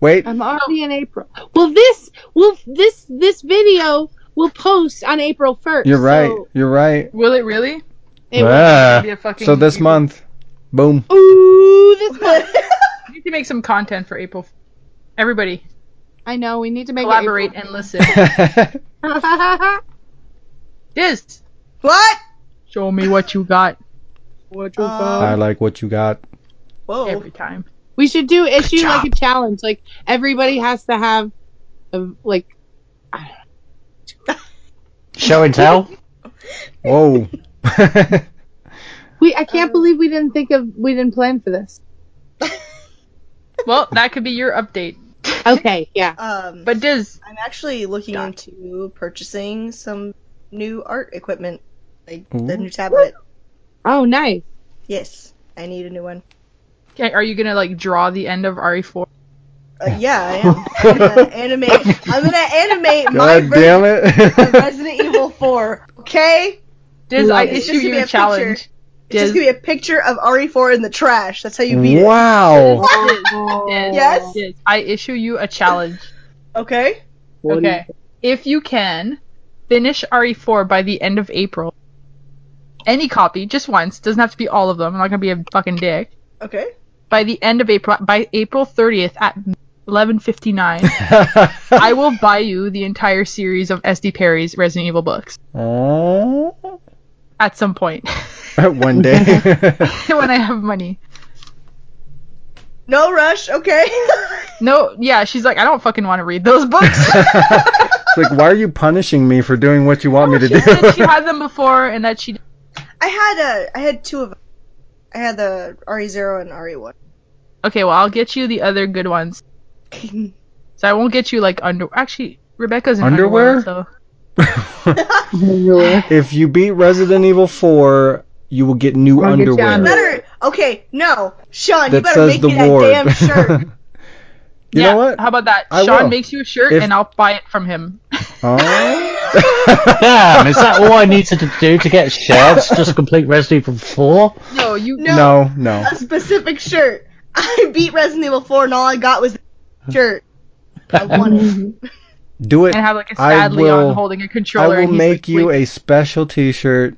wait. I'm already in April. Well, this will this this video will post on April first. You're right. You're right. Ah, Will it really? it Yeah. Be a fucking So this you- month. Boom. will, ooh, this month. You need to make some content for April. Everybody, I know we need to make it collaborate and listen. April. Diz, what? show me what you got What you you got? I like what you got. Whoa. every time. we should do issue Good like a challenge. Like everybody has to have, a, like Show and tell? Whoa. we. I can't Uh. believe we didn't think of we didn't plan for this. Well, that could be your update. Okay, yeah. Um, But Diz, I'm actually looking Done. into purchasing some new art equipment, like the Ooh. new tablet. Oh, nice. Yes, I need a new one. okay, are you gonna like draw the end of RE4? Uh, yeah, I am. I'm gonna animate. I'm gonna animate my God damn version of it. Resident Evil 4. Okay, Diz, Love I it. It's issue just gonna you be a a challenge. it's just Diz, gonna be a picture of RE4 in the trash. That's how you beat it. wow. Diz, Diz, Yes? Diz, I issue you a challenge. Okay. Okay. If you can finish RE4 by the end of April, any copy, just once, doesn't have to be all of them. I'm not gonna be a fucking dick. Okay. By the end of April, by April 30th at 11:59, I will buy you the entire series of SD Perry's Resident Evil books Uh, at some point one day. when I have money. No rush. Okay. No, yeah, she's like, I don't fucking want to read those books. it's like, why are you punishing me for doing what you want me to she said she do? had them before and that she I had a I had two of them. I had the RE zero and RE one. Okay, well, I'll get you the other good ones. So I won't get you like under. Actually, Rebecca's in underwear. Underwear? so if you beat Resident Evil 4, you will get new I'll get you underwear. under- Better. Okay. No, Sean, you that better says make the me that ward. damn shirt. you yeah, know what? How about that? I Sean will. makes you a shirt, If- and I'll buy it from him. Uh-huh. Oh. Damn, is that all I needed to do to get shares? Just complete Resident Evil 4? No, you. No. no, no. a specific shirt. I beat Resident Evil 4 and all I got was the shirt. I won it. Mm-hmm. Do it. And have like a I sad Leon will- holding a I controller. will and he's, make like, you wait. a special T-shirt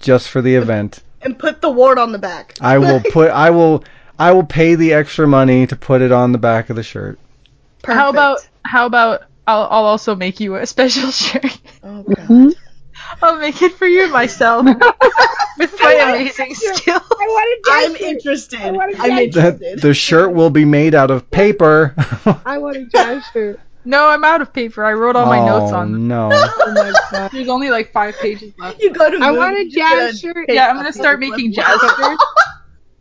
just for the event. And put the ward on the back. I will put. I will. I will pay the extra money to put it on the back of the shirt. Perfect. How about how about I'll I'll also make you a special shirt. Oh, God. I'll make it for you and myself with my amazing skill. I want a I'm jacket. interested. I want a I'm jacket. That interested. the shirt will be made out of paper. I want a jazz shirt. No, I'm out of paper. I wrote all my notes Oh, on. Them. no. Oh my god. There's only like five pages left. you go to I movies, want a you get jazz shirt. Yeah, I'm gonna start making jazz shirts.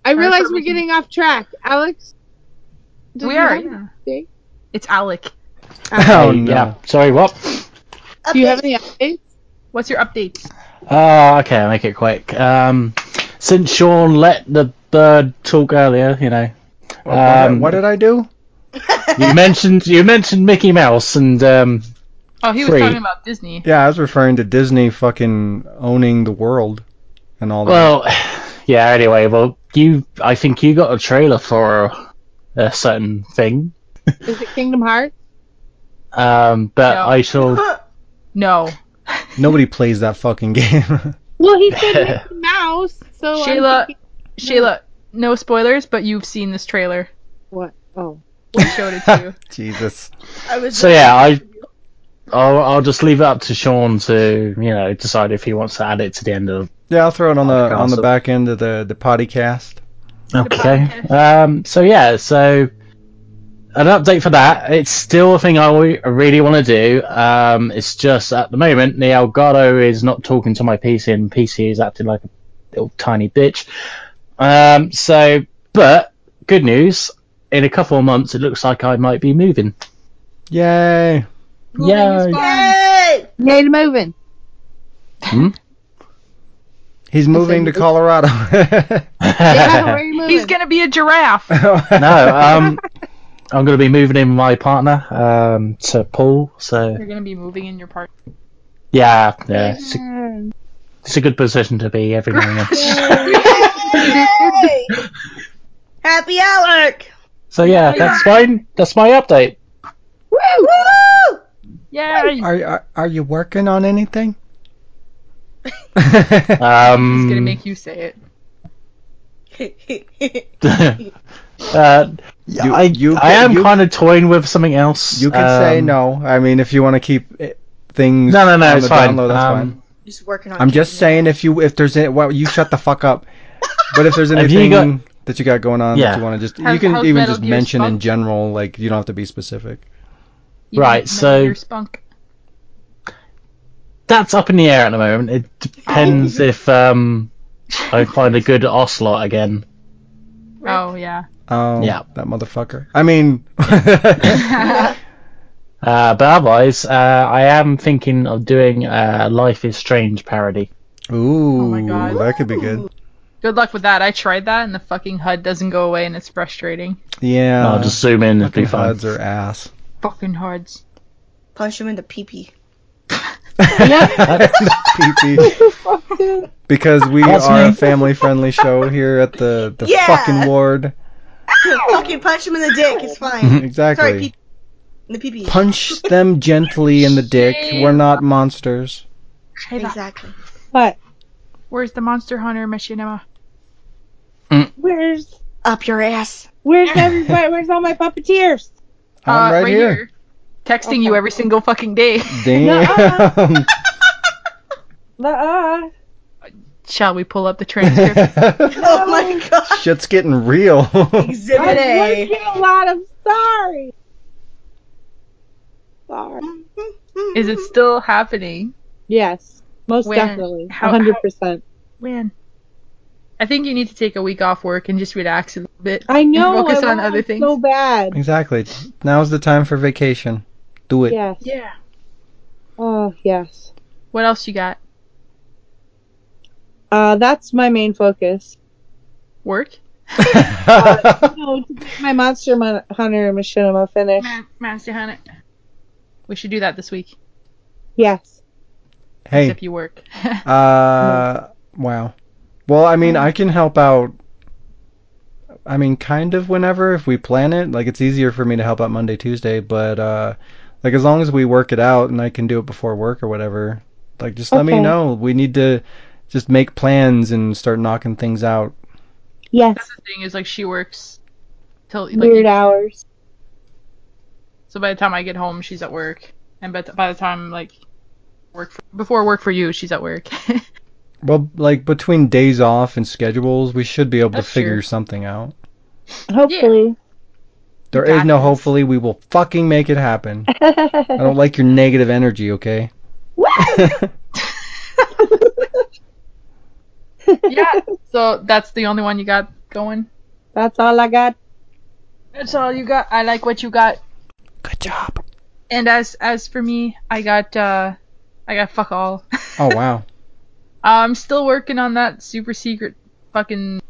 I realize start we're making- getting off track. Alex, did we you are. have Yeah. anything? It's Alec. Oh no. Yeah, sorry, what? a Do you have update. any updates? What's your update? Uh, okay, I'll make it quick. Um, since Sean let the bird talk earlier, you know, What- um, what did I do? you mentioned you mentioned Mickey Mouse, and um, Oh, he was Free. talking about Disney. Yeah, I was referring to Disney fucking owning the world and all that. well, yeah. Anyway, well, you, I think you got a trailer for a certain thing, Is it Kingdom Hearts? um, but No. I shall. No. Nobody plays that fucking game. Well, he said Mickey Mouse. So I'm Shayla- thinking- Shayla, no spoilers, but you've seen this trailer. what? Oh, We showed it to you. Jesus. I was So yeah, I, I'll, I'll just leave it up to Sean to you know decide if he wants to add it to the end of Yeah, I'll throw it on the on the Podcast. back end of the the podcast. Okay. podcast. Um, so yeah, so an update for that. It's still a thing I wa- I really want to do. Um, it's just at the moment the Elgato is not talking to my PC, and PC is acting like a little tiny bitch. Um, so, but good news. In a couple of months, it looks like I might be moving. Yay! Yeah. Hey! Nate moving. He's moving to Colorado. Yeah, where are you moving? He's gonna be a giraffe. no, um, I'm going to be moving in with my partner um, to Paul. So You're gonna be moving in your park. yeah, yeah, it's a, it's a good position to be every now and then. Hey! Happy Alec! So yeah, that's fine. That's my update. Woo! Woo! Yeah. are, are are you working on anything? Um, He's Um, gonna make you say it. uh, You- I, you I can- am you- kind of toying with something else. You can say Um, no. I mean, if you want to keep eh, things No, no, no. on It's the fine. download, that's Um, fine. Just working on I'm just keeping saying if you if there's any, well, you shut the fuck up. But if there's Have you anything got- that you got going on Yeah. that you want to just How- you can how's even Metal just Gear mention in Spunk? general, like you don't have to be specific. You Right, don't so- know Your spunk. That's up in the air at the moment. It depends if um I find a good ocelot again. Oh yeah. Oh, Yeah. that motherfucker. I mean, Uh, but otherwise, uh, I am thinking of doing a Life is Strange parody. ooh, my God. that could be good. Good luck with that. I tried that, and the fucking HUD doesn't go away, and it's frustrating. Yeah, I'll just zoom in. It'll Uh, fucking be fine. HUDs are ass. Fucking HUDs. it. Punch him in the pee pee. PP. because we That's are a me. family-friendly show here at the the Yeah. fucking ward. Fucking punch him in the dick, it's Mm-hmm. fine. Exactly. Sorry, pee pee. In the pee pee. Mm-hmm. Punch them gently in the dick. We're not monsters. Exactly. What? Where's the Monster Hunter Machinima? Where's Up your ass. Where's everybody? Where's all my puppeteers? I'm Uh, right, here. Texting you every single fucking day. Damn. Uh-uh. Shall we pull up the transcript? Oh my god. Shit's getting real. Exhibit I'm A. working a lot. I'm sorry. Sorry. Is it still happening? Yes, most When? definitely. How- how- 100%. When? I think you need to take a week off work and just relax a little bit. I know. Focus I on want other it things. So bad. exactly. Now's the time for vacation. Do it. Yes. Yeah. Oh, yes. What else you got? Uh, that's my main focus. Work? No, to get my Monster Mon- Hunter Machinima finish. Master Hunter. We should do that this week. Yes. hey. Except you work. Uh, wow. Well, I mean, I can help out. I mean, kind of whenever if we plan it. Like, it's easier for me to help out Monday, Tuesday, but uh, like as long as we work it out and I can do it before work or whatever. Like, just let me Okay. know. We need to just make plans and start knocking things out. Yes. That's the thing is like she works till like Weird hours. so by the time I get home she's at work, and by the, by the time like work for, before work for you she's at work. Well, like between days off and schedules, we should be able That's to true. figure something out. Hopefully. There is no Exactly. hopefully we will fucking make it happen. I don't like your negative energy, okay? yeah. So that's the only one you got going. That's all I got. That's all you got. I like what you got. Good job. And as as for me, I got uh I got fuck all. Oh wow. I'm still working on that super secret fucking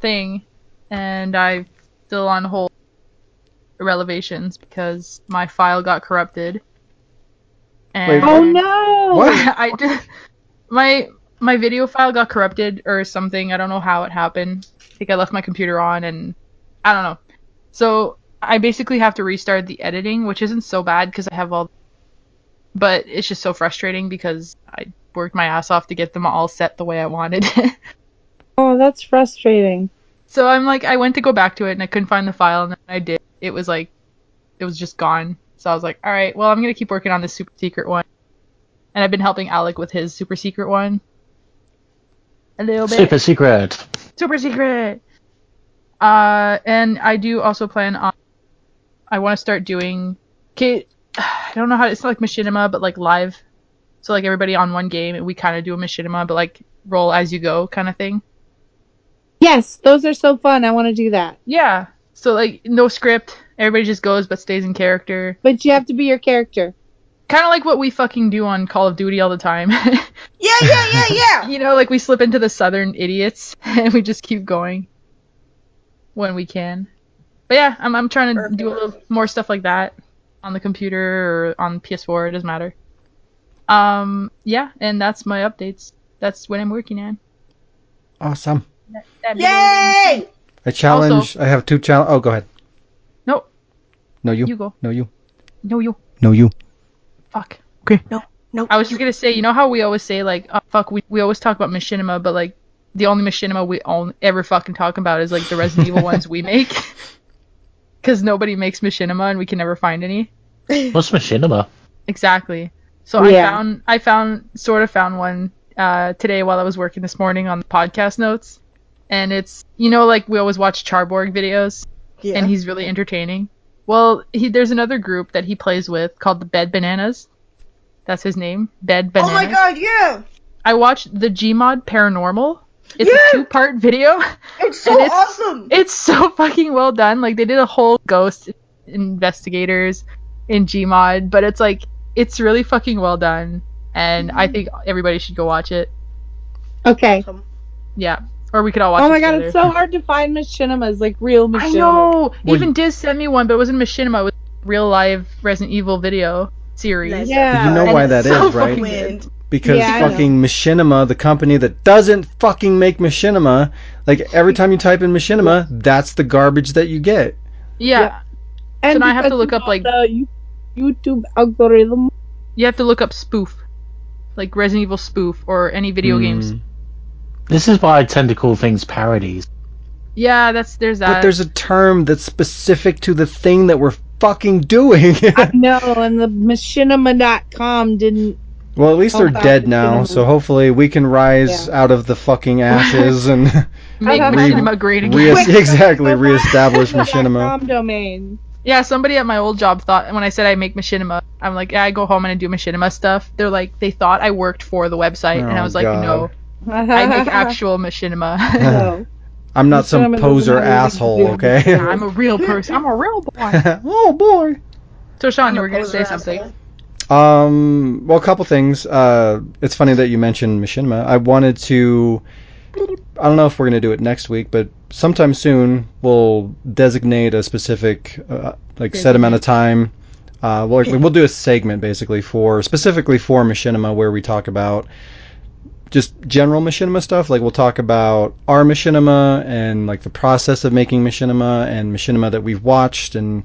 thing, and I'm still on hold relevations because my file got corrupted. And what? Oh, no. What? I did my my video file got corrupted or something. I don't know how it happened. I think I left my computer on, and I don't know. So I basically have to restart the editing, which isn't so bad because I have all. But it's just so frustrating because I worked my ass off to get them all set the way I wanted. Oh, that's frustrating. so I'm like, I went to go back to it and I couldn't find the file, and then I did. It was like, it was just gone. So I was like, all right, well, I'm gonna keep working on this super secret one. And I've been helping Alec with his super secret one. A little bit. Super secret. super secret. Uh, and I do also plan on. I want to start doing. Okay, I don't know how it's not like machinima, but like live. So like everybody on one game, and we kind of do a machinima, but like roll as you go kind of thing. Yes, those are so fun. I want to do that. Yeah. So like no script, everybody just goes but stays in character. But you have to be your character. Kind of like what we fucking do on Call of Duty all the time. Yeah, yeah, yeah, yeah. you know, like we slip into the southern idiots and we just keep going when we can. But yeah, I'm I'm trying to do a little more stuff like that on the computer or on PS4. It doesn't matter. Um, yeah, and that's my updates. That's what I'm working on. Awesome. That'd be amazing. Yay! A challenge. I have two challenge. Oh, go ahead. No. No, you. You go. No, you. No, you No, you. fuck. No, no. I was just gonna say, you know how we always say like, oh, fuck, we we always talk about machinima, but like the only machinima we all ever fucking talk about is like the Resident Evil ones we make, because nobody makes machinima and we can never find any. What's machinima? Exactly. So Yeah. I found I found sort of found one uh, today while I was working this morning on the podcast notes, and it's you know like we always watch Charborg videos Yeah. and he's really entertaining. Well, he, there's another group that he plays with called the Bed Bananas. That's his name, Bed oh Bananas. my god, yeah! I watched the Gmod Paranormal. It's Yeah! a two-part video. It's so And it's- awesome! It's so fucking well done. Like they did a whole ghost investigators in Gmod, but it's like it's really fucking well done, and I think everybody should go watch it. Okay. Awesome. Yeah, or we could all watch. Oh it my god, together. it's so hard to find machinimas, like real machinimas. I know. Well, Even Diz sent me one, but it wasn't machinima. It was real live Resident Evil video series. Nice. Yeah. You know and why it's that is, so right? fucking Wind. Because Yeah, I know. fucking Machinima, the company that doesn't fucking make Machinima, like every time you type in Machinima, that's the garbage that you get. Yeah, Yeah. and So now I have because to look you up, know like- the You- YouTube algorithm. you have to look up spoof, like Resident Evil Hmm. spoof or any video games. This is why I tend to call things parodies. Yeah, that's there's that. But there's a term that's specific to the thing that we're fucking doing. no, and the machinima.com didn't. well, at least they're Hold on, dead it's now, gonna- so hopefully we can rise out of the fucking ashes and Make I'd have machinima great again. re- exactly Go back reestablish to the machinima. .com domain. Yeah, somebody at my old job thought when I said I make machinima, I'm like, yeah, I go home and I do machinima stuff. They're like, they thought I worked for the website, and Oh, I was like, God. no, I make actual machinima. No. I'm not some Machinima doesn't poser have anything to asshole, do with okay? Yeah, I'm a real person. I'm a real boy. oh boy. So Sean, you I'm were a gonna poser say asshole. something. Um, well, a couple things. Uh, it's funny that you mentioned machinima. I wanted to. I don't know if we're gonna do it next week, but sometime soon we'll designate a specific, uh, like set amount of time. Uh, we'll, we'll do a segment basically for specifically for machinima where we talk about just general machinima stuff. Like we'll talk about our machinima and like the process of making machinima and machinima that we've watched and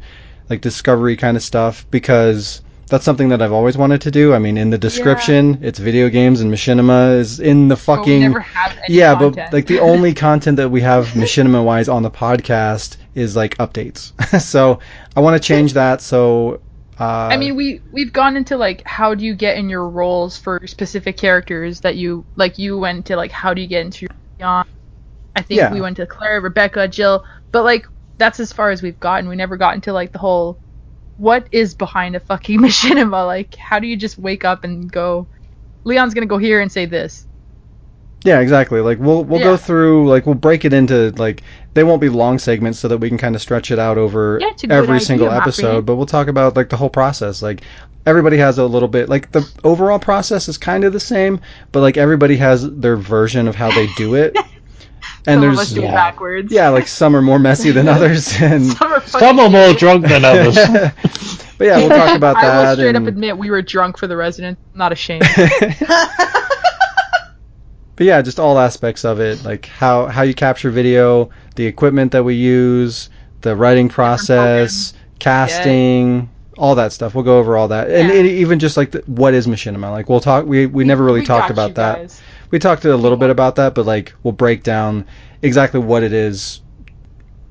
like discovery kind of stuff because that's something that I've always wanted to do. I mean, in the description, it's video games and machinima is in the But we fucking never have any yeah, content. but like the only content that we have machinima wise on the podcast is like updates. so I want to change that. So uh, I mean, we we've gone into like how do you get in your roles for specific characters that you like. You went to like how do you get into your beyond. I think Yeah. we went to Claire, Rebecca, Jill, but like that's as far as we've gotten. We never got into like the whole what is behind a fucking machinima. Like how do you just wake up and go? Leon's gonna go here and say this. Yeah, exactly. Like we'll we'll Yeah. go through like we'll break it into like they won't be long segments so that we can kind of stretch it out over Yeah, it's a good every idea, single my episode, friend. but we'll talk about like the whole process. Like everybody has a little bit like the overall process is kind of the same, but like everybody has their version of how they do it. and Some there's of us do it yeah. backwards. yeah, like some are more messy than others and Some are fucking Some are more idiots. drunk than others. but yeah, we'll talk about that. I will straight and- up admit we were drunk for the resident. I'm not ashamed. but yeah, just all aspects of it, like how how you capture video, the equipment that we use, the writing process, casting, all that stuff. We'll go over all that, and Yeah. it, even just like the, what is machinima. Like we'll talk. We we never really We talked got about you that. guys. We talked a little bit about that, but like we'll break down exactly what it is.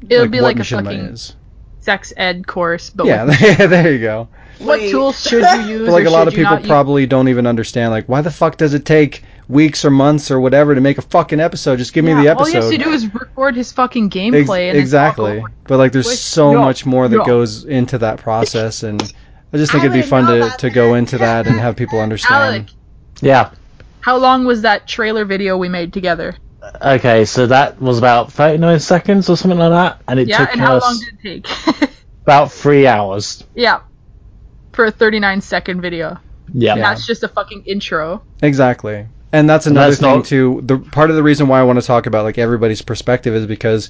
It'll be like what a machinima fucking is. sex ed course, but Yeah, with- there you go. what Wait. tools should you use? But like or a lot should of you people not use? probably don't even understand like why the fuck does it take weeks or months or whatever to make a fucking episode? Just give me the Yeah, episode. All he has to do is record his fucking Ex- gameplay. and it's all exactly. over. But like, there's Which- so no, much more that no. goes into that process, and I just think I it'd be wouldn't fun know to, about to go that. into that and have people understand. Alec, yeah. how long was that trailer video we made together? Okay, so that was about 39 seconds or something like that, and it Yeah, took and how us long did it take? about three hours. yeah, for a 39 second video. Yeah. And That's just a fucking intro. Exactly. And that's another that's thing not- too. The part of the reason why I want to talk about like everybody's perspective is because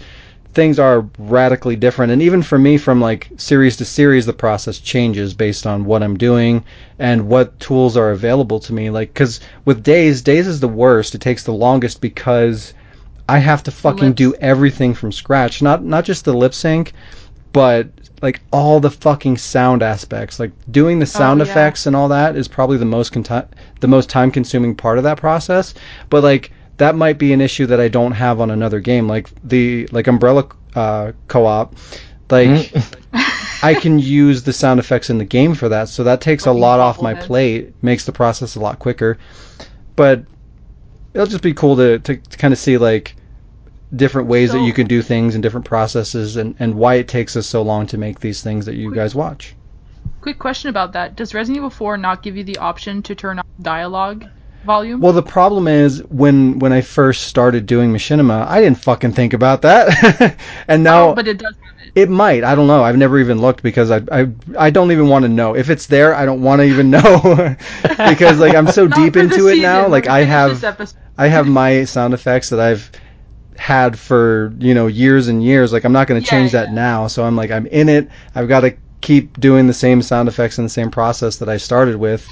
things are radically different and even for me from like series to series the process changes based on what I'm doing and what tools are available to me like cuz with days days is the worst it takes the longest because I have to fucking lips. do everything from scratch not not just the lip sync but like all the fucking sound aspects like doing the sound yeah. effects and all that is probably the most conti- the most time consuming part of that process but like that might be an issue that I don't have on another game like the like umbrella uh, co-op like I can use the sound effects in the game for that so that takes a lot off my compliment. plate makes the process a lot quicker but it'll just be cool to, to, to kind of see like different ways that So- you can do things and different processes and, and why it takes us so long to make these things that you guys watch. Quick question about that: Does Resident Evil 4 not give you the option to turn off dialogue volume? Well, the problem is when when I first started doing machinima, I didn't fucking think about that, and now but it does have it. it might. I don't know. I've never even looked because I I, I don't even want to know if it's there. I don't want to even know because like I'm so Not deep for this into it season, now. when Like we I finish have this episode. I have my sound effects that I've had for you know years and years. Like I'm not going to Yeah, change that yeah. now. So I'm like I'm in it. I've got to keep doing the same sound effects and the same process that I started with.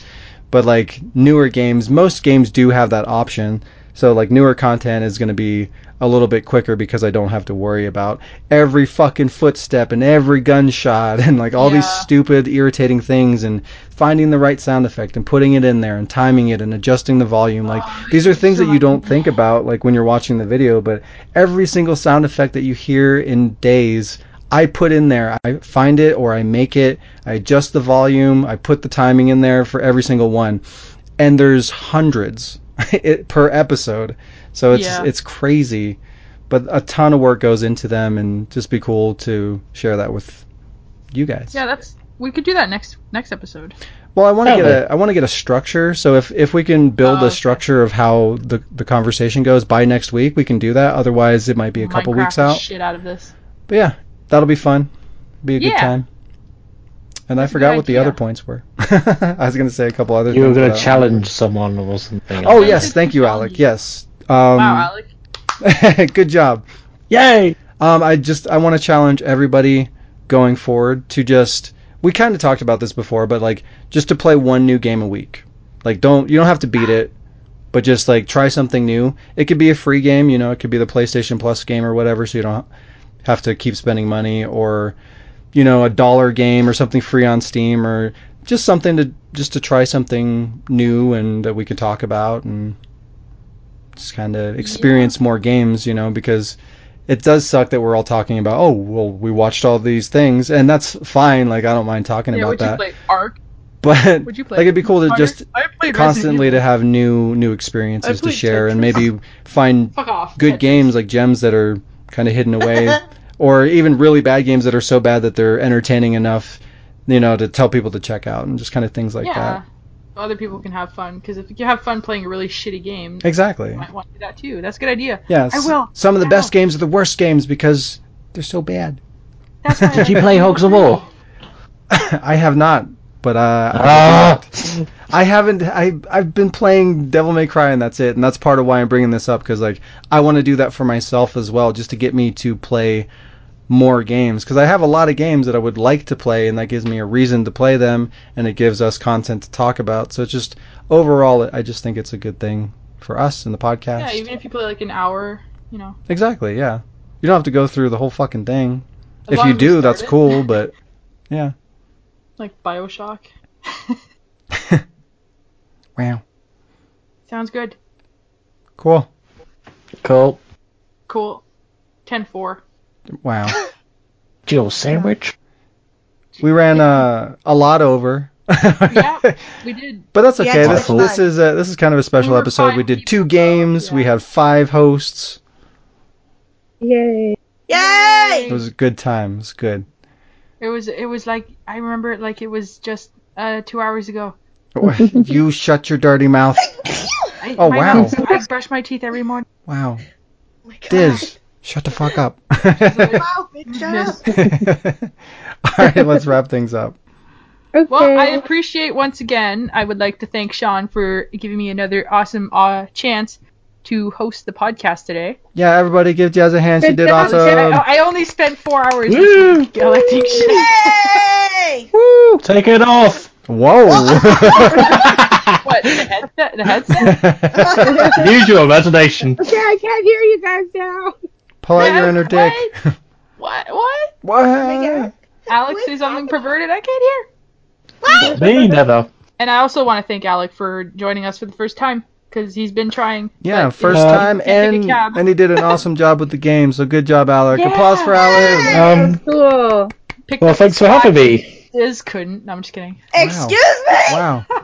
But like newer games, most games do have that option. So like newer content is going to be a little bit quicker because I don't have to worry about every fucking footstep and every gunshot and like all these Yeah. stupid irritating things and finding the right sound effect and putting it in there and timing it and adjusting the volume like these are things that you don't think about like when you're watching the video but every single sound effect that you hear in days I put in there. I find it or I make it. I adjust the volume. I put the timing in there for every single one. And there's hundreds it- per episode. So it's Yeah. it's crazy. But a ton of work goes into them and just be cool to share that with you guys. Yeah, that's we could do that next next episode. Well, I want to get Okay. a I want to get a structure. So if if we can build Oh, a okay. structure of how the the conversation goes by next week, we can do that. Otherwise, it might be a couple Minecraft weeks the out. Shit out of this. But yeah, that'll be fun. Be a Yeah. good time. And That's I a forgot good what the idea. other points were. I was going to say a couple other You were things. going but- to challenge someone or something. Oh, Yeah, yes. just Thank you, challenge Alec. you. Yes. wow, Um, Alec. good job. Yay! Um, I just I want to challenge everybody going forward to just we kind of talked about this before, but like just to play one new game a week. Like don't you don't have to beat it, but just like try something new. It could be a free game, you know, it could be the PlayStation Plus game or whatever, so you don't have to keep spending money or you know a dollar game or something free on Steam or just something to just to try something new and that we could talk about and just kind of experience more games, you know, because it does suck that we're all talking about oh well we watched all these things and that's fine like i don't mind talking Yeah, about would you that play Ark? but Would you play? like it'd be cool to Ark? just I played Resident constantly to Evil. have new new I experiences to played share and Tetris. maybe find Fuck off. good games like gems that are kind of hidden away or even really bad games that are so bad that they're entertaining enough you know to tell people to check out and just kind of things like yeah. that Other people can have fun because if you have fun playing a really shitty game, you exactly might want to do that too. That's a good idea. yeah I s- will. some of the I best games are the worst games because they're so bad That's why I Did you like- play Hogs of War? i have not but uh, I- Ah! I haven't. I I've been playing Devil May Cry, and that's it. And that's part of why I'm bringing this up because like I want to do that for myself as well, just to get me to play more games because I have a lot of games that I would like to play, and that gives me a reason to play them, and it gives us content to talk about. So it's just overall, I just think it's a good thing for us in the podcast. Yeah, even if you play like an hour, you know. exactly. Yeah, you don't have to go through the whole fucking thing. as if long you as we do, start that's it. cool. But like Bioshock. wow, Sounds good. cool. Cool. Cool. 10-4. Wow. Jill sandwich. We ran uh, a lot over. Yeah, we did. But that's Yeah, okay. it's this fun. this is a, this is kind of a special We were episode. five We did people, two games. so, yeah. We had five hosts. Yay. Yay! It was a good time. It was good. It was it was like I remember it like it was just uh two hours ago. you shut your dirty mouth. I, Oh, my wow. mouth- I brush my teeth every morning. Wow. Oh my God. Diz, shut the fuck up. Wow, bitch, shut up. Yes. All right, let's wrap things up. Okay. Well, I appreciate once again. I would like to thank Sean for giving me another awesome uh, chance to host the podcast today. Yeah, everybody give Jazz a hand. She did I, awesome. I only spent four hours Woo! collecting shit. Yay! Woo! Take it off! Whoa. What the headset? The headset? Use your imagination. okay, I can't hear you guys now. Pull out your inner dick. What? What? what? Alex say something perverted. I can't hear. Me never. And I also want to thank Alec for joining us for the first time because he's been trying. Yeah, but- first Uh, time, take a and cab. and he did an awesome job with the game. So good job, Alec. Yeah. Applause for Alec. Um, Cool. Picked well, up thanks for having me. Diz couldn't. No, I'm just kidding. Excuse me! Wow.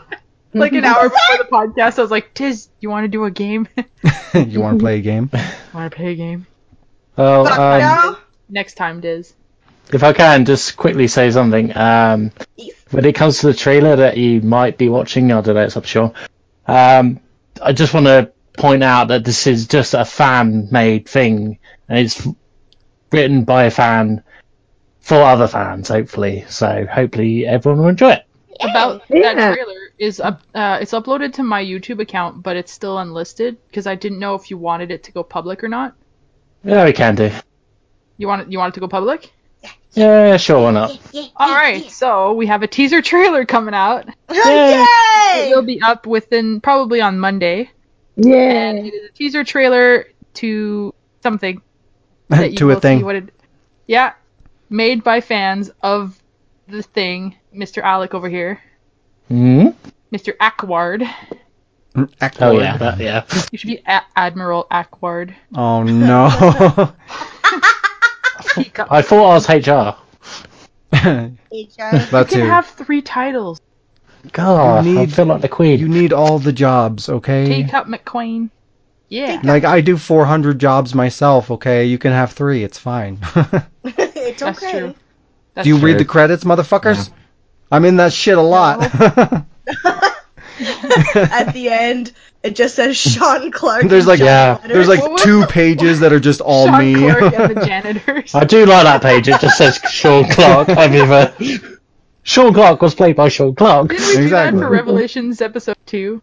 Like an hour before the podcast, I was like, Diz, you want to do a game? you want to play a game? want to play a game? Well, Fuck um, no. Next time, Diz. if I can, just quickly say something. Um, when it comes to the trailer that you might be watching, I don't know, it's up sure. Um, I just want to point out that this is just a fan-made thing, and it's written by a fan for other fans, hopefully. So hopefully everyone will enjoy it. About Yeah. that trailer is up. Uh, it's uploaded to my YouTube account, but it's still unlisted because I didn't know if you wanted it to go public or not. Yeah, we can do. You want it? You want it to go public? Yeah, sure, why not? All right. So we have a teaser trailer coming out. Yay! It will be up within probably on Monday. Yeah. and it is a teaser trailer to something that you to a will see thing. what it- yeah, made by fans of the thing, Mr. Alec over here, Hmm? Mr. Ackward. Oh, Ackward. yeah, that, yeah. You should be A- Admiral Ackward. Oh no. I thought I was HR. HR. You That's can you. have three titles. God, You I need- feel like the queen. You need all the jobs, okay? Teacup McQueen. Yeah. Like I do 400 jobs myself, okay? You can have 3, it's fine. it's That's okay. true. That's do you true. read the credits, motherfuckers? I'm in that shit a lot. At the end, it just says Sean Clark. There's in like- giant Yeah. letters. There's What like was two the- pages that are just all Sean me. Clark and the janitors. I do like that page. It just says Sean Clark. I mean, uh, Sean Clark was played by Sean Clark. Didn't we do that Exactly. for Revelations episode two?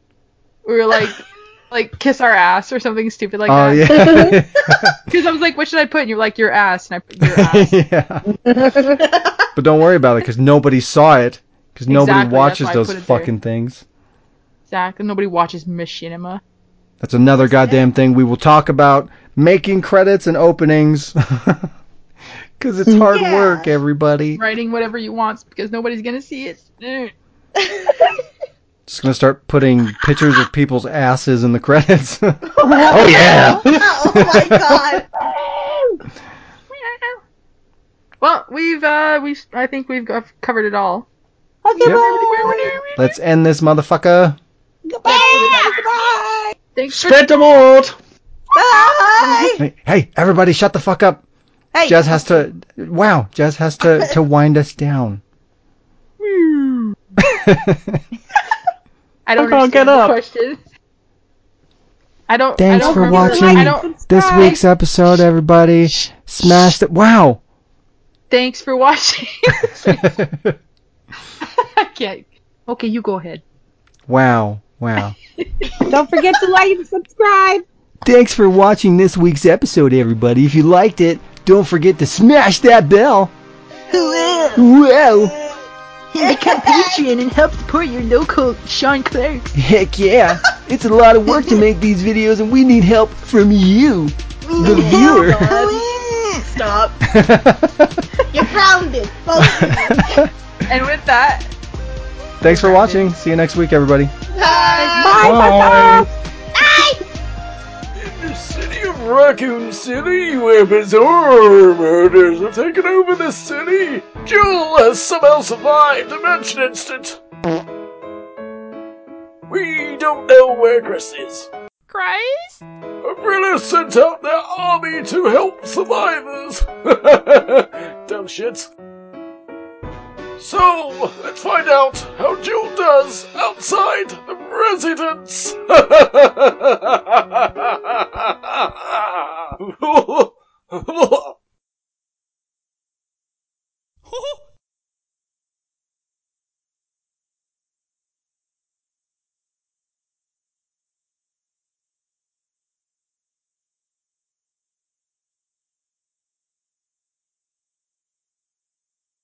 We were like, like kiss our ass or something stupid like Oh that. yeah. Because I was like, what should I put? And you're like, your ass. And I put your ass. yeah. But don't worry about it cuz nobody saw it cuz nobody Exactly, that's why watches I those put it there. fucking things. exactly. Nobody watches Machinima. That's another goddamn thing we will talk about making credits and openings. Cuz it's hard Yeah. work, everybody. Writing whatever you want because nobody's going to see it. Eh. Just going to start putting pictures of people's asses in the credits. Oh yeah. oh my god. Well, we've, uh, we've, I think we've got- covered it all. Yep. Let's end this motherfucker. Thanks for Spread the word. Bye. Hey, hey, everybody shut the fuck up. Hey. Jazz has to wow, Jazz has to to wind us down. I don't I understand can't get the up. question. I don't. Thanks I don't for remember- watching. I don't. this week's episode, everybody. Smash the wow. Thanks for watching. I can't. Okay, you go ahead. wow. Wow. Don't forget to like and subscribe. Thanks for watching this week's episode, everybody. If you liked it, don't forget to smash that bell. Wow. Become Patreon and help support your local Sean Clark. Heck yeah. It's a lot of work to make these videos, and we need help from you, the viewer. Stop. You're grounded. Both of you. And with that, Thanks for watching. See you next week, everybody. Bye. Bye. The city of Raccoon City, where bizarre murders have taken over the city. Jewel has somehow survived a match instant. We don't know where Chris is. Christ? Umbrella sent out their army to help survivors. Dumb shit. So, let's find out how Jewel does outside the residence.